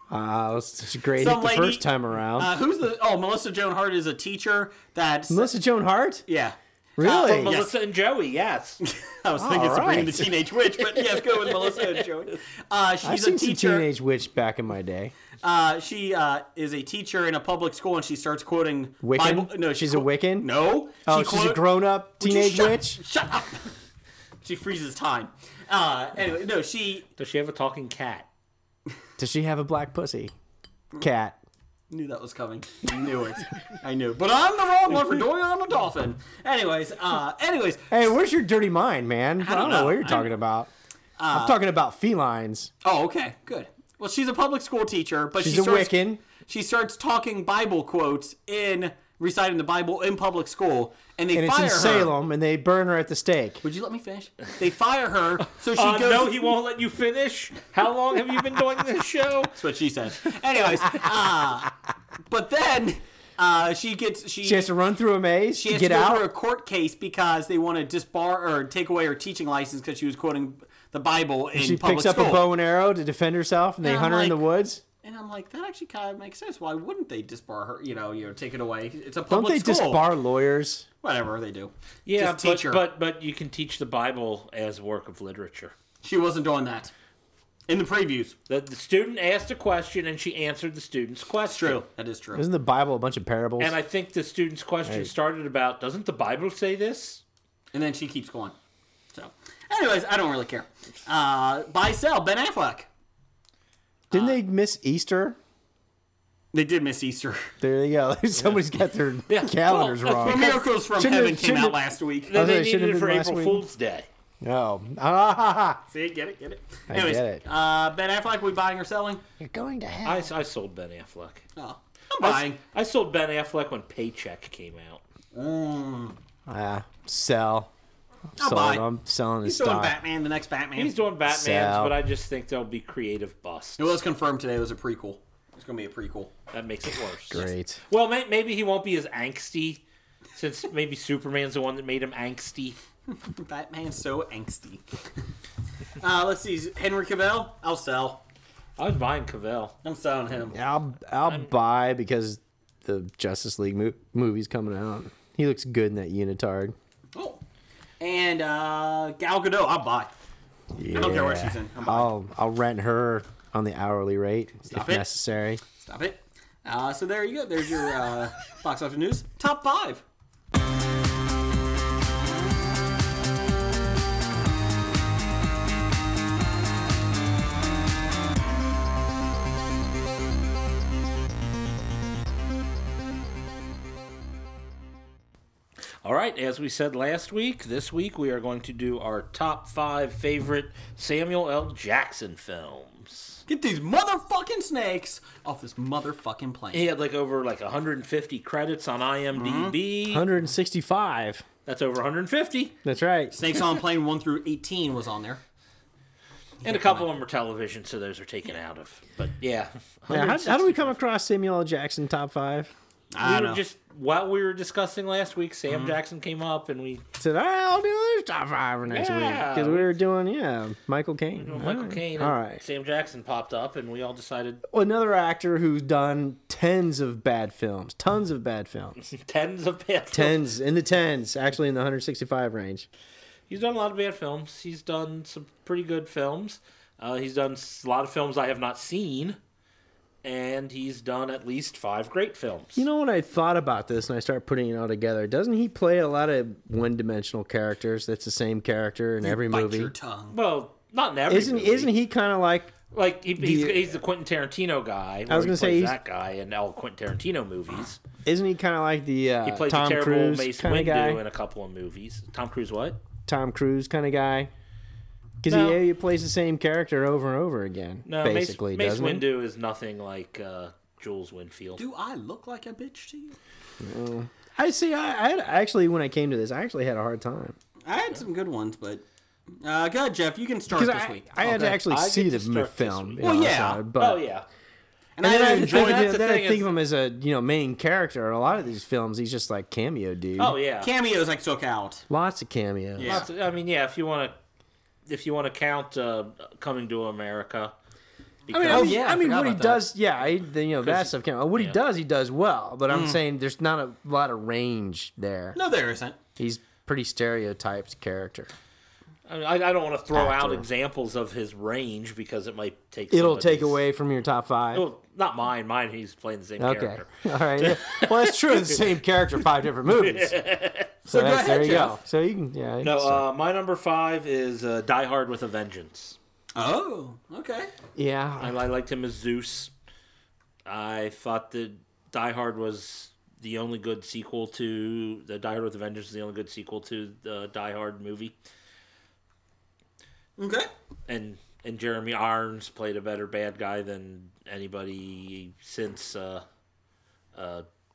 Uh, it was such a great Some hit the lady- first time around. Uh, who's the? Oh, Melissa Joan Hart is a teacher. That's Melissa Joan Hart? yeah. Uh, Really? Melissa and Joey, yes. I was thinking All Sabrina the right. Teenage Witch, but yes, go with Melissa [LAUGHS] and Joey. Uh, she's a I've seen some teacher. Teenage Witch back in my day. Uh, she uh, is a teacher in a public school, and she starts quoting Wiccan? Bible. No, she She's a qu- Wiccan? No. Oh, She she's a quote- grown up Would you teenage shut- witch? Shut up. [LAUGHS] she freezes time. Uh, anyway, no, she Does she have a talking cat? Does she have a black pussy? Cat. Knew that was coming. Knew it. I knew. But I'm the wrong [LAUGHS] one for doing it on a dolphin. Anyways, uh, anyways, Hey, where's your dirty mind, man? I don't, know. know. uh, what you're talking about. I'm talking about felines. Oh, okay, good. Well, she's a public school teacher, but She's she a starts, Wiccan. She starts talking Bible quotes in reciting the Bible in public school, and they And it's fire in her. Salem, and they burn her at the stake. Would you let me finish? They fire her, so she Uh, goes. no, he won't let you finish. How long have you been doing this [LAUGHS] show? That's what she said. Anyways, uh, but then uh, she gets she She has to run through a maze she to has get to go out. through a court case because they want to disbar or take away her teaching license because she was quoting the Bible in she public picks up school. a bow and arrow to defend herself, and they And I'm hunt her in the like, woods. And I'm like, that actually kind of makes sense. Why wouldn't they disbar her? You know, you know, take it away. It's a Don't public they school. disbar lawyers? Whatever they do. Yeah, Just but, teacher. but but you can teach the Bible as a work of literature. She wasn't doing that. In the previews, The, the student asked a question and she answered the student's question. true. That is true. Isn't the Bible a bunch of parables? And I think the student's question started about, doesn't the Bible say this? And then she keeps going. So, anyways, I don't really care. Uh, buy sell Ben Affleck. Didn't uh, they miss Easter? They did miss Easter. There you go. [LAUGHS] Somebody's got [LAUGHS] their calendars Well, wrong. Miracles from Shouldn't Heaven it- came shouldn't out it- last week. Then was they like, shouldn't needed Oh, it it for been last April week? Fool's Day. No. Ah, ha, [LAUGHS] ha. See, get it, get it. I Anyways, get it. Uh, Ben Affleck, we buying or selling? You're going to hell. I, I sold Ben Affleck. Oh, I'm buying. I sold Ben Affleck when Paycheck came out. Ah, sell. I'll Sold. buy. I'm selling his He's doing stock. Batman, the next Batman. He's doing Batman's, Sell. but I just think there'll be creative busts. It was confirmed today. It was a prequel. It's gonna be a prequel. That makes it worse. Great. Well, may, maybe he won't be as angsty, since maybe Superman's the one that made him angsty. Batman's so angsty. [LAUGHS] uh, let's see. Henry Cavill. I'll sell. I was buying Cavell. I'm selling him. I'll I'll buy because the Justice League mo- movie's coming out. He looks good in that unitard. Oh. And uh, Gal Gadot. I'll buy. Yeah. don't care where she's in. I'm I'll I'll rent her on the hourly rate if it. necessary. Stop it. Uh, so there you go. There's your [LAUGHS] uh, box office news. Top five. All right, as we said last week, this week we are going to do our top five favorite Samuel L. Jackson films. Get these motherfucking snakes off this motherfucking plane. He had like over like 150 credits on IMDb. Mm-hmm. 165. That's over 150, That's right. Snakes on plane one through eighteen was on there. and a couple of them are television, so those are taken out of. But yeah, Now, how, how do we come across Samuel L. Jackson top five? I we don't were know. just while we were discussing last week, Sam Mm-hmm. Jackson came up, and we Said I'll do this top five for next Yeah. week because we were doing yeah Michael Caine. Michael Caine and All right. Sam Jackson popped up, and we all decided [LAUGHS] Another actor who's done tens of bad films, tons of bad [LAUGHS] films, tens of bad films. tens in the tens, actually in the 165 range. He's done a lot of bad films. He's done some pretty good films. Uh, he's done s- a lot of films I have not seen, and he's done at least five great films. You know what I thought about this and I started putting it all together. Doesn't he play a lot of one-dimensional characters? That's the same character in every Bite movie. your tongue. well, not in every. Isn't movie. isn't he kind of like Like he, he's, he's the Quentin Tarantino guy. where was he gonna say plays he's- that guy in all Quentin Tarantino movies. isn't he kind of like the uh, He plays Tom a terrible Cruise Mace kind of Windu guy? in a couple of movies. Tom Cruise, what? Tom Cruise kind of guy. Because No. he, he plays the same character over and over again. No, Mace- basically, Mace, doesn't he? Windu is nothing like uh, Jules Winfield. Do I look like a bitch to you? I see. I, I had, actually, when I came to this, I actually had a hard time I had some good ones, but uh, go ahead, Jeff. You can start because this I, week. I had to actually I see get the to m- start this film. week. you Well, know, yeah. so, but oh yeah, and, And then I had to enjoyed think, that's of- the then I thing think is- of him as a you know main character. A lot of these films, he's just like cameo dude. oh yeah. cameos I took out. lots of cameos. Yeah. Lots of- I mean, yeah. If you want to, if you want to count uh, coming to America, I mean, because- I mean, Oh, yeah, I I mean forgot what he about that. does, yeah, I, the, you know that stuff. Can, what yeah. Mm. he does, he does well. But I'm saying there's not a lot of range there. No, there isn't. He's pretty stereotyped character. I, mean, I, I don't want to throw out Actor. examples of his range because it might take. It'll somebody's- take away from your top five. Well, not mine. Mine. He's playing the same Okay. Oh, character. [LAUGHS] All right. Yeah. Well, that's true. It's the same character, five different [LAUGHS] movies. So, go that's, there ahead, you go. Jeff. So you can, yeah. you No, can start. uh, my number five is uh, Die Hard with a Vengeance. Oh, okay. yeah. I, I liked him as Zeus. I thought that Die Hard was the only good sequel to the Die Hard with a Vengeance is the only good sequel to the Die Hard movie, Okay. and and Jeremy Irons played a better bad guy than anybody since. Uh,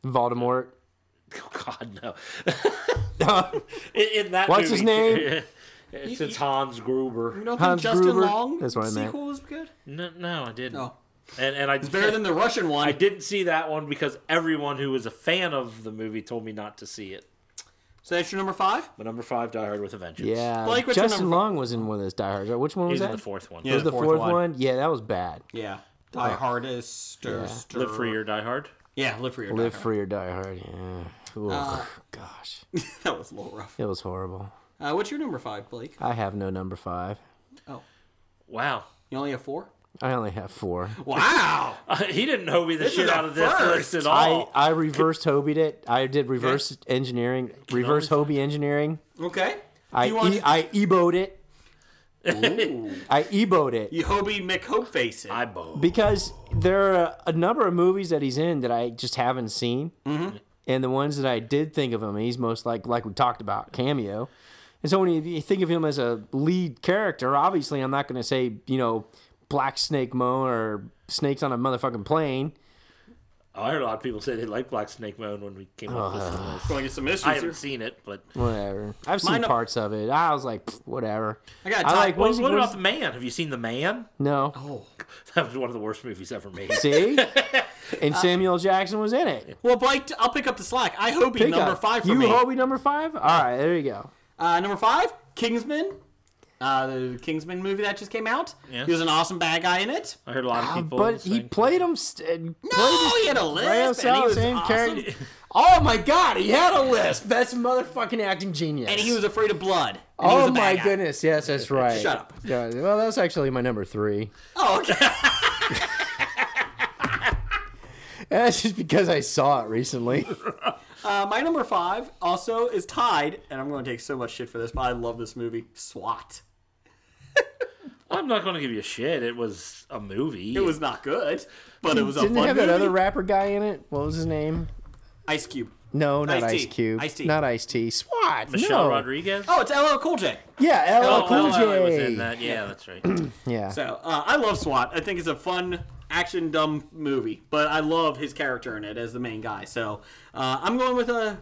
Voldemort. [LAUGHS] oh God, [LAUGHS] no! in, in that What's his movie- [LAUGHS] Since Hans Gruber. You don't Hans think Justin Gruber? Long That's what I meant. sequel was good? No, no, I didn't. No. And and I It's better than the Russian one. I didn't see that one because everyone who was a fan of the movie told me not to see it. So that's your number five? But number five, Die Hard with a Vengeance. Yeah, Blake, what's your Justin number Long was in one of those Die Hards. Right? Which one he was was that? in the fourth one. That was the fourth, one. Yeah, that was bad. Yeah. Die Oh. Hardest. Yeah. Live Free or Die Hard. Yeah, Live Free or Live Die free or die hard. Yeah. Ooh, Uh, gosh, Hard. [LAUGHS] That was a little rough. it was horrible. Uh, what's your number five, Blake? I have no number five. Oh, Wow. [LAUGHS] you only have four? I only have four. [LAUGHS] Wow! he didn't know me the shit is out a of this first. list at I, all. I reverse hobied it. I did reverse engineering, reverse hobie engineering. okay. I you want e- to- I eboed it. Ooh. I eboed it. You Hobie McHopeface it. I, bow. because there are a number of movies that he's in that I just haven't seen, Mm-hmm. and the ones that I did think of him, he's most like like we talked about cameo, and so when you- you think of him as a lead character, obviously I'm not going to say you know Black Snake Moan or Snakes on a motherfucking plane. I heard a lot of people say they like Black Snake Moan when we came up with this Uh, list. Going to some I issues haven't here. seen it, but Whatever. I've seen Mine up- parts of it. I was like, "Pfft, whatever. I got Oh. a I top- [LAUGHS] like. What, what, is he- what what about is- the Man? Have you seen the Man? [LAUGHS] No. That was one of the worst movies [LAUGHS] ever made. [LAUGHS] See. And Uh, Samuel Jackson was in it. Well, Blake, I'll pick up the slack. I Hobie Pick number up. five for you me. Hobie number five. All right, there you go. Uh, number five, Kingsman. Uh, the Kingsman movie that just came out. Yeah. He was an awesome bad guy in it. I heard a lot of people. Uh, But he saying- played him. St- No, he had a lisp. Ray and he O'Salley, was same awesome. character. Oh my god, he had a lisp. That's motherfucking acting genius. And he was afraid of blood. And he was Oh a bad my guy. goodness, yes, that's right. Shut up. Yeah, well, that's actually my number three. [LAUGHS] Oh, okay. And that's just because I saw [LAUGHS] it recently. Uh, my number five also is tied, and I'm going to take so much shit for this, but I love this movie, SWAT. [LAUGHS] I'm not going to give you shit. It was a movie. It was not good, but it was a Didn't fun it have that movie. other rapper guy in it? What was his name? Ice Cube. No, not Ice-T. Ice Cube. Ice-T. Not Ice T. SWAT. Michelle no. Rodriguez. Oh, it's LL Cool J. Yeah, LL Oh, Cool LL was J. in that. Yeah, that's [CLEARS THROAT] right. Yeah. So uh, I love SWAT. I think it's a fun action dumb movie, but I love his character in it as the main guy. So uh, I'm going with uh,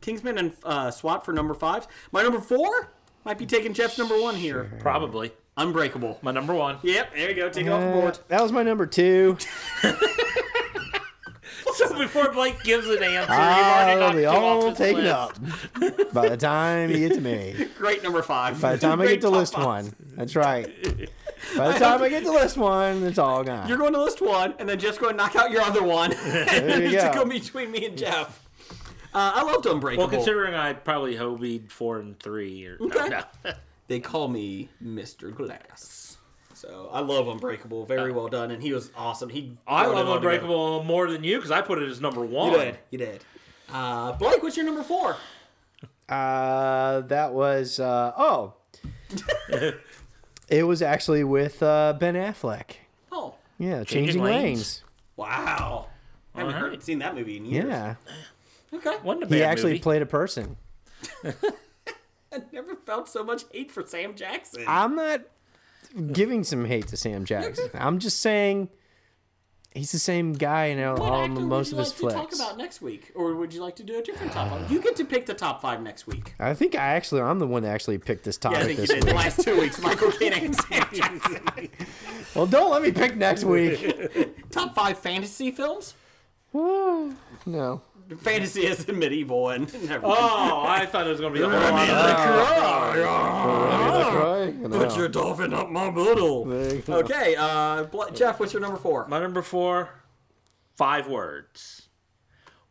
Kingsman and uh, SWAT for number five. My number four might be taking Jeff's number one here. Probably Unbreakable. my number one. Yep, there you go. Take it off the Uh, board. that was my number two. So before Blake gives an answer, you've already I'll knocked be two off all his taken list. up by the time you get to me. [LAUGHS] Great number five. By the time I [LAUGHS] Great get to top list five. one, that's right. By the time I get to list one, it's all gone. You're going to list one, and then Jeff's going to knock out your other one. [LAUGHS] there you to go. go between me and Jeff. Uh, I loved Unbreakable. Well, considering I probably hobied four and three, or no, Okay. no. [LAUGHS] they call me Mr. Glass. So I love Unbreakable. Very well done, and he was awesome. He Uh, I brought it love all Unbreakable more than you because I put it as number one. together. You did. You did. Uh, Blake, what's your number four? Uh, that was uh, [LAUGHS] oh, it was actually with uh, Ben Affleck. Oh, Yeah, changing, Lanes. lanes. wow! I haven't All right. heard, seen that movie in years. Yeah, Okay. Wasn't a he bad actually movie. played a person. I never felt so much hate for Sam Jackson. I'm not giving some hate to Sam [LAUGHS] Jackson. I'm just saying he's the same guy in all, what all- actor most would of you his like to talk flicks. about next week, or would you like to do a different top [SIGHS] five? You get to pick the top five next week. I think I actually I'm the one that actually picked this Yeah, I topic think you this did. The week. last two weeks, Michael Caine and Sam Jackson. Well, don't let me [LAUGHS] pick next week. Top five fantasy films? no. Fantasy is the medieval and never [LAUGHS] Oh, I thought it was going to be a whole lot. Of, Put your dolphin up my boodle. There you go. Okay, uh, Bla- Jeff, what's your number four? my number four, five words.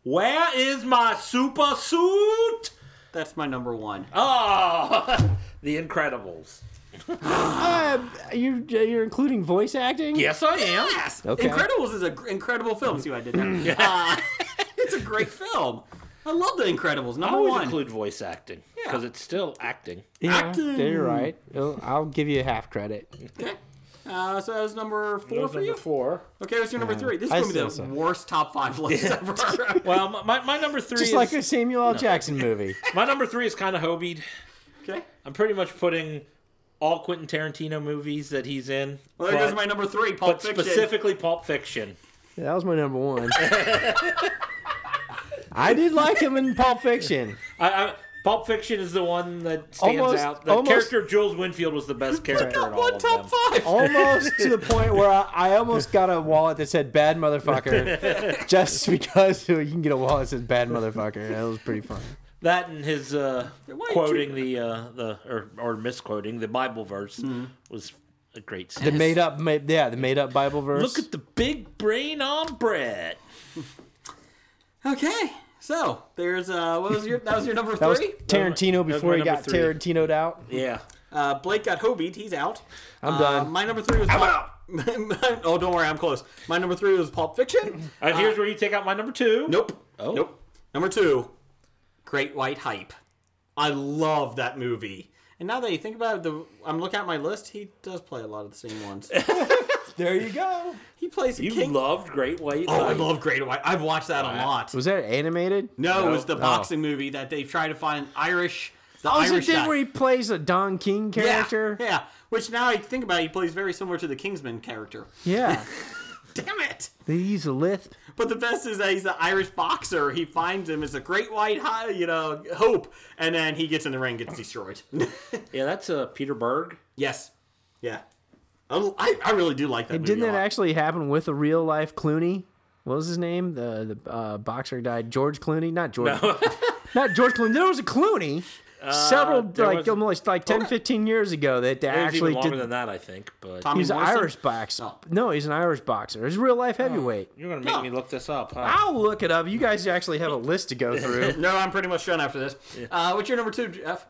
Where is my super suit? That's my number one. Oh, The Incredibles. Uh, you you're including voice acting? Yes, I am. Yes, Okay. Incredibles is an incredible film. See what I [LAUGHS] did there? Uh, [LAUGHS] it's a great film. I love The Incredibles. I Number always one. include voice acting because it's still acting. Yeah, you're right. I'll, I'll give you half credit. Okay. Uh, so that was number four There's for number you. four. Okay, what's your number three? This I is gonna be the still say- worst top five list ever. [LAUGHS] Well, my- my, my number three Just is like a Samuel L. Jackson [LAUGHS] movie. my number three is kind of hobied. okay, I'm pretty much putting all Quentin Tarantino movies that he's in, well there but- goes my number three, Pulp but Fiction. specifically Pulp Fiction. Yeah, that was my number one. I did like him in Pulp Fiction. I, I, Pulp Fiction is the one that stands Almost- out. The almost- character of Jules Winfield was the best character in all One of top them. five. Almost to the point where I, I almost got a wallet that said bad [LAUGHS] motherfucker just because you can get a wallet that says bad motherfucker. That was pretty fun. That and his uh, you- quoting the uh, the or, or misquoting the Bible verse Hmm. was a great. The Scene. made up, ma- yeah, the made up Bible verse. Look at the big brain on Brett. Okay, so there's uh, what was your that was your number [LAUGHS] that was three. Tarantino was before my he number got three. Tarantinoed out. Yeah, Uh, Blake got hobied. He's out. I'm Uh, done. My number three was. Pulp- [LAUGHS] oh, don't worry, I'm close. My number three was Pulp [LAUGHS] Fiction. and here's where you take out my number two. Nope. Oh. Nope. Number two, Great White Hype. I love that movie. And now that you think about it, the, I'm looking at my list. He does play a lot of the same [LAUGHS] ones. There you go. He plays You King. loved Great White. oh, I Lies. love Great White. I've watched that a lot. Was that animated? No, it was the boxing movie that they tried to find Irish. The Oh, is it Irish then guy. where he plays a Don King character? [LAUGHS] Yeah, yeah. Which now I think about, it, he plays very similar to the Kingsman character. [LAUGHS] Yeah. Damn it! they use a [LAUGHS] lisp. But the best is that he's an Irish boxer. He finds him as a great white, high, you know, hope, and then he gets in the ring, gets destroyed. [LAUGHS] Yeah, that's uh, Peter Berg. yes, yeah. I, I- I really do like that. movie Didn't a that lot. actually happen with a real life Clooney? What was his name? The the uh, boxer died. George Clooney, not George, [LAUGHS] not George Clooney. There was a Clooney. Several Uh, there like was- almost like 10, 15 years ago that they It was even actually longer did. than that, Oh. I think. But Tommy he's an Wilson? Irish boxer. No, he's an Irish boxer. He's a real Oh. life heavyweight. you're gonna make me look this up, huh? I'll look it up. You guys actually have a list to [LAUGHS] go through. No, I'm pretty much done after this. Uh, what's your number two, Jeff?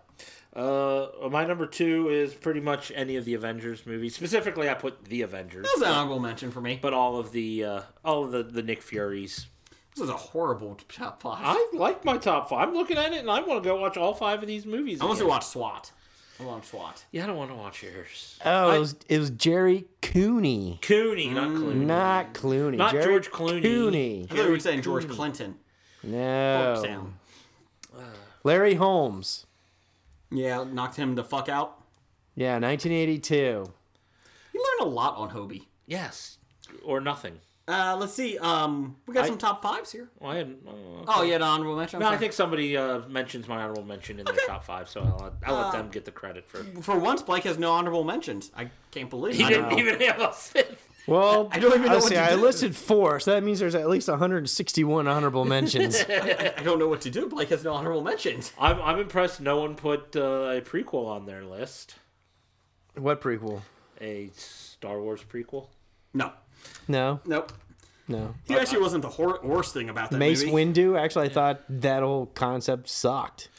Uh, my number two is pretty much any of the Avengers movies. Specifically, I put the Avengers, That was an honorable mention for me. but all of the uh, all of the, the Nick Furies. This is a horrible [LAUGHS] top five. I I like my top five. I'm looking at it, and I want to go watch all five of these movies. want to again. watch SWAT. I want to watch SWAT. Yeah, I don't want to watch yours. Oh, it was, it was Jerry Cooney, Cooney, not Mm, Clooney. not Clooney. Not Jerry George Clooney. Cooney. I thought you were saying George Clinton. No. Sam. Larry Holmes. Yeah, knocked him the fuck out. Yeah, 1982. You learn a lot on Hobie. Yes, or nothing. Uh, let's see. Um, we got I- some top fives here. Well, I hadn't- oh, okay. Oh, you had an honorable mention. I'm No, I sorry. think somebody uh, mentions my honorable mention in their top five, so I'll, I'll let them get the credit [LAUGHS] for. for once Blake has no honorable mentions. I can't believe He it. didn't even have a fifth. Well, [LAUGHS] I don't even know let's what see, to I do. listed four, so that means there's at least 161 honorable [LAUGHS] mentions. I don't know what to do. Blake has no honorable mentions. I'm, I'm impressed. No one put uh, a prequel on their list. what prequel? A Star Wars prequel. No, Uh, No, nope. no. He actually wasn't the hor- worst thing about that Mace movie. Windu. Actually, I thought that whole concept sucked.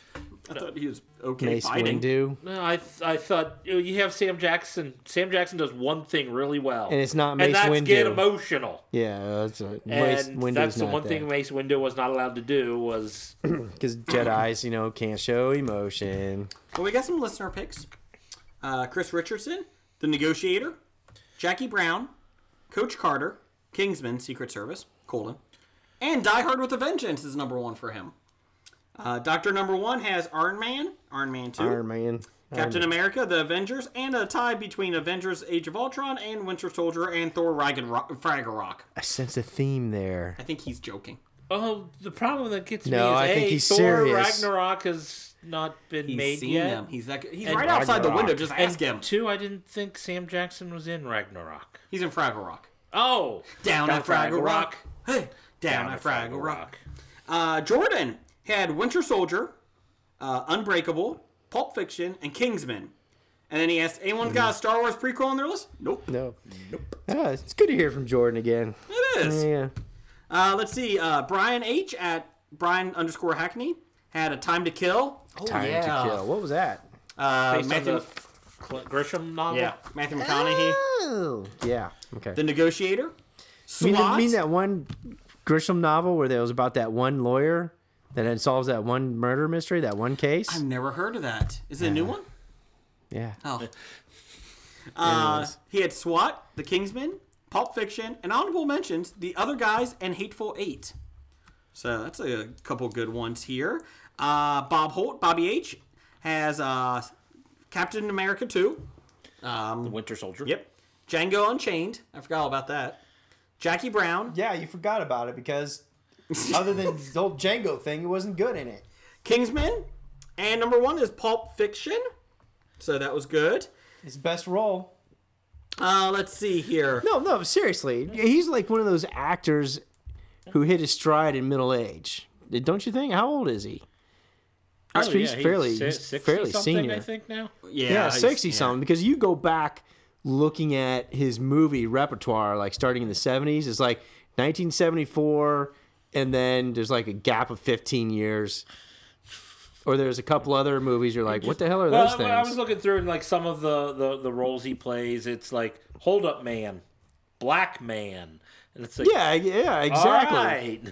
I thought he was okay Mace fighting. Windu, No, I I thought you, know, you have Sam Jackson. Sam Jackson does one thing really well, and it's not and Mace that's Windu. get emotional. yeah, that's a, Mace and Windu's that's the not one thing Mace Windu was not allowed to do [COUGHS] was because Jedi's, you know, can't show emotion. Well, we got some listener picks. Uh, Chris Richardson, The Negotiator, Jackie Brown, Coach Carter, Kingsman, Secret Service, colon, and Die Hard with a Vengeance is number one for him. Uh, Doctor Number One has Iron Man, Iron Man Two, Iron Man. Captain America, The Avengers, and a tie between Avengers: Age of Ultron and Winter Soldier and Thor: Ragnarok. Ragnarok. I sense a theme there. I think he's joking. oh the problem that gets No, me is I a, think he's Thor serious. Ragnarok has not been He's made seen yet them. He's that. He's And right outside the Ragnarok. window. Just and ask him. two I didn't think Sam Jackson was in Ragnarok He's in Fraggle Rock. oh Down at Fraggle Rock. Hey, down, at Down at Fraggle Fraggle Rock. Uh, Jordan had Winter Soldier, uh, Unbreakable, Pulp Fiction, and Kingsman. And then he asked, "Anyone got a Star Wars prequel on their list?" Mm. Nope. No. Ah, it's good to hear from Jordan again. It is. Yeah. Uh, let's see. Uh, Brian H at Brian underscore Hackney had a time to kill. Oh, Time yeah. to kill. What was that? Uh, based on Matthew, the Cl- Grisham novel yeah, Matthew McConaughey, Oh. Yeah. Okay. the negotiator. mean, SWAT. mean that one Grisham novel where there was about that one lawyer that had solves that one murder mystery, that one case? [LAUGHS] I've never heard of that. Is it a new one? yeah. Oh. Uh, he had SWAT, The Kingsman, Pulp Fiction, and honorable mentions: The Other Guys and Hateful Eight. So that's a couple good ones here. Uh, Bob Holt, Bobby H, has uh, Captain America Two. The Winter Soldier. Yep. Django Unchained. I forgot all about that. Jackie Brown, Yeah, you forgot about it because other than [LAUGHS] the old Django thing, it wasn't good in it. Kingsman, and number one is Pulp Fiction. So that was good. His best role. Uh, let's see here. No, no, seriously, he's like one of those actors who hit his stride in middle age. Don't you think? How old is he? Oh, He's, he's yeah, fairly, si- he's 60 fairly something, senior. I think now. Yeah, yeah, he's- 60 yeah. something because you go back looking at his movie repertoire like starting in the 70s it's like 1974 and then there's like a gap of 15 years or there's a couple other movies you're like what the hell are Well, those I- things I was looking through and like some of the, the the roles he plays. It's like Hold Up Man, Black Man, and it's like yeah yeah all exactly right.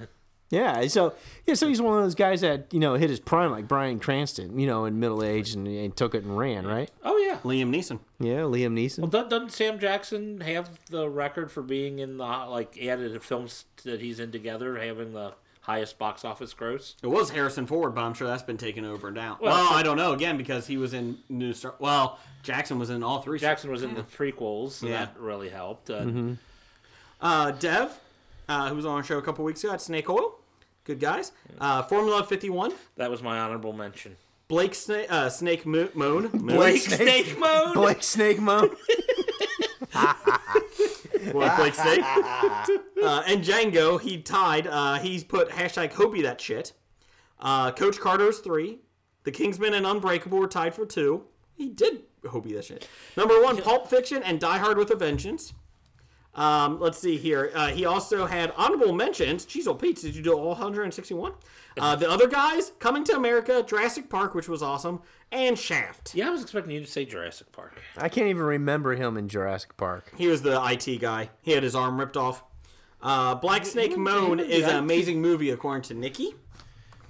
yeah so yeah so he's one of those guys that you know hit his prime like brian cranston you know in middle age and, and took it and ran right [LAUGHS] Oh yeah. Liam Neeson. yeah liam neeson [LAUGHS] Well, do- doesn't Sam Jackson have the record for being in the like added films that he's in together having the highest box office gross? It was Harrison Ford, but I'm sure that's been taken over now. Well, I don't know again because he was in New Star. Well, Jackson was in all three. Jackson was in the prequels, so Yeah. Mm-hmm. that really helped. Uh, Uh, Dev, uh, who was on our show a couple weeks ago at Snake Oil, good guys. Uh, Formula 51, That was my honorable mention. Blake Snake uh, Snake Mo- Moan. Blake Snake Mode. blake snake mode Blake, Blake Snake. uh, and Django, he tied. Uh, he's put hashtag Hobie that shit. Uh, Coach Carter's three. The Kingsman and Unbreakable were tied for two. He did Hobie that shit. Number one, Pulp Fiction and Die Hard with a Vengeance. Um, let's see here. Uh, he also had honorable mentions. Jeez, old Pete, did you do all 161? Uh, the other guys, Coming to America, Jurassic Park, which was awesome, and Shaft. Yeah, I was expecting you to say Jurassic Park. [LAUGHS] i can't even remember him in jurassic park He was the IT guy. He had his arm ripped off. Uh, Black Snake Moan he- is an I- amazing movie, according to Nikki.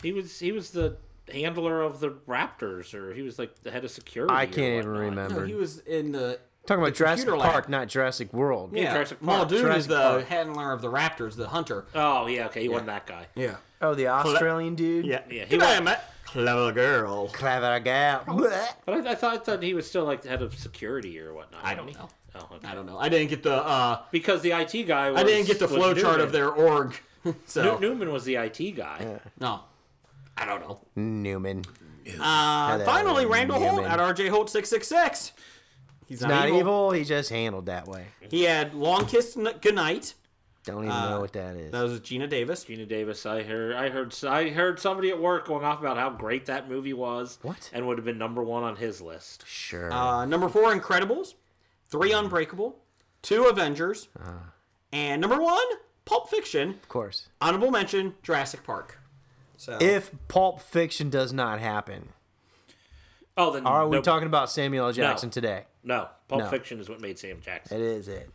He was he was the handler of the Raptors, or he was like the head of security. i or can't even whatnot. remember No, he was in the. Talking about Jurassic computer lab. Park, not Jurassic World. Yeah, Jurassic Mal Park. Dune is Jurassic the Park. handler of the Raptors, the hunter. Oh yeah, okay, he wasn't that guy. Yeah. Oh, the Australian dude. Yeah. Yeah, he Good was- day, mate. Clever girl. Clever gal. Blech. But I, I thought that he was still like the head of security or whatnot. I don't wasn't know. he? Oh, okay. I don't know. I didn't get the. Uh, Because the IT guy. Was, I didn't get the was flowchart Newman. of their org. [LAUGHS] So New- Newman was the IT guy. no, I don't know. Newman. Uh, finally, Randall Holt Newman. at RJ Holt six six six. He's Not evil. He just handled that way. He had Long Kiss N- Goodnight. Don't even know what that is. That was Gina Davis. Gina Davis. I heard. I heard. I heard somebody at work going off about how great that movie was. What? And would have been number one on his list. sure. Uh, number four, Incredibles. Three, Unbreakable. Two, Avengers. And number one, Pulp Fiction. of course. Honorable mention, Jurassic Park. So If Pulp Fiction does not happen, Oh, then are we nope. talking about Samuel L. Jackson No. today? No, Pulp No. Fiction is what made Sam Jackson. That is it.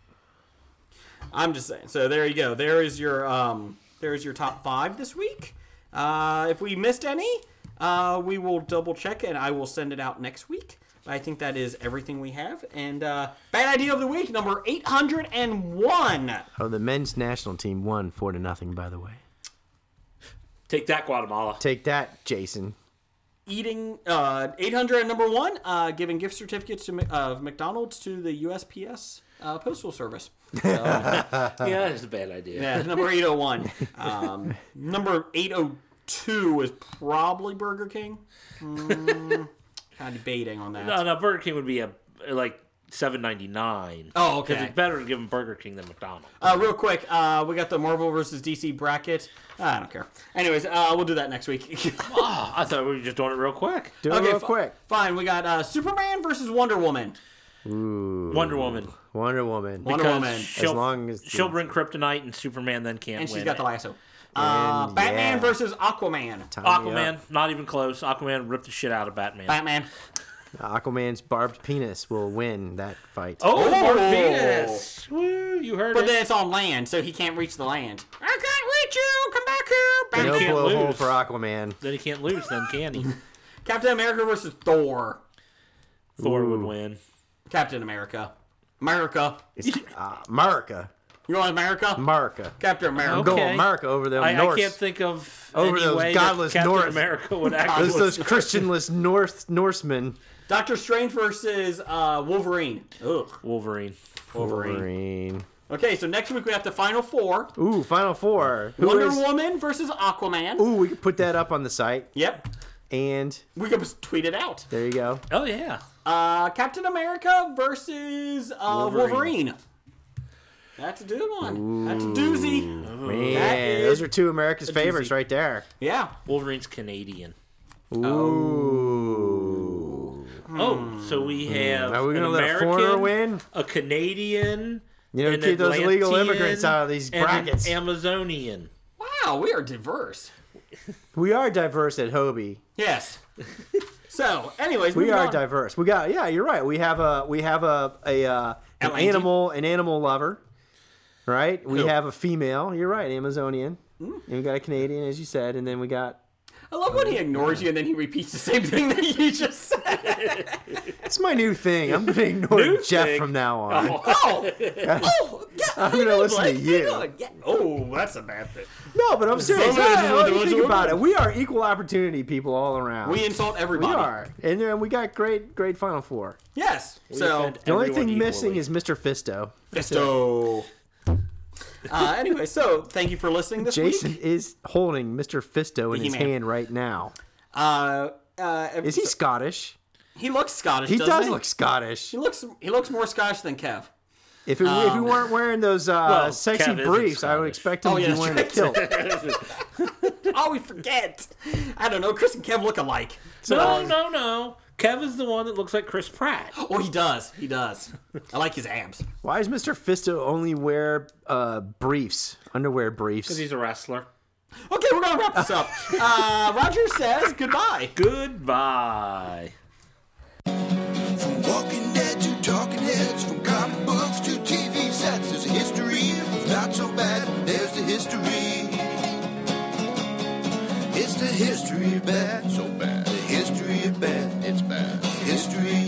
I'm just saying. So there you go. There is your um, there is your top five this week. Uh, if we missed any, uh, we will double check and I will send it out next week. But I think that is everything we have. And uh, bad idea of the week number 801. Oh, the men's national team won four to nothing. By the way, Take that, Guatemala. take that, Jason. eating uh, 800 and number one uh, giving gift certificates to, Mc- of mcdonald's to the usps uh, postal service yeah, that is a bad idea. yeah number 801 um, number 802 is probably burger king Mm, kind of debating on that [LAUGHS] No, no, Burger King would be a like seven ninety nine. Oh, okay. It's better to give them Burger King than McDonald's. Uh, real quick, uh, we got the Marvel versus DC bracket. Uh, I don't care. Anyways, uh, we'll do that next week. oh, I thought we were just doing it real quick. Do it real fi- quick. Fine, we got uh, Superman versus Wonder Woman. Wonder Woman. Wonder Woman. Wonder Because Woman. She'll, long as- she'll bring kryptonite and Superman then can't And win. she's got the it. lasso. Uh, And Batman yeah. versus Aquaman. Aquaman, not even close. Aquaman ripped the shit out of Batman. Batman. Aquaman's barbed penis will win that fight. Oh, Mark Oh. Venus. Woo, you heard But it. then it's on land, so he can't reach the land. I can't reach you. Come back here. no You can't blowhole lose. for Aquaman. Then he can't lose, then can he? Captain America versus Thor. [LAUGHS] Thor would win. Captain America. America. It's, uh, America. You want America? America. Captain America. I'm going America over them I, Norse. I can't think of Over any those way godless that Captain North. America [LAUGHS] would those actually. those Christianless [LAUGHS] North Norsemen. Doctor Strange versus uh, Wolverine. Ugh. Wolverine. Wolverine. Okay, so next week we have the final four. Ooh, Final Four. Who Wonder is- Woman versus Aquaman. Ooh, we could put that up on the site, Yep. and We can just tweet it out. there you go. Oh yeah. Uh, Captain America versus uh, Wolverine. Wolverine. That's a good one. That's a doozy. Man, is those are two America's favorites doozy. right there. Yeah. Wolverine's Canadian. Ooh. Oh, so we have Hmm. Are we an gonna let a American, foreigner win? a Canadian, You know, an keep those illegal Atlantean, immigrants out of these and an brackets. Amazonian. Wow, we are diverse. We are diverse at Hobie. Yes. so, anyways, We moving are on. diverse. We got yeah, you're right. We have a we have a a uh, an Atlantean? animal an animal lover, right? We Who? Mm. have a female. You're right, Amazonian. And we got a Canadian, as you said, and then we got. I love when he ignores you and then he repeats the same thing that you just said. It's my new thing. I'm gonna ignore New Jeff thing? from now on. oh, oh, yeah. I'm gonna listen to you. Yeah. Oh, that's a bad thing. No, but I'm serious. Some No, of it no, is no, what you it is. think about it. We are equal opportunity people all around. We insult We everybody. are, and uh, we got great great Final Four. Yes. so, defend The only everyone thing missing equally. is [LAUGHS] Mr. Fisto. Fisto. Uh, anyway, so thank you for listening this Jason week. is holding Mr. Fisto in his He-Man. hand right now. Uh, uh, Is he Scottish? He looks Scottish. He doesn't does look Scottish. He looks. He looks more Scottish than Kev. If it, if you weren't wearing those uh, Well, sexy Kev isn't briefs, I would Scottish. expect him Oh, to yeah, be wearing a that's [LAUGHS] kilt. Oh, we forget. I don't know. Chris and Kev look alike. No, no, no. Kev is the one that looks like Chris Pratt. Oh, he does. He does. I like his abs. Why does Mr. Fisto only wear uh, briefs, underwear briefs? He's a wrestler. Okay, we're gonna wrap this up. Uh, Roger says goodbye. Goodbye. From walking dead to talking heads, from comic books to TV sets, there's a history. If not so bad, there's the history. It's the history of bad, so bad. The history of bad, it's bad. History